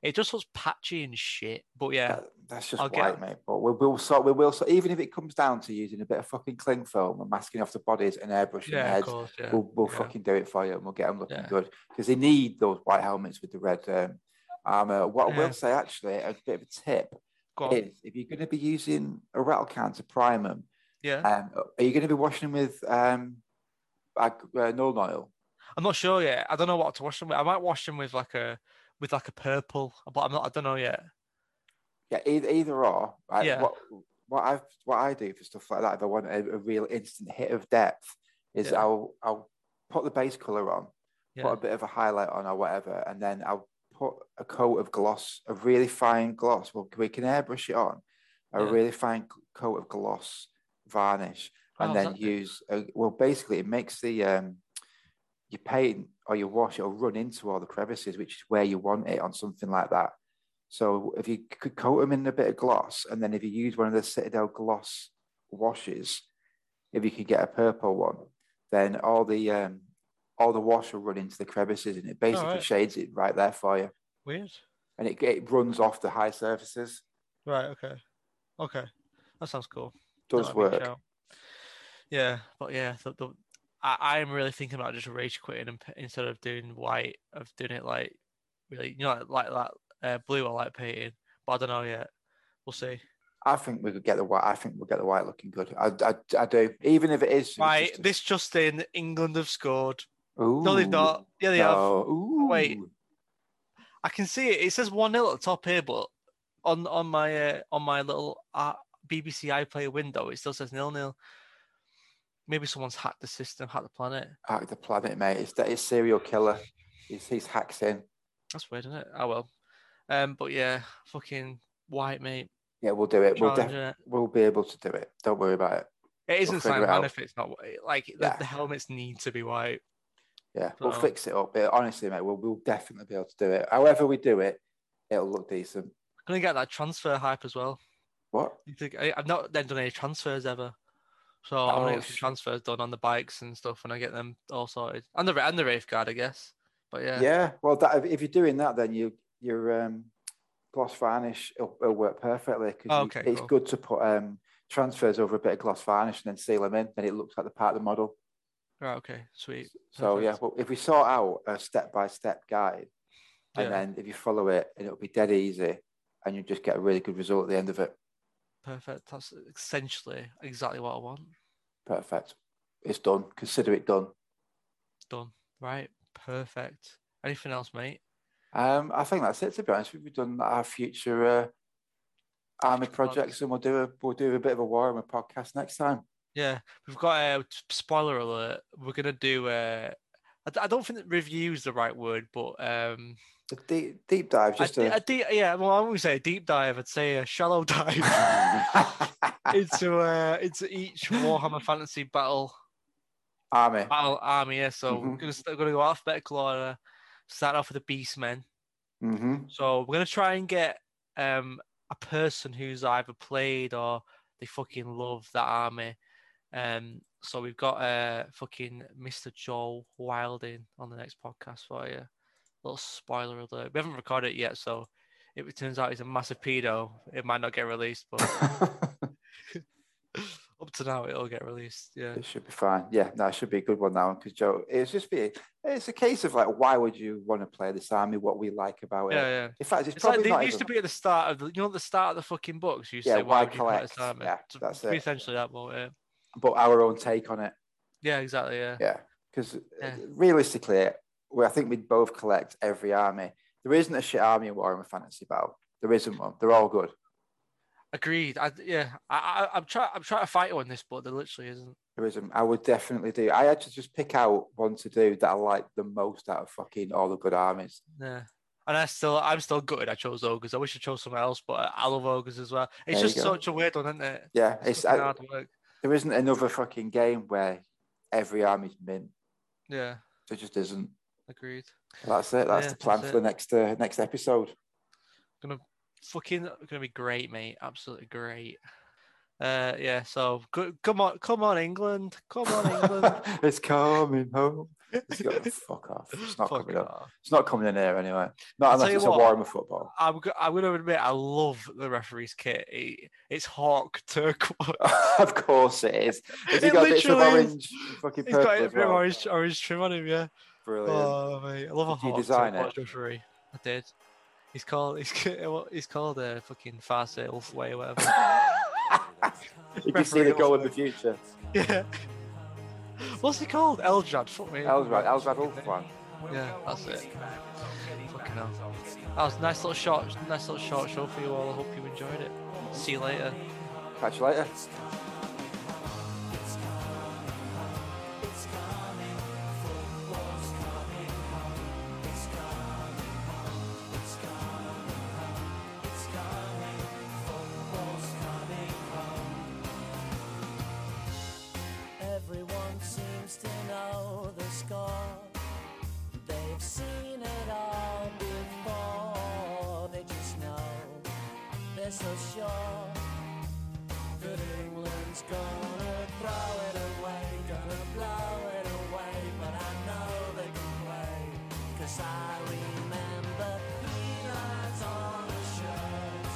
Speaker 1: It just looks patchy and shit. But yeah,
Speaker 2: That- that's just
Speaker 1: I'll get-
Speaker 2: white, mate. But we will sort. We will sort. Even if it comes down to using a bit of fucking cling film and masking off the bodies and airbrushing the
Speaker 1: yeah, of
Speaker 2: heads,
Speaker 1: course, yeah.
Speaker 2: we'll, we'll
Speaker 1: yeah.
Speaker 2: fucking do it for you, and we'll get them looking
Speaker 1: Yeah.
Speaker 2: good because they need those white helmets with the red um, armor. What I
Speaker 1: Yeah.
Speaker 2: will say, actually, a bit of a tip
Speaker 1: Go on.
Speaker 2: is if you're going to be using a rattle can to prime them,
Speaker 1: yeah.
Speaker 2: um, are you going to be washing them with um, ag- uh, null oil?
Speaker 1: I'm not sure yet. I don't know what to wash them with. I might wash them with like a with like a purple, but I'm not. I don't know yet.
Speaker 2: Yeah, either, either or. Right?
Speaker 1: Yeah.
Speaker 2: What what I what I do for stuff like that, if I want a, a real instant hit of depth, is
Speaker 1: Yeah.
Speaker 2: I'll I'll put the base color on,
Speaker 1: Yeah.
Speaker 2: put a bit of a highlight on or whatever, and then I'll put a coat of gloss, a really fine gloss. Well, we can airbrush it on, a
Speaker 1: Yeah.
Speaker 2: really fine c- coat of gloss varnish, and
Speaker 1: How's
Speaker 2: then
Speaker 1: Oh, that do?
Speaker 2: use. A, well, basically, it makes the um, your paint or your wash it'll run into all the crevices, which is where you want it on something like that. So if you could coat them in a bit of gloss, and then if you use one of the Citadel gloss washes, if you could get a purple one, then all the um, all the wash will run into the crevices, and it basically
Speaker 1: Alright.
Speaker 2: shades it right there for you,
Speaker 1: Weird.
Speaker 2: and it, it runs off the high surfaces.
Speaker 1: Right. Okay. Okay. That sounds cool.
Speaker 2: Does
Speaker 1: Not a big
Speaker 2: work.
Speaker 1: shout. Yeah, but yeah, the, the, I I'm really thinking about just rage quitting and p- instead of doing white, of doing it like really, you know, like that uh, blue I like painting, but I don't know yet. We'll see.
Speaker 2: I think we could get the white. I think we'll get the white looking good. I, I, I do. Even if it is it's
Speaker 1: Right,
Speaker 2: just a-
Speaker 1: this just in, England have scored.
Speaker 2: Ooh,
Speaker 1: No, they've not. Yeah, they have.
Speaker 2: no.
Speaker 1: Wait.
Speaker 2: Ooh.
Speaker 1: I can see it. It says one 0 at the top here, but on on my uh, on my little uh, BBC iPlayer window, it still says nil nil. maybe someone's hacked the system, hacked the planet.
Speaker 2: Hack the planet, mate. It's that it's serial killer. He's he's hacks in.
Speaker 1: That's weird, isn't it? Oh well. Um, but yeah, fucking white mate.
Speaker 2: Yeah, we'll do it. We'll
Speaker 1: challenging
Speaker 2: def-
Speaker 1: it.
Speaker 2: we'll be able to do it. Don't worry about it.
Speaker 1: It isn't
Speaker 2: figure it
Speaker 1: Simon
Speaker 2: out.
Speaker 1: if it's not wh- like the,
Speaker 2: Yeah.
Speaker 1: the helmets need to be white.
Speaker 2: Yeah, we'll
Speaker 1: Uh-oh.
Speaker 2: fix it up. It- honestly, mate, we'll we'll definitely be able to do it. However we do it, it'll look decent.
Speaker 1: Gonna get that transfer hype as well.
Speaker 2: What?
Speaker 1: You think- I- I've not then done any transfers ever, so I'm
Speaker 2: Oh,
Speaker 1: gonna get some
Speaker 2: sh-
Speaker 1: transfers done on the bikes and stuff when I get them all sorted. And the and the rave guard, I guess. But yeah,
Speaker 2: Yeah. Well, that, if you're doing that, then you your um, gloss varnish will, will work perfectly
Speaker 1: Oh,
Speaker 2: because
Speaker 1: okay,
Speaker 2: it's
Speaker 1: cool.
Speaker 2: good to put um, transfers over a bit of gloss varnish and then seal them in. Then it looks like the part of the model.
Speaker 1: right, okay, sweet.
Speaker 2: So yeah,
Speaker 1: Perfect.
Speaker 2: well, if we sort out a step by step guide, and
Speaker 1: Yeah.
Speaker 2: then if you follow it, and it'll be dead easy, and you just get a really good result at the end of it.
Speaker 1: perfect. That's essentially exactly what I want.
Speaker 2: Perfect. It's done. Consider it done.
Speaker 1: Done. Right. Perfect. Anything else, mate?
Speaker 2: Um, I think that's it. To be honest, we've done our future uh, army
Speaker 1: Future plans.
Speaker 2: projects, and we'll do a we'll do a bit of a war room podcast next time.
Speaker 1: Yeah, we've got a spoiler alert. We're gonna do uh I d- I don't think that review is the right word, but um,
Speaker 2: A deep deep dive,
Speaker 1: a
Speaker 2: just
Speaker 1: d-
Speaker 2: a.
Speaker 1: a deep, yeah. Well, I wouldn't say a deep dive. I'd say a shallow dive into uh, into each Warhammer Fantasy battle
Speaker 2: army.
Speaker 1: battle army. Yeah, so we're
Speaker 2: Mhm.
Speaker 1: gonna st- gonna go alphabetical order. Start off with the Beastmen.
Speaker 2: hmm
Speaker 1: So we're gonna try and get um a person who's either played or they fucking love that army. Um, so we've got uh fucking Mr. Joel Wilding on the next podcast for you. Little spoiler alert. We haven't recorded it yet, so if it turns out he's a massive pedo, it might not get released, but up to now it'll get released. Yeah.
Speaker 2: it should be fine. Yeah, no, it should be a good one now because Joe, it's just be it's a case of like, why would you want to play this army? What we like about
Speaker 1: Yeah,
Speaker 2: it.
Speaker 1: yeah.
Speaker 2: In fact, it's,
Speaker 1: It's like
Speaker 2: probably
Speaker 1: they
Speaker 2: not
Speaker 1: used
Speaker 2: even,
Speaker 1: to be at the start of the you know at the start of the fucking books. You used to
Speaker 2: Yeah,
Speaker 1: say why
Speaker 2: why
Speaker 1: would you collect this
Speaker 2: collect?
Speaker 1: army?
Speaker 2: Yeah,
Speaker 1: So
Speaker 2: that's
Speaker 1: we
Speaker 2: it.
Speaker 1: essentially that but yeah.
Speaker 2: but our own take on it.
Speaker 1: Yeah, exactly, yeah.
Speaker 2: Yeah, because
Speaker 1: Yeah.
Speaker 2: realistically, we, I think we'd both collect every army. There isn't a shit army in Warhammer Fantasy Battle. There isn't one. They're all good.
Speaker 1: Agreed. I, yeah, I, I, I'm trying. I'm trying to fight you on this, but there literally isn't.
Speaker 2: There isn't. I would definitely do. I had to just pick out one to do that I like the most out of fucking all the good armies.
Speaker 1: Yeah, and I still, I'm still gutted. I chose ogres. I wish I chose something else, but I love ogres as well. It's
Speaker 2: There you
Speaker 1: just
Speaker 2: go.
Speaker 1: such a weird one, isn't it?
Speaker 2: Yeah,
Speaker 1: It's
Speaker 2: it's
Speaker 1: fucking
Speaker 2: I,
Speaker 1: hard work.
Speaker 2: there isn't another fucking game where every army's mint.
Speaker 1: Yeah,
Speaker 2: There just isn't.
Speaker 1: agreed.
Speaker 2: That's it. That's
Speaker 1: Yeah,
Speaker 2: the plan
Speaker 1: that's
Speaker 2: for
Speaker 1: it.
Speaker 2: the next uh, next episode.
Speaker 1: Fucking gonna be great, mate. Absolutely great. Uh, yeah. So good. Come on, come on, England. Come on, England.
Speaker 2: it's coming home. It's got, fuck off. It's not
Speaker 1: Fuck
Speaker 2: coming up.
Speaker 1: off.
Speaker 2: It's not coming in here anyway. Not
Speaker 1: tell
Speaker 2: unless
Speaker 1: you
Speaker 2: it's
Speaker 1: what.
Speaker 2: a Warhammer football.
Speaker 1: I'm, go- I'm gonna admit I love the referee's kit. It, it's hawk turquoise.
Speaker 2: of course it is. Has he
Speaker 1: It
Speaker 2: got bits of
Speaker 1: literally is.
Speaker 2: orange, and fucking
Speaker 1: He's
Speaker 2: purple
Speaker 1: got a
Speaker 2: as
Speaker 1: bit of
Speaker 2: well?
Speaker 1: orange, orange trim on him, yeah.
Speaker 2: Brilliant.
Speaker 1: Oh mate, I love a
Speaker 2: Did you
Speaker 1: hot
Speaker 2: design
Speaker 1: tub
Speaker 2: it?
Speaker 1: referee. I did. He's called he's ca- what- he's called a uh, fucking far sail way or whatever.
Speaker 2: you can see the
Speaker 1: Referee
Speaker 2: goal in the future.
Speaker 1: yeah. What's he called? Eldrad. Fuck me.
Speaker 2: Eldrad, Eldrad Ulfwan.
Speaker 1: Yeah, that's it. Fucking hell. That was a nice little short, nice little short show for you all. I hope you enjoyed it. See you later.
Speaker 2: Catch you later.
Speaker 5: Everyone seems to know the score. They've seen it all before. They just know they're so sure that England's gonna throw it away, gonna blow it away. But I know they can play, 'cause I remember three lines on a shirt.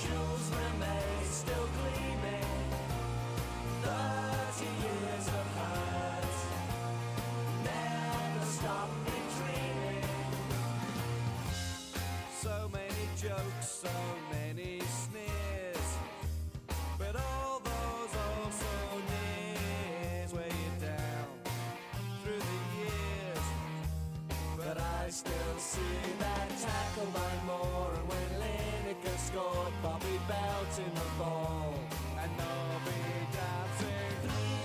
Speaker 5: Jewels remain still gleaming. Thirty years of hurt never stopped me dreaming. So many jokes, so many sneers, but all those also nears weigh you down through the years. But I still see that tackle by Moore And when Lineker scored, Bobby Belt in the ball And Norby dancing Lean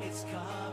Speaker 5: it's coming.